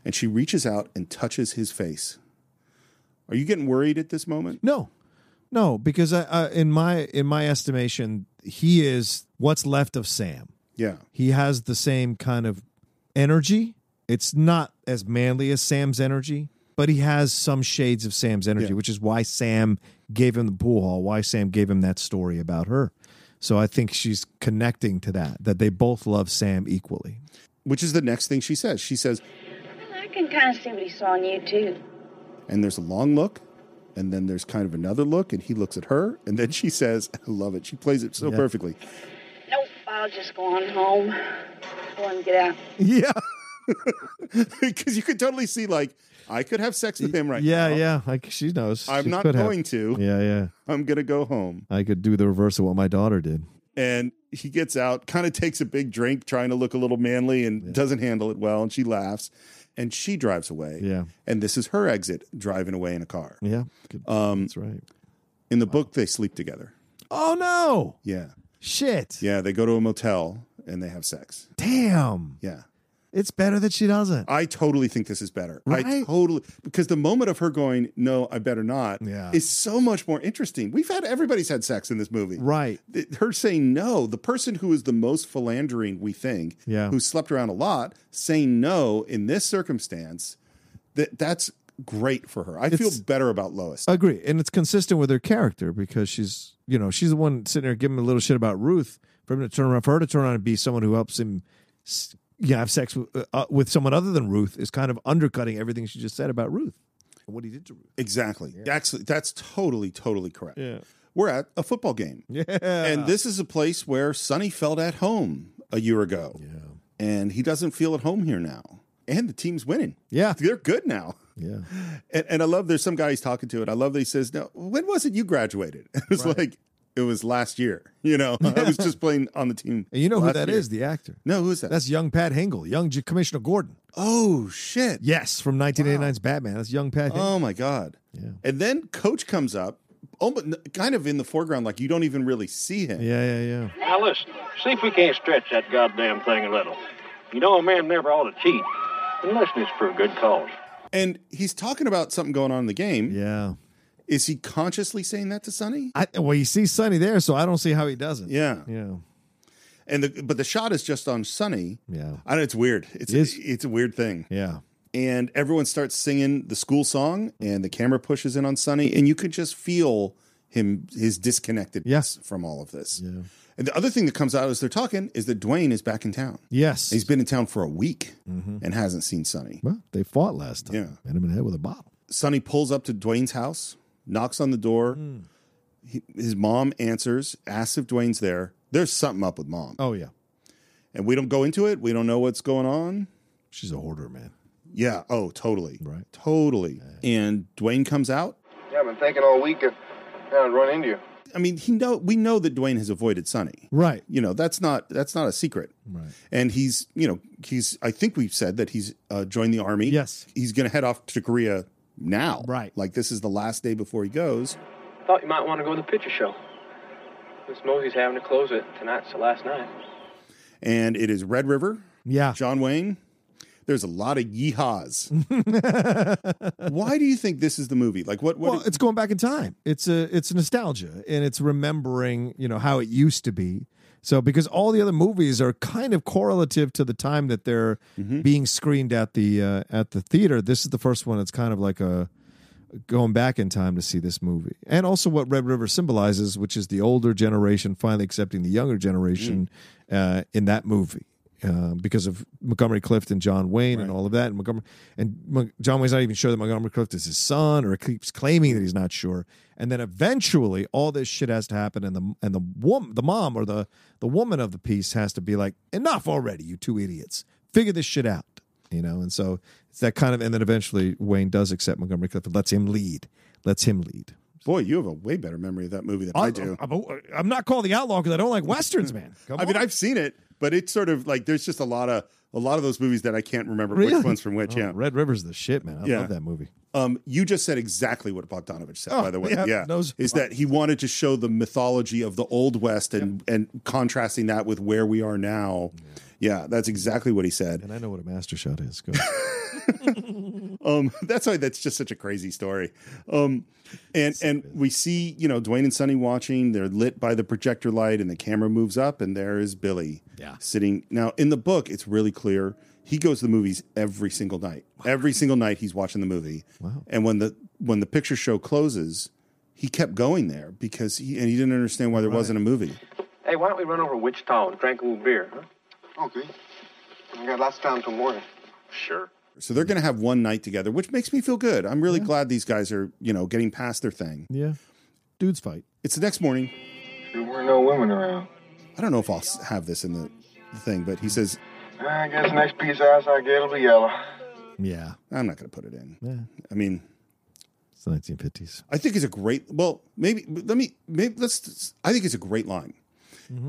Speaker 2: And she reaches out and touches his face. Are you getting worried at this moment?
Speaker 3: No, no, because I, I in my in my estimation, he is what's left of Sam.
Speaker 2: Yeah.
Speaker 3: He has the same kind of energy. It's not as manly as Sam's energy, but he has some shades of Sam's energy,
Speaker 2: Yeah.
Speaker 3: which is why Sam gave him the pool hall, why Sam gave him that story about her. So I think she's connecting to that, that they both love Sam equally.
Speaker 2: Which is the next thing she says. She says,
Speaker 5: Well, I can kind of see what he saw in you too.
Speaker 2: and there's a long look, and then there's kind of another look, and he looks at her, and then she says, I love it. She plays it so
Speaker 3: Yeah.
Speaker 2: perfectly.
Speaker 5: Nope, I'll just go on home. Go and get out.
Speaker 3: Yeah.
Speaker 2: Because you could totally see, like, I could have sex with him right
Speaker 3: yeah,
Speaker 2: now.
Speaker 3: yeah. Like she knows.
Speaker 2: I'm
Speaker 3: She
Speaker 2: not
Speaker 3: could have.
Speaker 2: going to.
Speaker 3: Yeah, yeah.
Speaker 2: I'm going to go home.
Speaker 3: I could do the reverse of what my daughter did.
Speaker 2: And he gets out, kind of takes a big drink, trying to look a little manly, and doesn't handle it well. And she laughs, and she drives away.
Speaker 3: Yeah.
Speaker 2: and this is her exit driving away in a car.
Speaker 3: Yeah. Good.
Speaker 2: Um,
Speaker 3: That's right.
Speaker 2: in the book, they sleep together.
Speaker 3: Oh no!
Speaker 2: Yeah,
Speaker 3: Shit!
Speaker 2: yeah, they go to a motel and they have sex.
Speaker 3: Damn!
Speaker 2: Yeah,
Speaker 3: It's better that she doesn't.
Speaker 2: I totally think this is better. I
Speaker 3: Right?
Speaker 2: totally because the moment of her going, no, I better not,
Speaker 3: Yeah.
Speaker 2: is so much more interesting. We've had everybody's had sex in this movie.
Speaker 3: Right.
Speaker 2: Th- Her saying no, the person who is the most philandering, we think,
Speaker 3: Yeah.
Speaker 2: who slept around a lot, saying no in this circumstance, that that's great for her. I feel
Speaker 3: It's- Uh,
Speaker 2: better about Lois.
Speaker 3: Agree. And it's consistent with her character because she's, you know, she's the one sitting there giving a little shit about Ruth for him to turn around, for her to turn around and be someone who helps him, s- yeah, have sex with, uh, uh, with someone other than Ruth is kind of undercutting everything she just said about Ruth and what he did to Ruth.
Speaker 2: Exactly. Actually, that's totally, totally correct.
Speaker 3: Yeah.
Speaker 2: We're at a football game.
Speaker 3: Yeah.
Speaker 2: And this is a place where Sonny felt at home a year ago.
Speaker 3: Yeah.
Speaker 2: And he doesn't feel at home here now. And the team's winning.
Speaker 3: Yeah.
Speaker 2: They're good now.
Speaker 3: Yeah.
Speaker 2: And, and I love there's some guy he's talking to, and I love that he says, Now, when was it you graduated? It was
Speaker 3: Right.
Speaker 2: like, it was last year. You know, I was just playing on the team.
Speaker 3: And you know who
Speaker 2: last
Speaker 3: that is?
Speaker 2: year.
Speaker 3: the actor.
Speaker 2: No, who is that?
Speaker 3: That's young Pat Hingle, young J- Commissioner Gordon.
Speaker 2: oh, shit.
Speaker 3: Yes, from 1989's Batman. That's young Pat Hingle.
Speaker 2: Oh, my God.
Speaker 3: Yeah.
Speaker 2: And then coach comes up, almost, kind of in the foreground, like you don't even really see him.
Speaker 3: Oh. Yeah, yeah, yeah.
Speaker 11: Now listen, see if we can't stretch that goddamn thing a little. You know a man never ought to cheat, unless it's for a good cause.
Speaker 2: And he's talking about something going on in the game.
Speaker 3: Yeah.
Speaker 2: Is he consciously saying that to Sonny?
Speaker 3: I, well, you see Sonny there, so I don't see how he doesn't.
Speaker 2: Yeah.
Speaker 3: Yeah.
Speaker 2: And the but the shot is just on Sonny.
Speaker 3: Yeah.
Speaker 2: I know it's weird. It's
Speaker 3: It is.
Speaker 2: it's a weird thing.
Speaker 3: Yeah.
Speaker 2: And everyone starts singing the school song and the camera pushes in on Sonny and you could just feel him his disconnectedness from all of this. And the other thing that comes out as they're talking is that Dwayne is back in town.
Speaker 3: Yes.
Speaker 2: He's been in town for a week
Speaker 3: Mhm.
Speaker 2: and hasn't seen Sonny.
Speaker 3: Well, they fought last time.
Speaker 2: Yeah.
Speaker 3: Hit him in the head with a bottle.
Speaker 2: Sonny pulls up to Dwayne's house, knocks on the door.
Speaker 3: Hmm.
Speaker 2: He- his mom answers, asks if Dwayne's there. There's something up with mom.
Speaker 3: Oh, yeah.
Speaker 2: And we don't go into it. We don't know what's going on.
Speaker 3: She's a hoarder, man.
Speaker 2: Yeah. Oh, totally.
Speaker 3: Right.
Speaker 2: Totally. And Dwayne comes out.
Speaker 9: Yeah, I've been thinking all week of how I'd run into you.
Speaker 2: I mean, he know we know that Dwayne has avoided Sonny.
Speaker 3: Right.
Speaker 2: You know, that's not that's not a secret.
Speaker 3: Right.
Speaker 2: And he's, you know, he's I think we've said that he's uh, joined the army. Yes. He's going to head off to Korea now. Right. Like this is the last day before he goes.
Speaker 10: Thought you might want to go to the picture show. Miss Mosey's having to close it. Tonight's the last night.
Speaker 2: and it is Red River.
Speaker 3: Yeah.
Speaker 2: John Wayne. There's a lot of yeehaws. Why do you think this is the movie? Like what what
Speaker 3: well, it's going back in time. It's a it's nostalgia and it's remembering, you know, how it used to be. So because all the other movies are kind of correlative to the time that they're being screened at the uh, at the theater, this is the first one that's kind of like a going back in time to see this movie. And also what Red River symbolizes, which is the older generation finally accepting the younger generation uh, in that movie. Uh, because of Montgomery Clift and John Wayne and all of that, and Montgomery and Mon- John Wayne's not even sure that Montgomery Clift is his son, or keeps claiming that he's not sure. And then eventually, all this shit has to happen, and the and the woman, the mom or the the woman of the piece has to be like, "Enough already, you two idiots! Figure this shit out." you know and so it's that kind of and then eventually wayne does accept montgomery clift and lets him lead lets him lead
Speaker 2: Boy, you have a way better memory of that movie than I, do.
Speaker 3: I'm, I'm not called the outlaw because i don't like westerns man
Speaker 2: I mean, I've seen it, but it's sort of like there's just a lot of a lot of those movies that I can't remember
Speaker 3: Really?
Speaker 2: which one's from which.
Speaker 3: Oh,
Speaker 2: yeah.
Speaker 3: red river's the shit man i
Speaker 2: Yeah.
Speaker 3: love that movie
Speaker 2: Um, you just said exactly what Bogdanovich said,
Speaker 3: Oh,
Speaker 2: by the way.
Speaker 3: yeah,
Speaker 2: Yeah,
Speaker 3: knows-
Speaker 2: is that he wanted to show the mythology of the old West and and contrasting that with where we are now. Yeah, that's exactly what he said.
Speaker 3: and i know what a master shot is Go.
Speaker 2: um, that's why that's just such a crazy story. Um, and and we see you know Dwayne and Sonny watching. They're lit by the projector light, and the camera moves up, and there is Billy.
Speaker 3: Yeah.
Speaker 2: sitting now in the book. It's really clear he goes to the movies every single night. Every single night he's watching the movie.
Speaker 3: Wow.
Speaker 2: And when the when the picture show closes, he kept going there because he and he didn't understand why there wasn't a movie.
Speaker 10: Hey, why don't we run over to Wichita and drink a little beer, huh?
Speaker 9: Okay. We got lots of time till morning. Sure.
Speaker 2: So they're going to have one night together, which makes me feel good. I'm really glad these guys are you know getting past their thing.
Speaker 3: yeah dudes fight
Speaker 2: It's the next morning.
Speaker 9: There were no women around.
Speaker 2: I don't know if I'll s- have this in the the thing, but he says,
Speaker 9: I guess next piece of ice I get will be yellow.
Speaker 3: yeah
Speaker 2: I'm not going to put it in.
Speaker 3: yeah
Speaker 2: I mean,
Speaker 3: it's the 1950s
Speaker 2: I think it's a great, well, maybe, let me, maybe let's, I think it's a great line.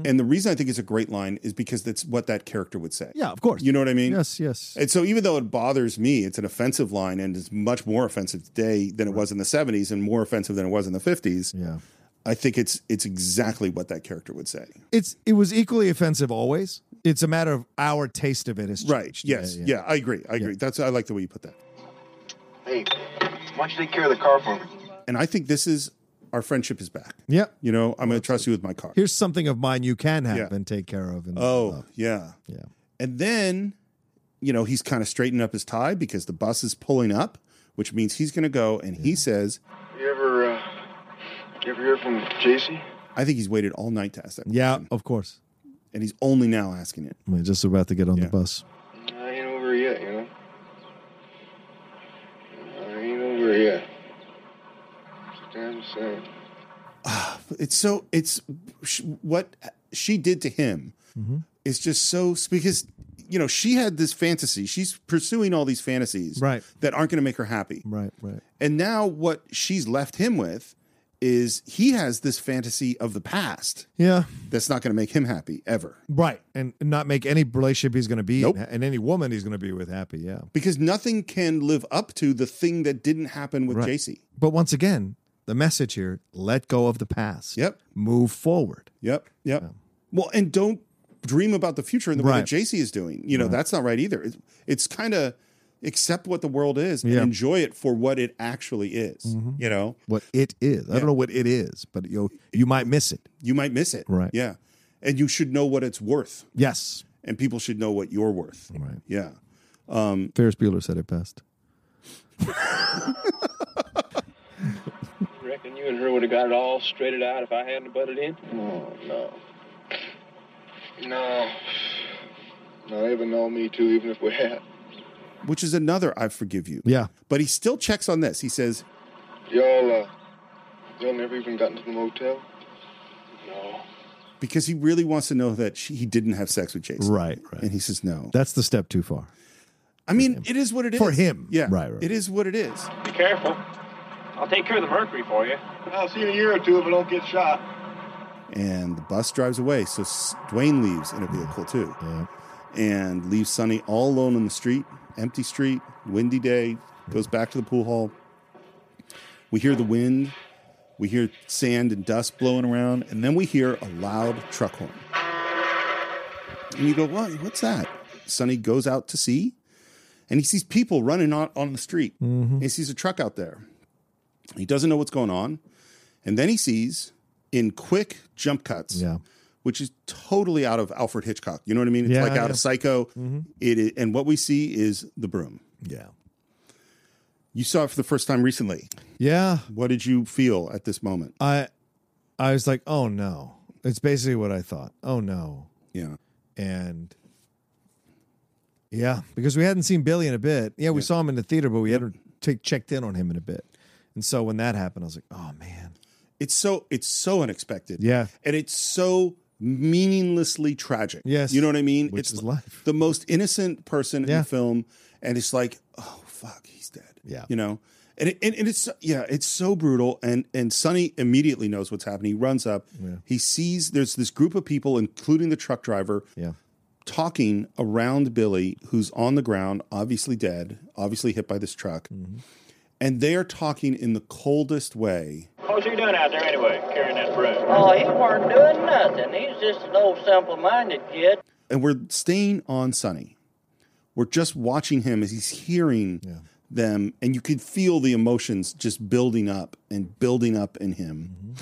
Speaker 2: And the reason I think it's a great line is because that's what that character would say.
Speaker 3: yeah of course
Speaker 2: You know what I mean?
Speaker 3: yes yes
Speaker 2: And so even though it bothers me, it's an offensive line and it's much more offensive today than it was in the 70s and more offensive than it was in the 50s.
Speaker 3: Yeah.
Speaker 2: I think it's it's exactly what that character would say.
Speaker 3: it's it was equally offensive always it's a matter of our taste of it has changed.
Speaker 2: Right. Yes. Yeah, I agree. I agree. That's I like the way you put that.
Speaker 9: Hey, why don't you take care of the car for me?
Speaker 2: And I think this is our friendship is back.
Speaker 3: Yep.
Speaker 2: You know, I'm going to trust you with my car.
Speaker 3: here's something of mine you can have
Speaker 2: Yeah.
Speaker 3: and take care of and
Speaker 2: Oh, yeah.
Speaker 3: Yeah.
Speaker 2: And then, you know, he's kind of straightening up his tie because the bus is pulling up, which means he's going to go. And he says,
Speaker 9: You ever, uh, you ever hear from JC?
Speaker 2: I think he's waited all night to ask that.
Speaker 3: yeah of course
Speaker 2: And he's only now asking it.
Speaker 3: We're just about to get on the bus.
Speaker 9: I ain't over yet, you know. I ain't over yet. It's damn sad.
Speaker 2: It's so, it's sh- what she did to him
Speaker 3: Mm-hmm.
Speaker 2: is just so, because, you know, she had this fantasy. She's pursuing all these fantasies
Speaker 3: Right.
Speaker 2: that aren't going to make her happy.
Speaker 3: Right, right.
Speaker 2: And now what she's left him with is he has this fantasy of the past
Speaker 3: Yeah,
Speaker 2: that's not going to make him happy ever.
Speaker 3: right. And not make any relationship he's going to be
Speaker 2: Nope.
Speaker 3: in, and any woman he's going to be with happy. Yeah.
Speaker 2: because nothing can live up to the thing that didn't happen with
Speaker 3: Right.
Speaker 2: JC.
Speaker 3: But once again, the message here let go of the past.
Speaker 2: Yep.
Speaker 3: Move forward.
Speaker 2: Yep. Yep. Well, and don't dream about the future in the way
Speaker 3: Right.
Speaker 2: that JC is doing. You know, that's not right either. It's, it's kind of accept what the world is
Speaker 3: Yeah.
Speaker 2: and enjoy it for what it actually is.
Speaker 3: Mhm.
Speaker 2: You know,
Speaker 3: What it is. I
Speaker 2: Yeah.
Speaker 3: don't know what it is, but you you might miss it.
Speaker 2: you might miss it.
Speaker 3: Right.
Speaker 2: Yeah. And you should know what it's worth.
Speaker 3: Yes.
Speaker 2: And people should know what you're worth.
Speaker 3: Right.
Speaker 2: Yeah. Um,
Speaker 3: Ferris Bueller said it best.
Speaker 10: Reckon you and her would have got it all straightened out if I hadn't butted in?
Speaker 9: Oh, no. No. No, they would know me too, even if we had.
Speaker 2: which is another I forgive you.
Speaker 3: Yeah.
Speaker 2: But he still checks on this. He says,
Speaker 9: Y'all, uh, y'all never even got into the motel?
Speaker 10: No.
Speaker 2: because he really wants to know that she, he didn't have sex with Jason.
Speaker 3: Right, right.
Speaker 2: And he says, no.
Speaker 3: That's the step too far.
Speaker 2: I mean, it is what it is.
Speaker 3: For him.
Speaker 2: Yeah.
Speaker 3: Right, right.
Speaker 2: It is what it is.
Speaker 10: Be careful. I'll take care of the mercury for you.
Speaker 9: I'll see you in a year or two if I don't get shot.
Speaker 2: And the bus drives away. So S- Dwayne leaves in a vehicle too.
Speaker 3: Yeah.
Speaker 2: And leaves Sonny all alone on the street, empty street, windy day, goes back to the pool hall. We hear the wind, we hear sand and dust blowing around, and then we hear a loud truck horn. And you go, what? What's that? Sonny goes out to see, and he sees people running on, on the street. And he sees a truck out there. He doesn't know what's going on. And then he sees in quick jump cuts,
Speaker 3: Yeah.
Speaker 2: which is totally out of Alfred Hitchcock. You know what I mean? It's
Speaker 3: Yeah,
Speaker 2: like out
Speaker 3: yeah.
Speaker 2: of Psycho.
Speaker 3: Mhm.
Speaker 2: It is, and what we see is the broom.
Speaker 3: Yeah.
Speaker 2: You saw it for the first time recently.
Speaker 3: Yeah.
Speaker 2: What did you feel at this moment?
Speaker 3: I I was like, oh no. It's basically what I thought. Oh no.
Speaker 2: Yeah.
Speaker 3: And yeah, because we hadn't seen Billy in a bit. Yeah, we saw him in the theater, but we hadn't take, checked in on him in a bit. And so when that happened, I was like, oh man.
Speaker 2: It's so it's so unexpected.
Speaker 3: Yeah.
Speaker 2: And it's so meaninglessly tragic.
Speaker 3: Yes.
Speaker 2: You know what I mean?
Speaker 3: Which
Speaker 2: it's
Speaker 3: is life.
Speaker 2: the most innocent person in
Speaker 3: Yeah.
Speaker 2: the film and it's like, "Oh fuck, he's dead."
Speaker 3: Yeah.
Speaker 2: You know? And, it, and, and it's yeah, it's so brutal and and Sonny immediately knows what's happening. He runs up.
Speaker 3: Yeah.
Speaker 2: He sees there's this group of people including the truck driver
Speaker 3: Yeah.
Speaker 2: talking around Billy, who's on the ground, obviously dead, obviously hit by this truck.
Speaker 3: Mm-hmm.
Speaker 2: And they are talking in the coldest way.
Speaker 10: What was you doing out there anyway, carrying that broom?
Speaker 11: Oh, he weren't doing nothing. He's just an old simple-minded kid.
Speaker 2: And we're staying on Sonny. We're just watching him as he's hearing them. And you can feel the emotions just building up and building up in him.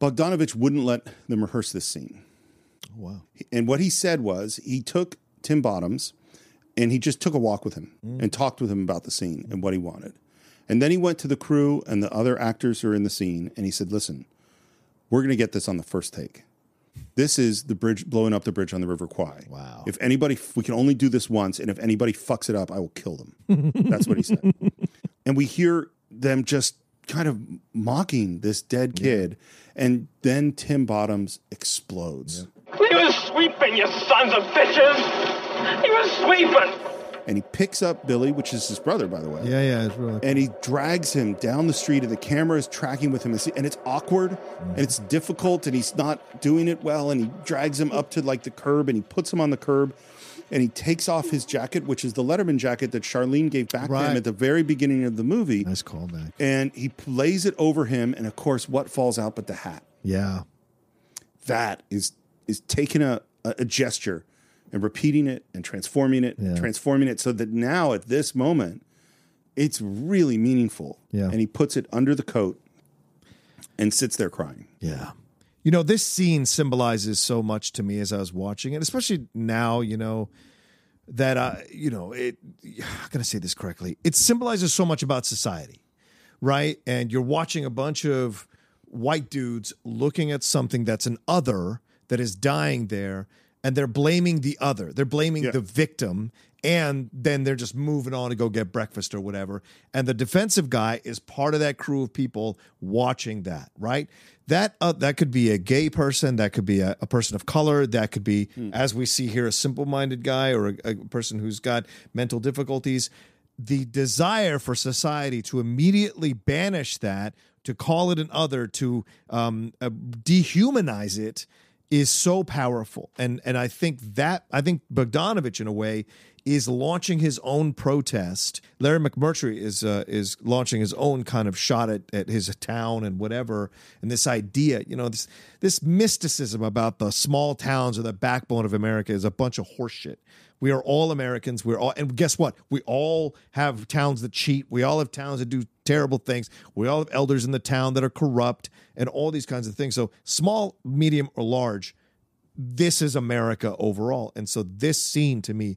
Speaker 2: Bogdanovich wouldn't let them rehearse this scene.
Speaker 3: Wow.
Speaker 2: And what he said was he took Tim Bottoms and he just took a walk with him and talked with him about the scene and what he wanted. And then he went to the crew and the other actors who are in the scene and he said, Listen, we're going to get this on the first take. This is the bridge blowing up the bridge on the River Kwai. Wow. If anybody, we can only do this once. And if anybody fucks it up, I will kill them. That's what he said. And we hear them just kind of mocking this dead kid. And then Tim Bottoms explodes.
Speaker 13: He was sweeping, you sons of bitches! He was sweeping!
Speaker 2: and he picks up Billy, which is his brother, by the way.
Speaker 3: Yeah, yeah, it's really
Speaker 2: And he drags him down the street, and the camera is tracking with him, and see- and it's awkward, and it's difficult, and he's not doing it well, and he drags him up to like the curb, and he puts him on the curb, and he takes off his jacket, which is the Letterman jacket that Charlene gave back to
Speaker 3: Right.
Speaker 2: him at the very beginning of the movie,
Speaker 3: nice callback.
Speaker 2: and he lays it over him, and of course, what falls out but the hat?
Speaker 3: Yeah.
Speaker 2: that is is taking a, a, a gesture and repeating it and transforming it,
Speaker 3: Yeah.
Speaker 2: transforming it so that now at this moment, it's really meaningful.
Speaker 3: Yeah.
Speaker 2: And he puts it under the coat and sits there crying.
Speaker 3: Yeah. You know, this scene symbolizes so much to me as I was watching it, especially now, you know, that I, you know, it, how can I say this correctly? It symbolizes so much about society, right? And you're watching a bunch of white dudes looking at something that's an other that is dying there, and they're blaming the other, they're blaming the victim. And then they're just moving on to go get breakfast or whatever. And the defensive guy is part of that crew of people watching that, right? That uh, that could be a gay person, that could be a, a person of color, that could be, as we see here, a simple-minded guy or a, a person who's got mental difficulties the desire for society to immediately banish that, to call it an other, to um, uh, dehumanize it, is so powerful. And and I think that I think Bogdanovich in a way is launching his own protest. Larry McMurtry is uh, is launching his own kind of shot at, at his town and whatever. And this idea, you know, this this mysticism about the small towns are the backbone of America is a bunch of horseshit. We are all Americans. We're all, and guess what? We all have towns that cheat. We all have towns that do terrible things. We all have elders in the town that are corrupt and all these kinds of things. So, small, medium, or large, this is America overall. And so, this scene to me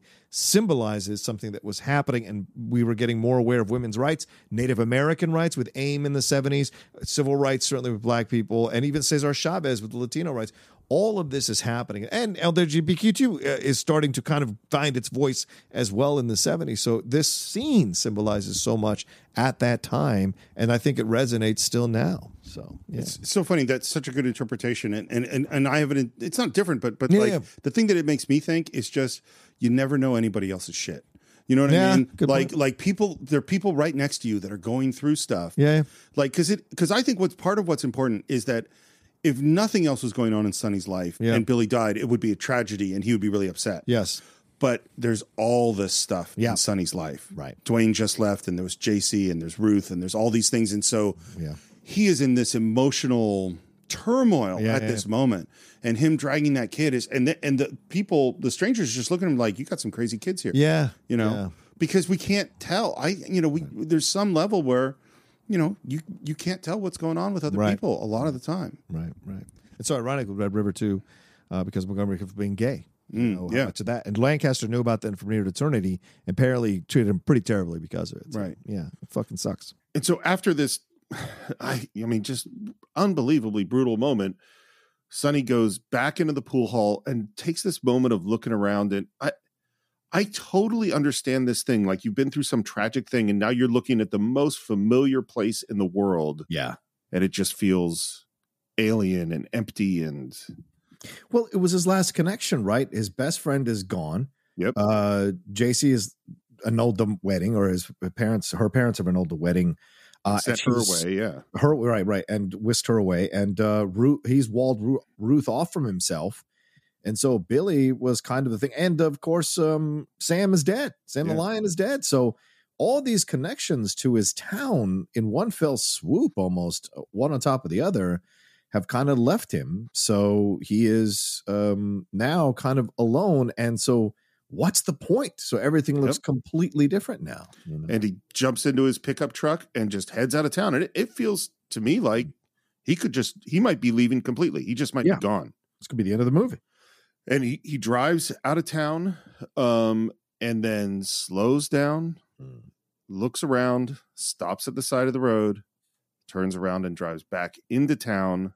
Speaker 3: symbolizes something that was happening. And we were getting more aware of women's rights, Native American rights with AIM in the 70s, civil rights, certainly with black people, and even Cesar Chavez with Latino rights. All of this is happening. And LGBTQ uh, is starting to kind of find its voice as well in the 70s. So this scene symbolizes so much at that time. And I think it resonates still now. So yeah.
Speaker 2: It's so funny. That's such a good interpretation, and and and, and I haven't. It's not different, but but
Speaker 3: Yeah,
Speaker 2: like
Speaker 3: yeah.
Speaker 2: the thing that it makes me think is just you never know anybody else's shit. You know what
Speaker 3: Yeah,
Speaker 2: I mean?
Speaker 3: good
Speaker 2: Like
Speaker 3: point.
Speaker 2: like people, there are people right next to you that are going through stuff.
Speaker 3: Yeah, yeah.
Speaker 2: Like because it because I think what's part of what's important is that. If nothing else was going on in Sonny's life
Speaker 3: Yeah.
Speaker 2: and Billy died, it would be a tragedy and he would be really upset.
Speaker 3: Yes.
Speaker 2: But there's all this stuff
Speaker 3: Yeah.
Speaker 2: in Sonny's life.
Speaker 3: Right.
Speaker 2: Dwayne just left and there was JC and there's Ruth and there's all these things. And so
Speaker 3: Yeah.
Speaker 2: he is in this emotional turmoil
Speaker 3: Yeah,
Speaker 2: at
Speaker 3: yeah,
Speaker 2: this moment and him dragging that kid is and the, and the people the strangers just looking at him like you got some crazy kids here
Speaker 3: Yeah.
Speaker 2: you know
Speaker 3: Yeah.
Speaker 2: because we can't tell i you know we there's some level where you know you you can't tell what's going on with other
Speaker 3: Right.
Speaker 2: people a lot of the time
Speaker 3: Right, right. It's so ironic with Red River too, uh, because Montgomery Clift being gay. You know how
Speaker 2: Mm, yeah.
Speaker 3: much of that, and Lancaster knew about that from near to eternity, and apparently treated him pretty terribly because of it. So,
Speaker 2: Right.
Speaker 3: Yeah. It fucking sucks.
Speaker 2: and so after this i i mean just unbelievably brutal moment sonny goes back into the pool hall and takes this moment of looking around and i i totally understand this thing like you've been through some tragic thing and now you're looking at the most familiar place in the world
Speaker 3: Yeah.
Speaker 2: and it just feels alien and empty and
Speaker 3: Well, it was his last connection, right? His best friend is gone.
Speaker 2: Yep.
Speaker 3: Uh, JC has annulled the wedding, or his parents, her parents have annulled the wedding. Uh, and
Speaker 2: set her
Speaker 3: she's-
Speaker 2: away yeah
Speaker 3: her right right and whisked her away and uh Ruth he's walled Ru- Ruth off from himself and so Billy was kind of the thing and of course um Sam is dead Sam the
Speaker 2: Yeah.
Speaker 3: lion is dead so all these connections to his town in one fell swoop almost uh, one on top of the other have kind of left him so he is um now kind of alone and so what's the point so everything looks
Speaker 2: Yep.
Speaker 3: completely different now you know?
Speaker 2: and he jumps into his pickup truck and just heads out of town and it, it feels to me like he could just he might be leaving completely he just might
Speaker 3: Yeah.
Speaker 2: be gone
Speaker 3: it's going to be the end of the movie
Speaker 2: and he, he drives out of town um and then slows down looks around stops at the side of the road turns around and drives back into town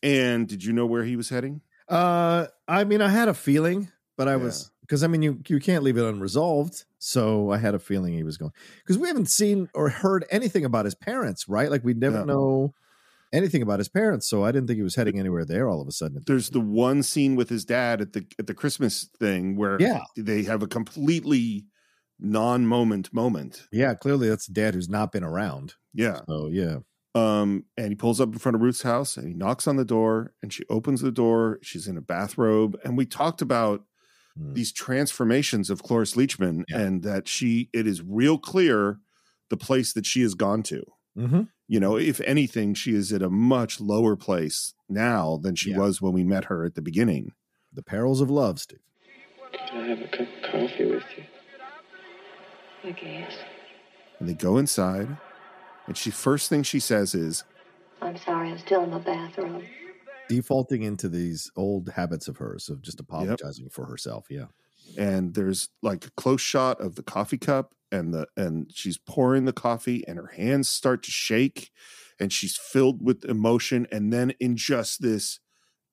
Speaker 2: and did you know where he was heading
Speaker 3: Uh, I mean, I had a feeling, but I was because I mean, you you can't leave it unresolved. So I had a feeling he was going because we haven't seen or heard anything about his parents, right? Like we never
Speaker 2: No.
Speaker 3: know anything about his parents. So I didn't think he was heading anywhere there. All of a sudden,
Speaker 2: there's the one scene with his dad at the at the christmas thing where
Speaker 3: Yeah.
Speaker 2: they have a completely non-moment moment
Speaker 3: yeah, clearly that's dad who's not been around.
Speaker 2: yeah
Speaker 3: Oh yeah,
Speaker 2: Um, and he pulls up in front of Ruth's house and he knocks on the door and she opens the door. She's in a bathrobe. And we talked about
Speaker 3: Hmm.
Speaker 2: these transformations of Cloris Leachman
Speaker 3: Yeah.
Speaker 2: and that she, it is real clear the place that she has gone to.
Speaker 3: mm-hmm.
Speaker 2: You know, if anything, she is at a much lower place now than she
Speaker 3: Yeah.
Speaker 2: was when we met her at the beginning.
Speaker 3: the perils of love, Steve.
Speaker 14: Can I have a cup of coffee with you?
Speaker 15: I guess.
Speaker 2: And they go inside and she, first thing she says is,
Speaker 12: I'm sorry, I'm still in the bathroom.
Speaker 3: Defaulting into these old habits of hers of just apologizing for herself. Yeah,
Speaker 2: and there's like a close shot of the coffee cup and the and she's pouring the coffee and her hands start to shake and she's filled with emotion and then in just this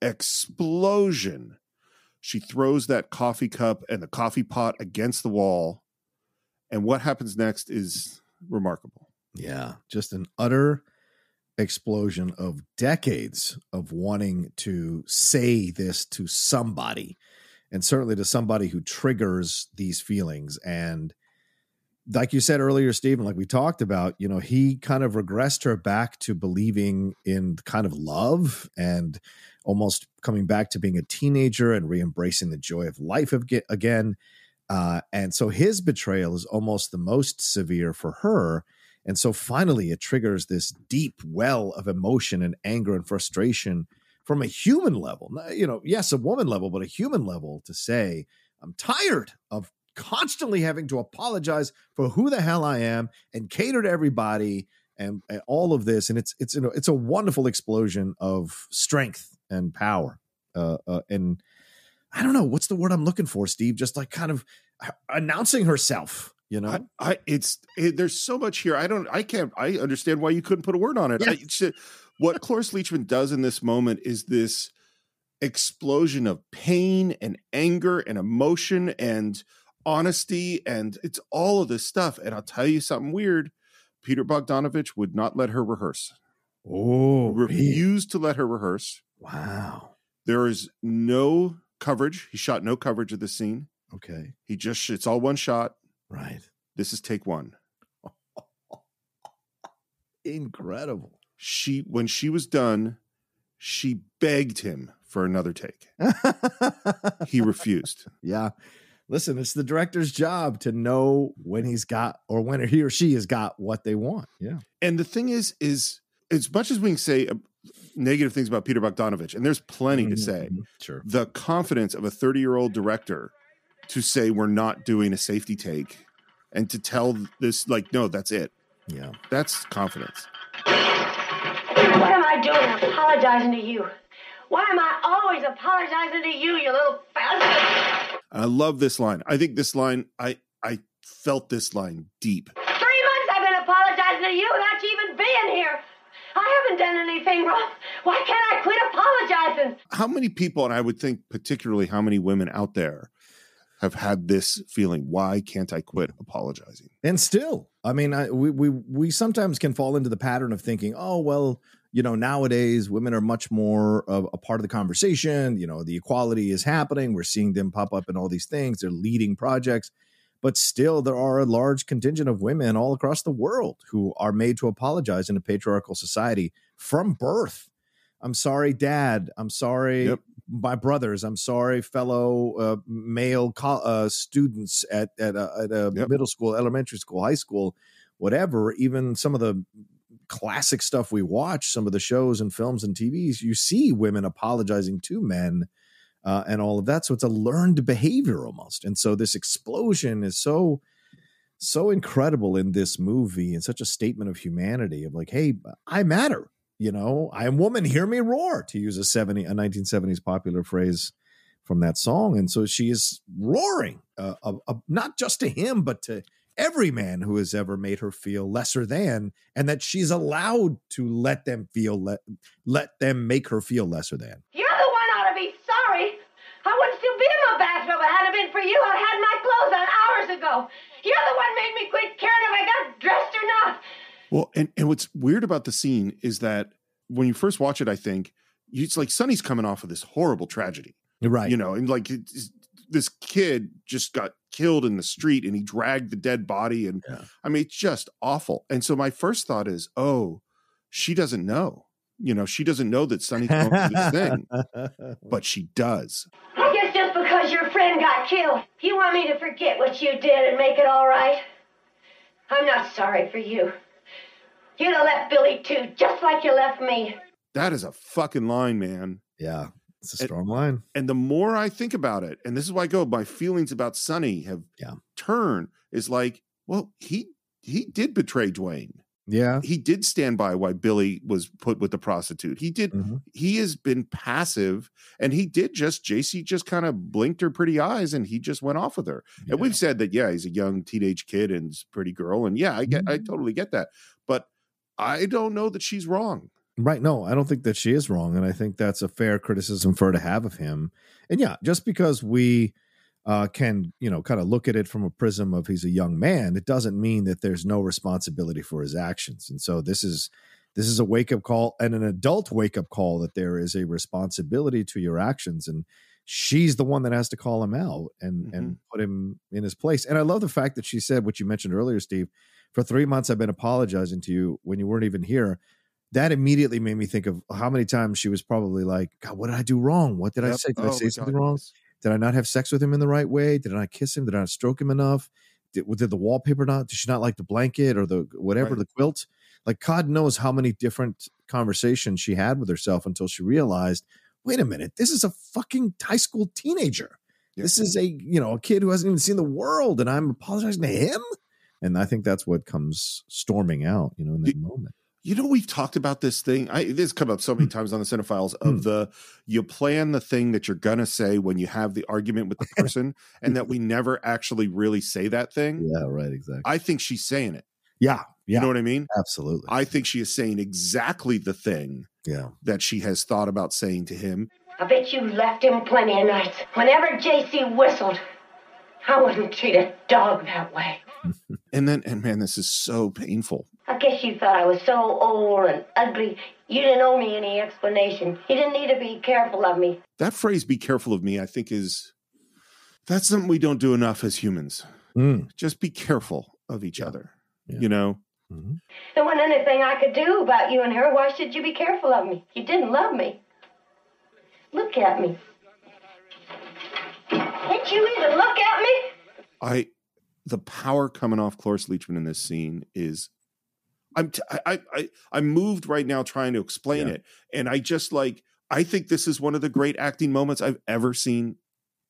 Speaker 2: explosion she throws that coffee cup and the coffee pot against the wall and what happens next is remarkable
Speaker 3: Yeah, just an utter explosion of decades of wanting to say this to somebody, and certainly to somebody who triggers these feelings. And like you said earlier, Stephen, like we talked about, you know, he kind of regressed her back to believing in kind of love and almost coming back to being a teenager and re embracing the joy of life ag- again. Uh, and so his betrayal is almost the most severe for her. And so finally, it triggers this deep well of emotion and anger and frustration from a human level. Not- You know, yes, a woman level, but a human level to say, I'm tired of constantly having to apologize for who the hell I am and cater to everybody and, and all of this. And it's it's you know it's a wonderful explosion of strength and power. Uh, uh, and I don't know what's the word I'm looking for, Steve. Just like kind of announcing herself. You know,
Speaker 2: I, I it's it, there's so much here. I don't. I can't. I understand why you couldn't put a word on it. I, it's, what Cloris Leachman does in this moment is this explosion of pain and anger and emotion and honesty and it's all of this stuff. And I'll tell you something weird. Peter Bogdanovich would not let her rehearse.
Speaker 3: Oh,
Speaker 2: Refused to let her rehearse.
Speaker 3: Wow.
Speaker 2: There is no coverage. He shot no coverage of the scene.
Speaker 3: Okay.
Speaker 2: He just it's all one shot.
Speaker 3: Right.
Speaker 2: This is take one.
Speaker 3: Incredible.
Speaker 2: She when she was done, she begged him for another take. he refused.
Speaker 3: Yeah. Listen, it's the director's job to know when he's got or when he or she has got what they want. Yeah.
Speaker 2: And the thing is, is as much as we can say uh, negative things about Peter Bogdanovich, and there's plenty
Speaker 3: Mm-hmm.
Speaker 2: to say,
Speaker 3: Sure.
Speaker 2: the confidence of a 30 year old director to say we're not doing a safety take and to tell this like no that's it
Speaker 3: Yeah.
Speaker 2: that's confidence
Speaker 17: What am I doing apologizing to you? Why am I always apologizing to you, you little bastard?
Speaker 2: i love this line i think this line i i felt this line deep
Speaker 17: Three months I've been apologizing to you without you even being here. I haven't done anything wrong. Why can't I quit apologizing?
Speaker 2: how many people and i would think particularly how many women out there have had this feeling why can't i quit apologizing
Speaker 3: And still, I mean, I, we we we sometimes can fall into the pattern of thinking, oh well, you know, nowadays women are much more of a part of the conversation. You know, the equality is happening. We're seeing them pop up in all these things. They're leading projects, but still, there are a large contingent of women all across the world who are made to apologize in a patriarchal society from birth. I'm sorry, Dad. I'm sorry, my brothers. I'm sorry, fellow uh, male co- uh, students at at a, at a middle school, elementary school, high school, whatever. Even some of the classic stuff we watch, some of the shows and films and TVs, you see women apologizing to men uh, and all of that. So it's a learned behavior almost. And so this explosion is so so incredible in this movie and such a statement of humanity of like, hey, I matter. You know, I am woman. Hear me roar, to use a seventy a nineteen seventies popular phrase from that song. And so she is roaring, uh, uh, uh, not just to him, but to every man who has ever made her feel lesser than, and that she's allowed to let them feel let let them make her feel lesser than.
Speaker 17: You're the one ought to be sorry. I wouldn't still be in my bathrobe if it hadn't been for you. I had my clothes on hours ago. You're the one made me quit caring if I got dressed or not.
Speaker 2: Well, and, and what's weird about the scene is that when you first watch it, I think you- it's like Sonny's coming off of this horrible tragedy,
Speaker 3: right?
Speaker 2: You know, and like it's- this kid just got killed in the street, and he dragged the dead body, and I mean, it's just awful. And so my first thought is, oh, she doesn't know. You know, she doesn't know that Sonny's going through this thing, but she does.
Speaker 17: I guess just because your friend got killed, you want me to forget what you did and make it all right? I'm not sorry for you. You'd have left Billy too, just like you left me.
Speaker 2: That is a fucking line, man.
Speaker 3: Yeah. It's a strong line.
Speaker 2: And the more I think about it, and this is why I go, my feelings about Sonny have
Speaker 3: yeah.
Speaker 2: turned is like, well, he he did betray Dwayne.
Speaker 3: Yeah.
Speaker 2: He did stand by why Billy was put with the prostitute. He
Speaker 3: Mm.
Speaker 2: did
Speaker 3: Mm-hmm.
Speaker 2: he has been passive and he did just JC just kind of blinked her pretty eyes and he just went off with her. And we've said that, yeah, he's a young teenage kid and he's a pretty girl. And yeah, I get
Speaker 3: Mm.
Speaker 2: I totally get that. But I don't know that she's wrong.
Speaker 3: Right. No, I don't think that she is wrong. And I think that's a fair criticism for her to have of him. And yeah, just because we uh, can, you know, kind of look at it from a prism of he's a young man, it doesn't mean that there's no responsibility for his actions. And so this is this is a wake up call and an adult wake up call that there is a responsibility to your actions. And she's the one that has to call him out and and put him in his place. And I love the fact that she said what you mentioned earlier, Steve. For three months, I've been apologizing to you when you weren't even here that immediately made me think of how many times she was probably like, God, what did I do wrong? What did I
Speaker 2: Yep.
Speaker 3: say? Did
Speaker 2: Oh
Speaker 3: I
Speaker 2: my
Speaker 3: say something
Speaker 2: God,
Speaker 3: wrong? Did I not have sex with him in the right way? Did I not kiss him? Did I not stroke him enough? Did, did the wallpaper not? Did she not like the blanket or the whatever, the quilt? Like, God knows how many different conversations she had with herself until she realized, wait a minute, this is a fucking high school teenager. This is a, you know, a kid who hasn't even seen the world and I'm apologizing to him. And I think that's what comes storming out, you know, in that moment.
Speaker 2: You know, we've talked about this thing. I, this has come up so
Speaker 3: Hmm.
Speaker 2: many times on the Cinephiles of the you plan the thing that you're gonna say when you have the argument with the person, and that we never actually really say that thing.
Speaker 3: Yeah, right, exactly.
Speaker 2: I think she's saying it.
Speaker 3: Yeah, yeah.
Speaker 2: Mm. You know what I mean?
Speaker 3: Absolutely.
Speaker 2: I think she is saying exactly the thing
Speaker 3: Yeah.
Speaker 2: that she has thought about saying to him.
Speaker 17: I bet you left him plenty of nights. Whenever J.C. whistled, I wouldn't treat a dog that way.
Speaker 2: And then, and man, this is so painful.
Speaker 17: I guess you thought I was so old and ugly, you didn't owe me any explanation. You didn't need to be careful of me.
Speaker 2: That phrase, be careful of me, I think is that's something we don't do enough as humans.
Speaker 3: Mm,
Speaker 2: Just be careful of each other. You know?
Speaker 3: mm-hmm.
Speaker 17: There wasn't anything I could do about you and her. Why should you be careful of me? You didn't love me. Look at me. Didn't you even look at me?
Speaker 2: I the power coming off Cloris Leachman in this scene is I'm t- I, I I I'm moved right now trying to explain it, and I just like I think this is one of the great acting moments I've ever seen.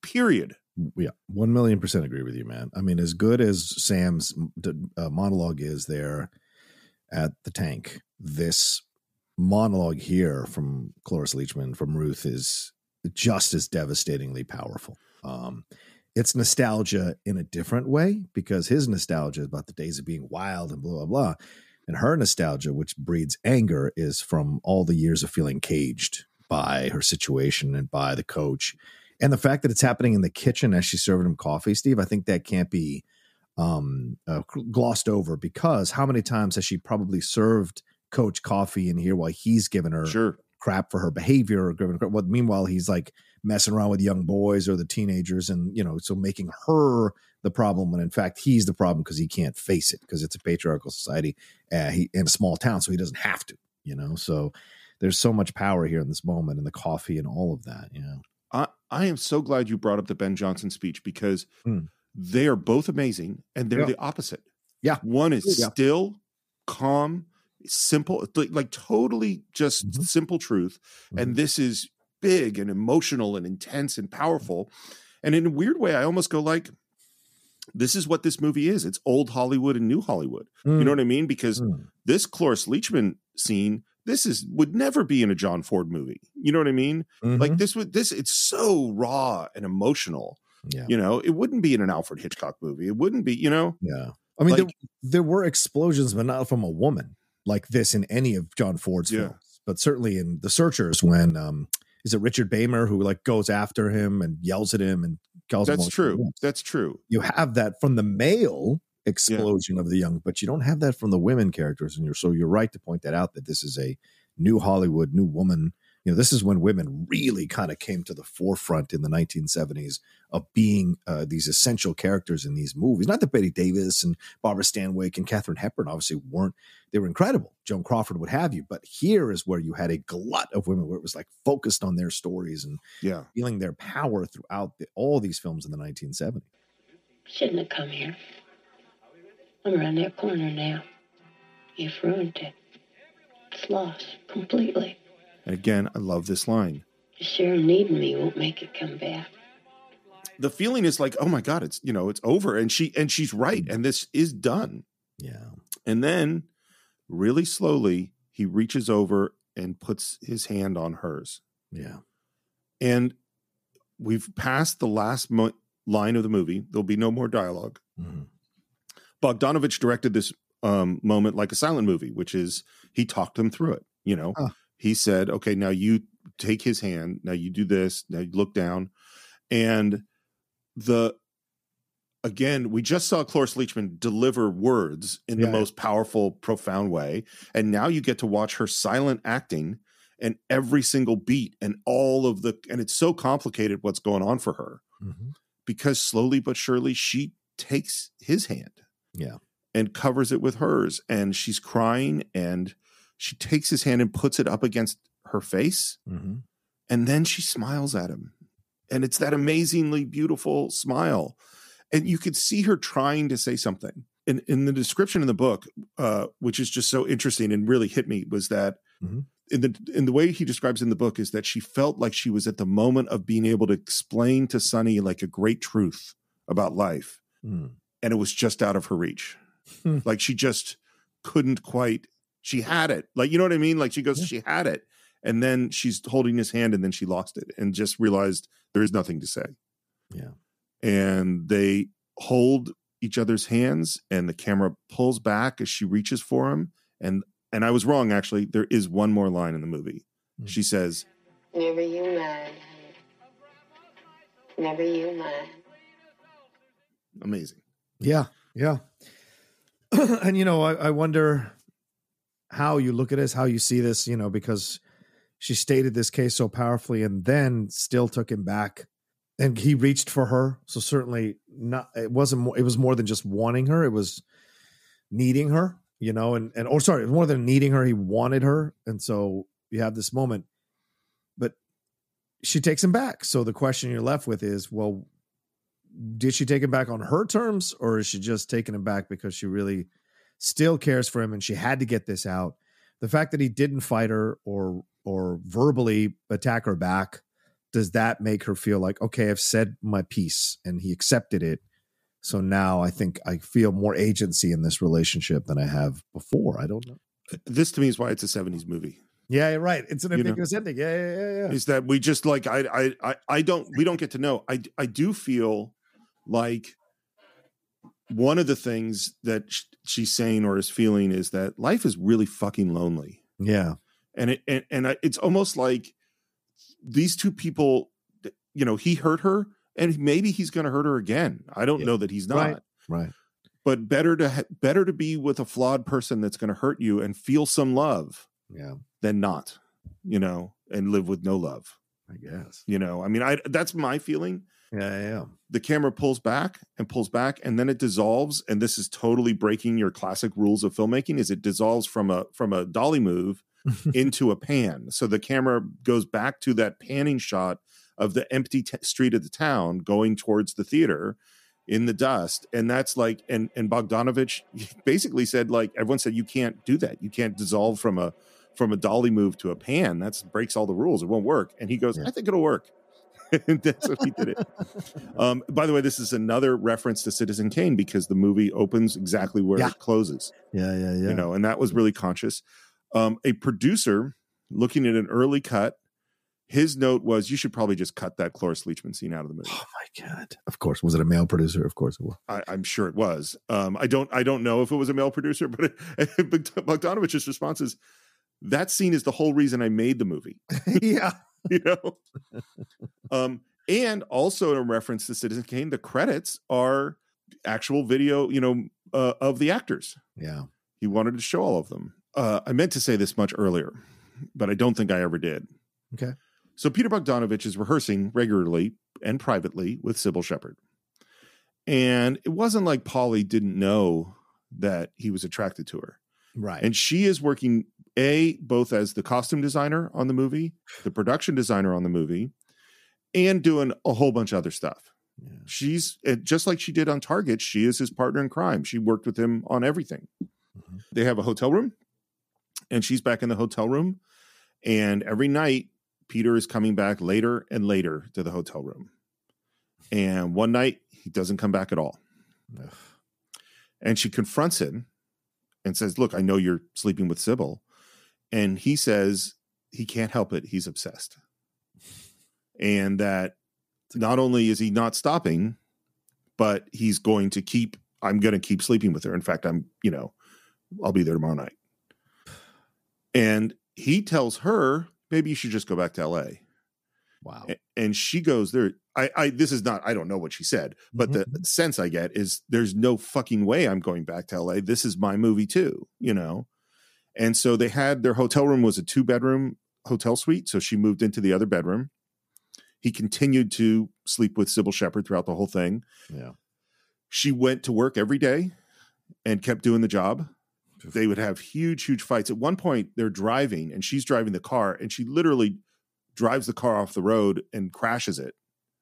Speaker 2: Period.
Speaker 3: yeah, one million percent agree with you, man. I mean, as good as Sam's uh, monologue is there at the tank, this monologue here from Cloris Leachman from Ruth is just as devastatingly powerful. Um, it's nostalgia in a different way because his nostalgia is about the days of being wild and blah blah blah, and her nostalgia, which breeds anger, is from all the years of feeling caged by her situation and by the coach and the fact that it's happening in the kitchen as she's serving him coffee, Steve, I think that can't be um, uh, glossed over because how many times has she probably served Coach coffee in here while he's giving her crap for her behavior or giving her crap? Well, meanwhile, he's like messing around with young boys or the teenagers and, you know, so making her the problem when in fact he's the problem because he can't face it because it's a patriarchal society uh, he, in a small town, so he doesn't have to, you know? So there's so much power here in this moment and the coffee and all of that, you know?
Speaker 2: I I am so glad you brought up the Ben Johnson speech because
Speaker 3: Hmm.
Speaker 2: they are both amazing and they're
Speaker 3: Yeah.
Speaker 2: the opposite.
Speaker 3: Yeah.
Speaker 2: One is
Speaker 3: Yeah.
Speaker 2: still calm, simple, like, like totally just
Speaker 3: Mm-hmm.
Speaker 2: simple truth. And this is big and emotional and intense and powerful. And in a weird way, I almost go like, this is what this movie is. It's old Hollywood and new Hollywood. You
Speaker 3: Mm.
Speaker 2: know what I mean? Because this Cloris Leachman scene, this is would never be in a John Ford movie. You know what I mean?
Speaker 3: Hmm. Mm-hmm.
Speaker 2: Like this would this it's so raw and emotional.
Speaker 3: Yeah.
Speaker 2: You know, it wouldn't be in an Alfred Hitchcock movie. It wouldn't be, you know.
Speaker 3: Yeah. I mean,
Speaker 2: Like-
Speaker 3: there, there were explosions, but not from a woman like this in any of John Ford's
Speaker 2: Yeah.
Speaker 3: films. But certainly in The Searchers, when um, is it Richard Baymer who like goes after him and yells at him and calls him.
Speaker 2: That's
Speaker 3: all-
Speaker 2: true. That's true.
Speaker 3: You have that from the male explosion of the young, but you don't have that from the women characters. And you're so you're right to point that out that this is a new Hollywood, new woman. You know, this is when women really kind of came to the forefront in the 1970s of being uh, these essential characters in these movies. Not that Betty Davis and Barbara Stanwyck and Katherine Hepburn obviously weren't, they were incredible. Joan Crawford would have you, but here is where you had a glut of women where it was like focused on their stories and
Speaker 2: Yeah.
Speaker 3: feeling their power throughout the, all these films in the 1970s.
Speaker 7: Shouldn't have come here. I'm around that corner now. You've ruined it. It's lost completely.
Speaker 2: And again, I love this line.
Speaker 7: Sure, needing me won't make it come back.
Speaker 2: The feeling is like, oh my God, it's you know, it's over. And she and she's right. And this is done.
Speaker 3: Yeah.
Speaker 2: And then really slowly, he reaches over and puts his hand on hers.
Speaker 3: Yeah.
Speaker 2: And we've passed the last mo- line of the movie. There'll be no more dialog Bogdanovich directed this um, moment like a silent movie, which is he talked them through it. You know, he said, "Okay, now you take his hand. Now you do this. Now you look down." And the again, we just saw Cloris Leachman deliver words in the
Speaker 3: Yeah.
Speaker 2: most powerful, profound way, and now you get to watch her silent acting and every single beat and all of the and it's so complicated what's going on for her because slowly but surely she takes his hand
Speaker 3: Yeah.
Speaker 2: and covers it with hers and she's crying and she takes his hand and puts it up against her face
Speaker 3: Mhm.
Speaker 2: and then she smiles at him and it's that amazingly beautiful smile and you could see her trying to say something in, in the description in the book uh, which is just so interesting and really hit me was that in the in the way he describes in the book is that she felt like she was at the moment of being able to explain to Sonny like a great truth about life,
Speaker 3: Mm.
Speaker 2: and it was just out of her reach.
Speaker 3: Hmm.
Speaker 2: Like she just couldn't quite. She had it. Like, you know what I mean? Like she goes, she had it. And then she's holding his hand and then she lost it and just realized there is nothing to say.
Speaker 3: Yeah.
Speaker 2: And they hold each other's hands and the camera pulls back as she reaches for him. And and I was wrong actually. There is one more line in the movie.
Speaker 3: Hmm.
Speaker 2: She says,
Speaker 7: Never you mind. honey. Never you mind.
Speaker 2: Amazing.
Speaker 3: Yeah, yeah. and you know, I, I wonder how you look at this, how you see this, you know, because she stated this case so powerfully and then still took him back and he reached for her. So certainly not it wasn't more, it was more than just wanting her, it was needing her, you know, and and or sorry, it was more than needing her, he wanted her. And so you have this moment but she takes him back. So the question you're left with is, well, did she take him back on her terms or is she just taking him back because she really still cares for him and she had to get this out the fact that he didn't fight her or or verbally attack her back does that make her feel like okay i've said my piece and he accepted it so now i think i feel more agency in this relationship than i have before i don't know
Speaker 2: This to me is why it's a 70s movie.
Speaker 3: yeah you're right it's an
Speaker 2: You know.
Speaker 3: ambiguous ending yeah yeah yeah yeah
Speaker 2: is that we just like I I I I don't we don't get to know. I I do feel like one of the things that sh- she's saying or is feeling is that life is really fucking lonely,
Speaker 3: yeah
Speaker 2: and it and, and I, it's almost like these two people, you know, he hurt her, and maybe he's going to hurt her again. I don't know that he's not
Speaker 3: Right. right
Speaker 2: but better to ha- better to be with a flawed person that's going to hurt you and feel some love
Speaker 3: Yeah.
Speaker 2: than not you know and live with no love
Speaker 3: i guess
Speaker 2: you know i mean i that's my feeling
Speaker 3: yeah yeah
Speaker 2: the camera pulls back and pulls back and then it dissolves and this is totally breaking your classic rules of filmmaking is it dissolves from a from a dolly move into a pan so the camera goes back to that panning shot of the empty t- street of the town going towards the theater in the dust and that's like and and bogdanovich basically said like everyone said you can't do that you can't dissolve from a from a dolly move to a pan that's breaks all the rules it won't work and he goes i think it'll work and that's what he did it um by the way this is another reference to citizen kane because the movie opens exactly where
Speaker 3: Yeah.
Speaker 2: it closes
Speaker 3: yeah yeah yeah
Speaker 2: you know and that was really conscious um a producer looking at an early cut his note was you should probably just cut that cloris leachman scene out of the movie
Speaker 3: my god of course was it a male producer of course it was
Speaker 2: I, I'm sure it was. Um, I don't. I don't know if it was a male producer, but Bogdanovich's response is, "That scene is the whole reason I made the movie."
Speaker 3: yeah
Speaker 2: you know. um, and also in reference to Citizen Kane, the credits are actual video. You know uh, of the actors.
Speaker 3: yeah
Speaker 2: He wanted to show all of them. Uh, I meant to say this much earlier, but I don't think I ever did.
Speaker 3: okay
Speaker 2: So Peter Bogdanovich is rehearsing regularly and privately with Sybil Shepherd. And it wasn't like Polly didn't know that he was attracted to her.
Speaker 3: right
Speaker 2: And she is working a both as the costume designer on the movie, the production designer on the movie, and doing a whole bunch of other stuff. She's uh, just like she did on Target. She is his partner in crime. She worked with him on everything. They have a hotel room, and she's back in the hotel room. And every night, Peter is coming back later and later to the hotel room. And one night, he doesn't come back at all.
Speaker 3: Ugh.
Speaker 2: And she confronts him and says, Look, I know you're sleeping with Sybil. And he says he can't help it. He's obsessed. And that not only is he not stopping, but he's going to keep, I'm going to keep sleeping with her. In fact, I'm, you know, I'll be there tomorrow night. And he tells her, maybe you should just go back to LA.
Speaker 3: wow
Speaker 2: A- And she goes, there, I, I, this is not, I don't know what she said, but the sense I get is there's no fucking way I'm going back to LA. This is my movie too, you know? And so they had their hotel room was a two bedroom hotel suite. So she moved into the other bedroom. He continued to sleep with Sybil Shepherd throughout the whole thing.
Speaker 3: yeah
Speaker 2: She went to work every day and kept doing the job. They would have huge, huge fights. At one point, they're driving and she's driving the car and she literally drives the car off the road and crashes it.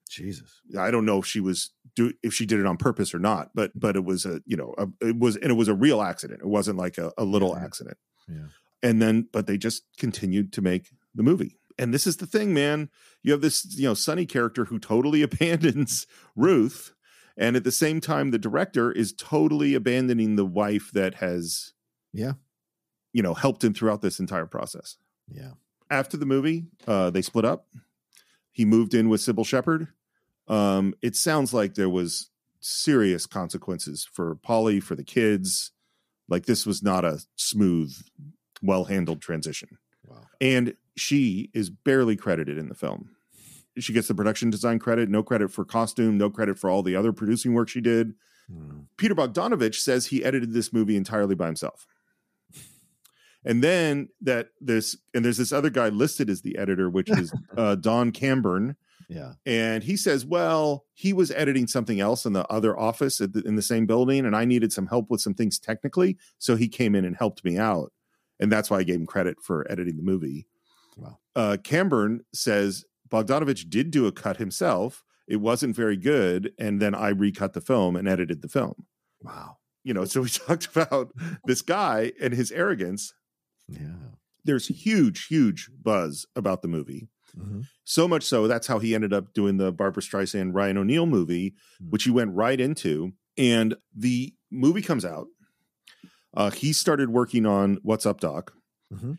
Speaker 3: jesus
Speaker 2: I don't know if she was do if she did it on purpose or not, but but it was a you know a, it was and it was a real accident. It wasn't like a, a little accident.
Speaker 3: Yeah.
Speaker 2: And then but they just continued to make the movie. And this is the thing, man. You have this you know Sunny character who totally abandons Ruth, and at the same time the director is totally abandoning the wife that has
Speaker 3: yeah
Speaker 2: you know, helped him throughout this entire process.
Speaker 3: Yeah.
Speaker 2: After the movie, uh, they split up. He moved in with Sybil Shepherd. Um, it sounds like there was serious consequences for Polly, for the kids. Like this was not a smooth, well handled transition.
Speaker 3: Wow.
Speaker 2: And she is barely credited in the film. She gets the production design credit, no credit for costume, no credit for all the other producing work she did.
Speaker 3: Mm-hmm.
Speaker 2: Peter Bogdanovich says he edited this movie entirely by himself. And then that this and there's this other guy listed as the editor, which is uh, Don Camburn,
Speaker 3: Yeah.
Speaker 2: and he says, "Well, he was editing something else in the other office at the, in the same building, and I needed some help with some things technically, so he came in and helped me out, and that's why I gave him credit for editing the movie."
Speaker 3: Wow.
Speaker 2: Uh, Camburn says Bogdanovich did do a cut himself. It wasn't very good, and then I recut the film and edited the film.
Speaker 3: Wow.
Speaker 2: You know, so we talked about this guy and his arrogance.
Speaker 3: Yeah.
Speaker 2: There's huge, huge buzz about the movie.
Speaker 3: Mm-hmm.
Speaker 2: So much so that's how he ended up doing the Barbara Streisand Ryan O'Neill movie, which he went right into. And the movie comes out. Uh, he started working on What's Up, Doc.
Speaker 3: Mhm.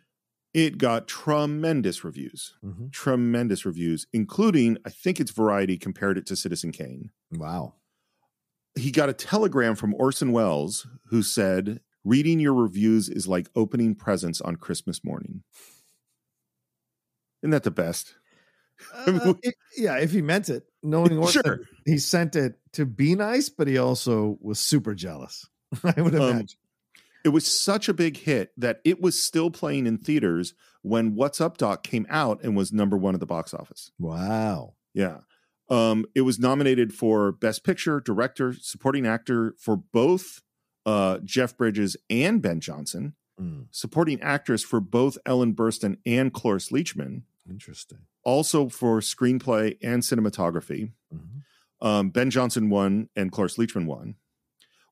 Speaker 2: It got tremendous reviews,
Speaker 3: Mhm.
Speaker 2: tremendous reviews, including I think it's Variety compared it to Citizen Kane.
Speaker 3: Wow.
Speaker 2: He got a telegram from Orson Welles who said, "Reading your reviews is like opening presents on Christmas morning." Isn't that the best?
Speaker 3: Uh, it- yeah, if he meant it, knowing Orson,
Speaker 2: Sure.
Speaker 3: he sent it to be nice, but he also was super jealous. I would
Speaker 2: Um,
Speaker 3: imagine.
Speaker 2: it was such a big hit that it was still playing in theaters when What's Up Doc came out and was number one at the box office.
Speaker 3: wow.
Speaker 2: Yeah. Um, it was nominated for Best Picture, Director, Supporting Actor for both uh, Jeff Bridges and Ben Johnson,
Speaker 3: Mm,
Speaker 2: Supporting Actress for both Ellen Burstyn and Cloris Leachman,
Speaker 3: interesting.
Speaker 2: also for Screenplay and Cinematography.
Speaker 3: Mhm.
Speaker 2: Um, ben Johnson won and Cloris Leachman won,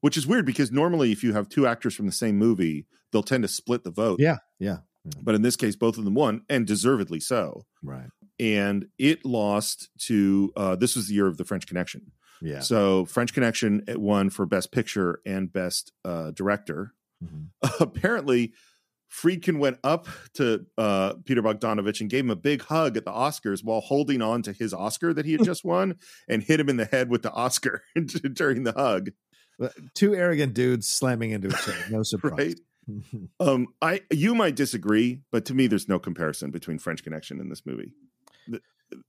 Speaker 2: which is weird because normally if you have two actors from the same movie, they'll tend to split the vote.
Speaker 3: Yeah. Yeah. Mm-hmm.
Speaker 2: But in this case, both of them won and deservedly so.
Speaker 3: Right.
Speaker 2: And it lost to uh, this was the year of the French Connection.
Speaker 3: Yeah.
Speaker 2: So French Connection it won for Best Picture and Best uh, Director.
Speaker 3: Mhm.
Speaker 2: Apparently, Friedkin went up to uh, Peter Bogdanovich and gave him a big hug at the Oscars while holding on to his Oscar that he had just won and hit him in the head with the Oscar during the hug.
Speaker 3: But uh, Two arrogant dudes slamming into each other. No surprise.
Speaker 2: Um, I you might disagree, but to me, there's no comparison between French Connection and this movie. The,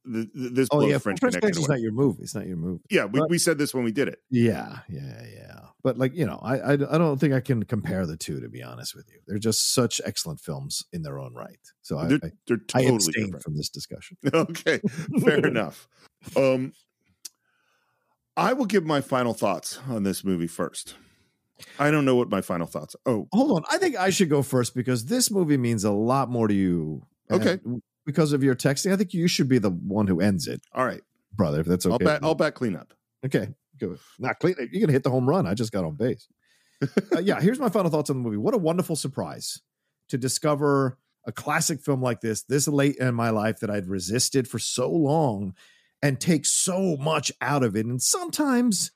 Speaker 2: the, the- this
Speaker 3: oh
Speaker 2: blows
Speaker 3: yeah,
Speaker 2: French,
Speaker 3: French,
Speaker 2: Connection
Speaker 3: Connection Connection's
Speaker 2: away.
Speaker 3: not your movie. It's not your movie.
Speaker 2: yeah, we,
Speaker 3: But-
Speaker 2: we said this when we did it.
Speaker 3: Yeah, yeah, yeah. But like you know, I, I I don't think I can compare the two to be honest with you. They're just such excellent films in their own right. So I
Speaker 2: They're-
Speaker 3: I,
Speaker 2: they're
Speaker 3: I
Speaker 2: totally
Speaker 3: abstain
Speaker 2: different.
Speaker 3: from this discussion.
Speaker 2: okay, fair enough. Um, I will give my final thoughts on this movie first. I don't know what my final thoughts. Are. Oh,
Speaker 3: Hold on, I think I should go first because this movie means a lot more to you. And
Speaker 2: Okay.
Speaker 3: because of your texting, I think you should be the one who ends it,
Speaker 2: all right.
Speaker 3: brother. If that's okay.
Speaker 2: I'll
Speaker 3: with
Speaker 2: back.
Speaker 3: you.
Speaker 2: I'll back clean up.
Speaker 3: Okay, good. Not clean. You're gonna hit the home run. I just got on base. Uh, yeah, here's my final thoughts on the movie. What a wonderful surprise to discover a classic film like this this late in my life that I'd resisted for so long, and take so much out of it. And sometimes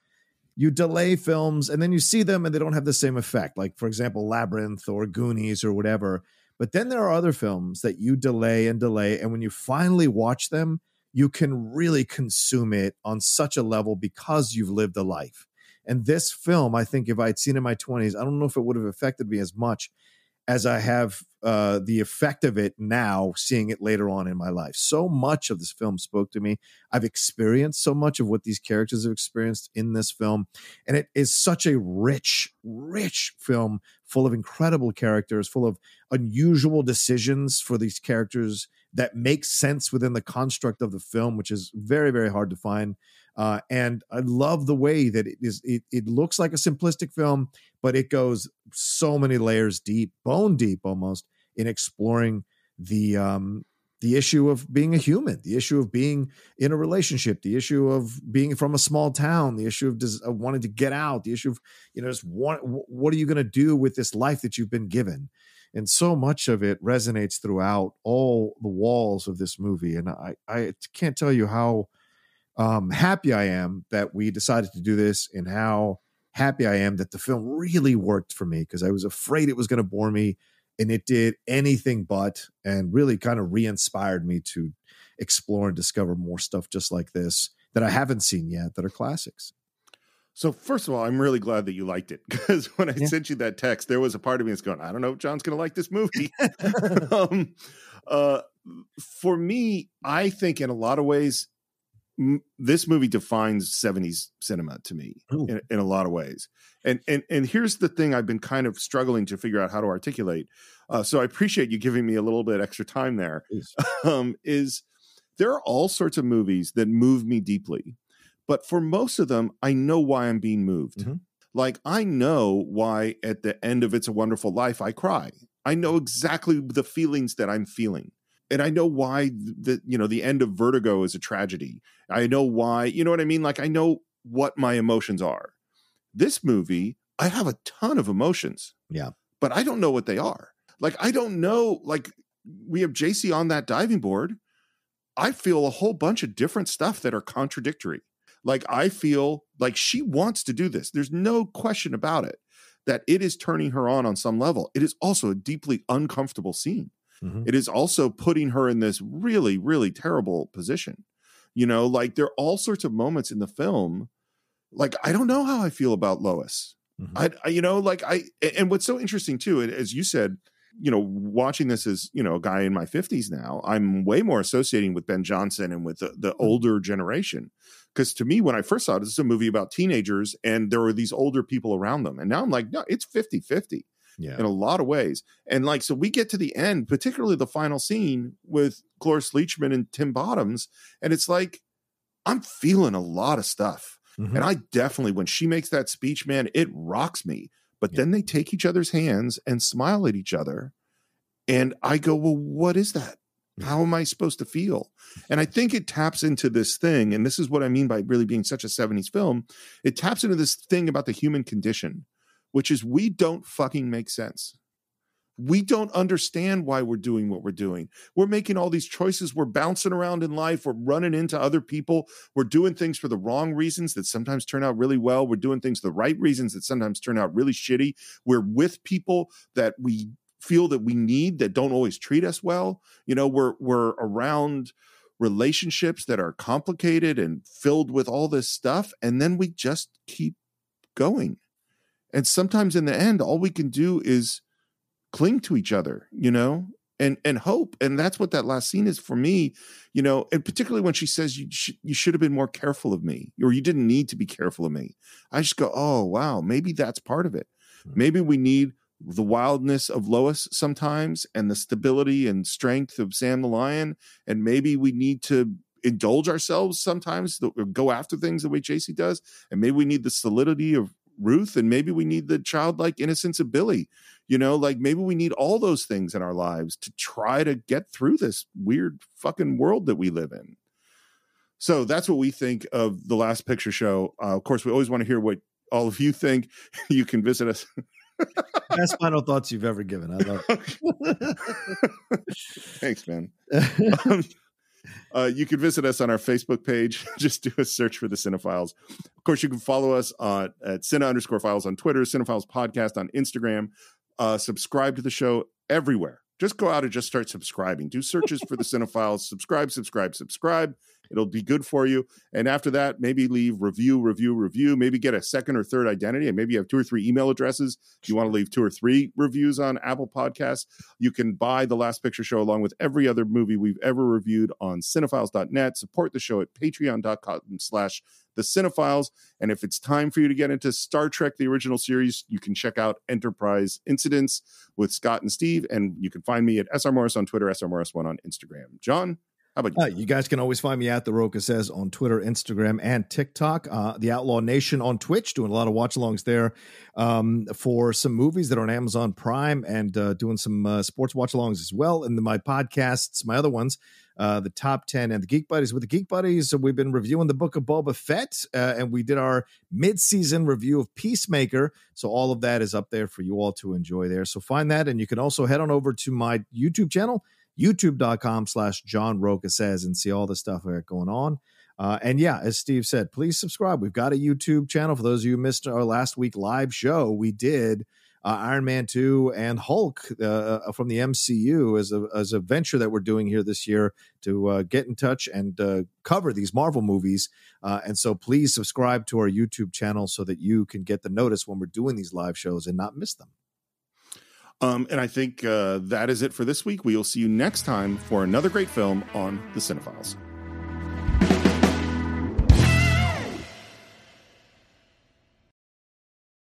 Speaker 3: you delay films and then you see them and they don't have the same effect. Like for example, Labyrinth or Goonies or whatever. But then there are other films that you delay and delay, and when you finally watch them, you can really consume it on such a level because you've lived a life. And this film, I think, if I had seen it in my 20s, I don't know if it would have affected me as much as I have uh, the effect of it now, seeing it later on in my life. So much of this film spoke to me. I've experienced so much of what these characters have experienced in this film. And it is such a rich, rich film full of incredible characters, full of unusual decisions for these characters that make sense within the construct of the film, which is very, very hard to find. Uh, and I love the way that it is. It, it looks like a simplistic film, but it goes so many layers deep, bone deep almost, in exploring the um, the issue of being a human, the issue of being in a relationship, the issue of being from a small town, the issue of, des- of wanting to get out, the issue of you know, just what what are you going to do with this life that you've been given? and so much of it resonates throughout all the walls of this movie and i i can't tell you how um happy i am that we decided to do this and how happy i am that the film really worked for me because i was afraid it was going to bore me and it did anything but and really kind of re-inspired me to explore and discover more stuff just like this that I haven't seen yet that are classics.
Speaker 2: So first of all, I'm really glad that you liked it because when I sent you that text, there was a part of me that's going, I don't know if John's going to like this movie. um, uh, for me, I think in a lot of ways, m- this movie defines 70s cinema to me in, in a lot of ways. And and and here's the thing I've been kind of struggling to figure out how to articulate. Uh, so I appreciate you giving me a little bit extra time there. Um, is there are all sorts of movies that move me deeply but for most of them i know why i'm being moved like i know why at the end of it's a wonderful life i cry i know exactly the feelings that i'm feeling and i know why the you know the end of vertigo is a tragedy i know why you know what i mean like i know what my emotions are this movie i have a ton of emotions
Speaker 3: Yeah.
Speaker 2: but I don't know what they are. Like I don't know. Like we have JC on that diving board. I feel a whole bunch of different stuff that are contradictory. Like I feel like she wants to do this. There's no question about it that it is turning her on on some level. It is also a deeply uncomfortable scene. It is also putting her in this really, really terrible position. You know, like there are all sorts of moments in the film. Like I don't know how I feel about Lois. I, I, you know, like I, a- and what's so interesting too, and as you said, you know, watching this as you know, a guy in my fifties now, I'm way more associating with Ben Johnson and with the, the older generation. Because to me, when I first saw it, this is a movie about teenagers, and there were these older people around them, and now I'm like, no, it's 50 50
Speaker 3: Yeah.
Speaker 2: in a lot of ways. And like, so we get to the end, particularly the final scene with Cloris Leachman and Tim Bottoms, and it's like, I'm feeling a lot of stuff.
Speaker 3: Mm-hmm.
Speaker 2: And I definitely, when she makes that speech, man, it rocks me. But then they take each other's hands and smile at each other. And I go, well, what is that? How am I supposed to feel? And I think it taps into this thing. And this is what I mean by really being such a 70s film. It taps into this thing about the human condition, which is we don't fucking make sense. We don't understand why we're doing what we're doing. We're making all these choices. We're bouncing around in life. We're running into other people. We're doing things for the wrong reasons that sometimes turn out really well. We're doing things the right reasons that sometimes turn out really shitty. We're with people that we feel that we need that don't always treat us well. You know, we're we're around relationships that are complicated and filled with all this stuff and then we just keep going. And sometimes in the end all we can do is cling to each other you know and and hope and that's what that last scene is for me you know and particularly when she says you sh- you should have been more careful of me or you didn't need to be careful of me i just go oh wow maybe that's part of it maybe we need the wildness of lois sometimes and the stability and strength of sam the lion and maybe we need to indulge ourselves sometimes th- or go after things the way jc does and maybe we need the solidity of ruth and maybe we need the childlike innocence of billy you know, like maybe we need all those things in our lives to try to get through this weird fucking world that we live in. So that's what we think of the Last Picture Show. Uh, of course, we always want to hear what all of you think. You can visit us.
Speaker 3: Best final thoughts you've ever given. I love it.
Speaker 2: Thanks, man. Um, uh, you can visit us on our Facebook page. Just do a search for the Cinephiles. Of course, you can follow us on at Cine underscore files on Twitter, Cinephiles Podcast on Instagram. Uh, subscribe to the show everywhere. Just go out and just start subscribing. Do searches for the Cinephiles. Subscribe, subscribe, subscribe. It'll be good for you. And after that, maybe leave review, review, review. Maybe get a second or third identity. And maybe you have two or three email addresses. You want to leave two or three reviews on Apple Podcasts. You can buy The Last Picture Show along with every other movie we've ever reviewed on cinephiles.net. Support the show at patreon.com slash the cinephiles. And if it's time for you to get into Star Trek, the original series, you can check out Enterprise Incidents with Scott and Steve. And you can find me at SR Morris on Twitter, SR Morris1 on Instagram. John, how about you?
Speaker 3: Uh, you guys can always find me at The Roca Says on Twitter, Instagram, and TikTok. Uh, the Outlaw Nation on Twitch, doing a lot of watch alongs there um, for some movies that are on Amazon Prime and uh, doing some uh, sports watch alongs as well. And then my podcasts, my other ones, uh, the Top 10 and the Geek Buddies. With the Geek Buddies, we've been reviewing the book of Boba Fett, uh, and we did our mid season review of Peacemaker. So all of that is up there for you all to enjoy there. So find that. And you can also head on over to my YouTube channel youtube.com slash john roca says and see all the stuff that going on uh, and yeah as steve said please subscribe we've got a youtube channel for those of you who missed our last week live show we did uh, Iron Man 2 and Hulk uh, from the MCU as a, as a venture that we're doing here this year to uh, get in touch and uh, cover these Marvel movies. Uh, and so please subscribe to our YouTube channel so that you can get the notice when we're doing these live shows and not miss them.
Speaker 2: Um, and I think uh, that is it for this week. We will see you next time for another great film on The Cinephiles.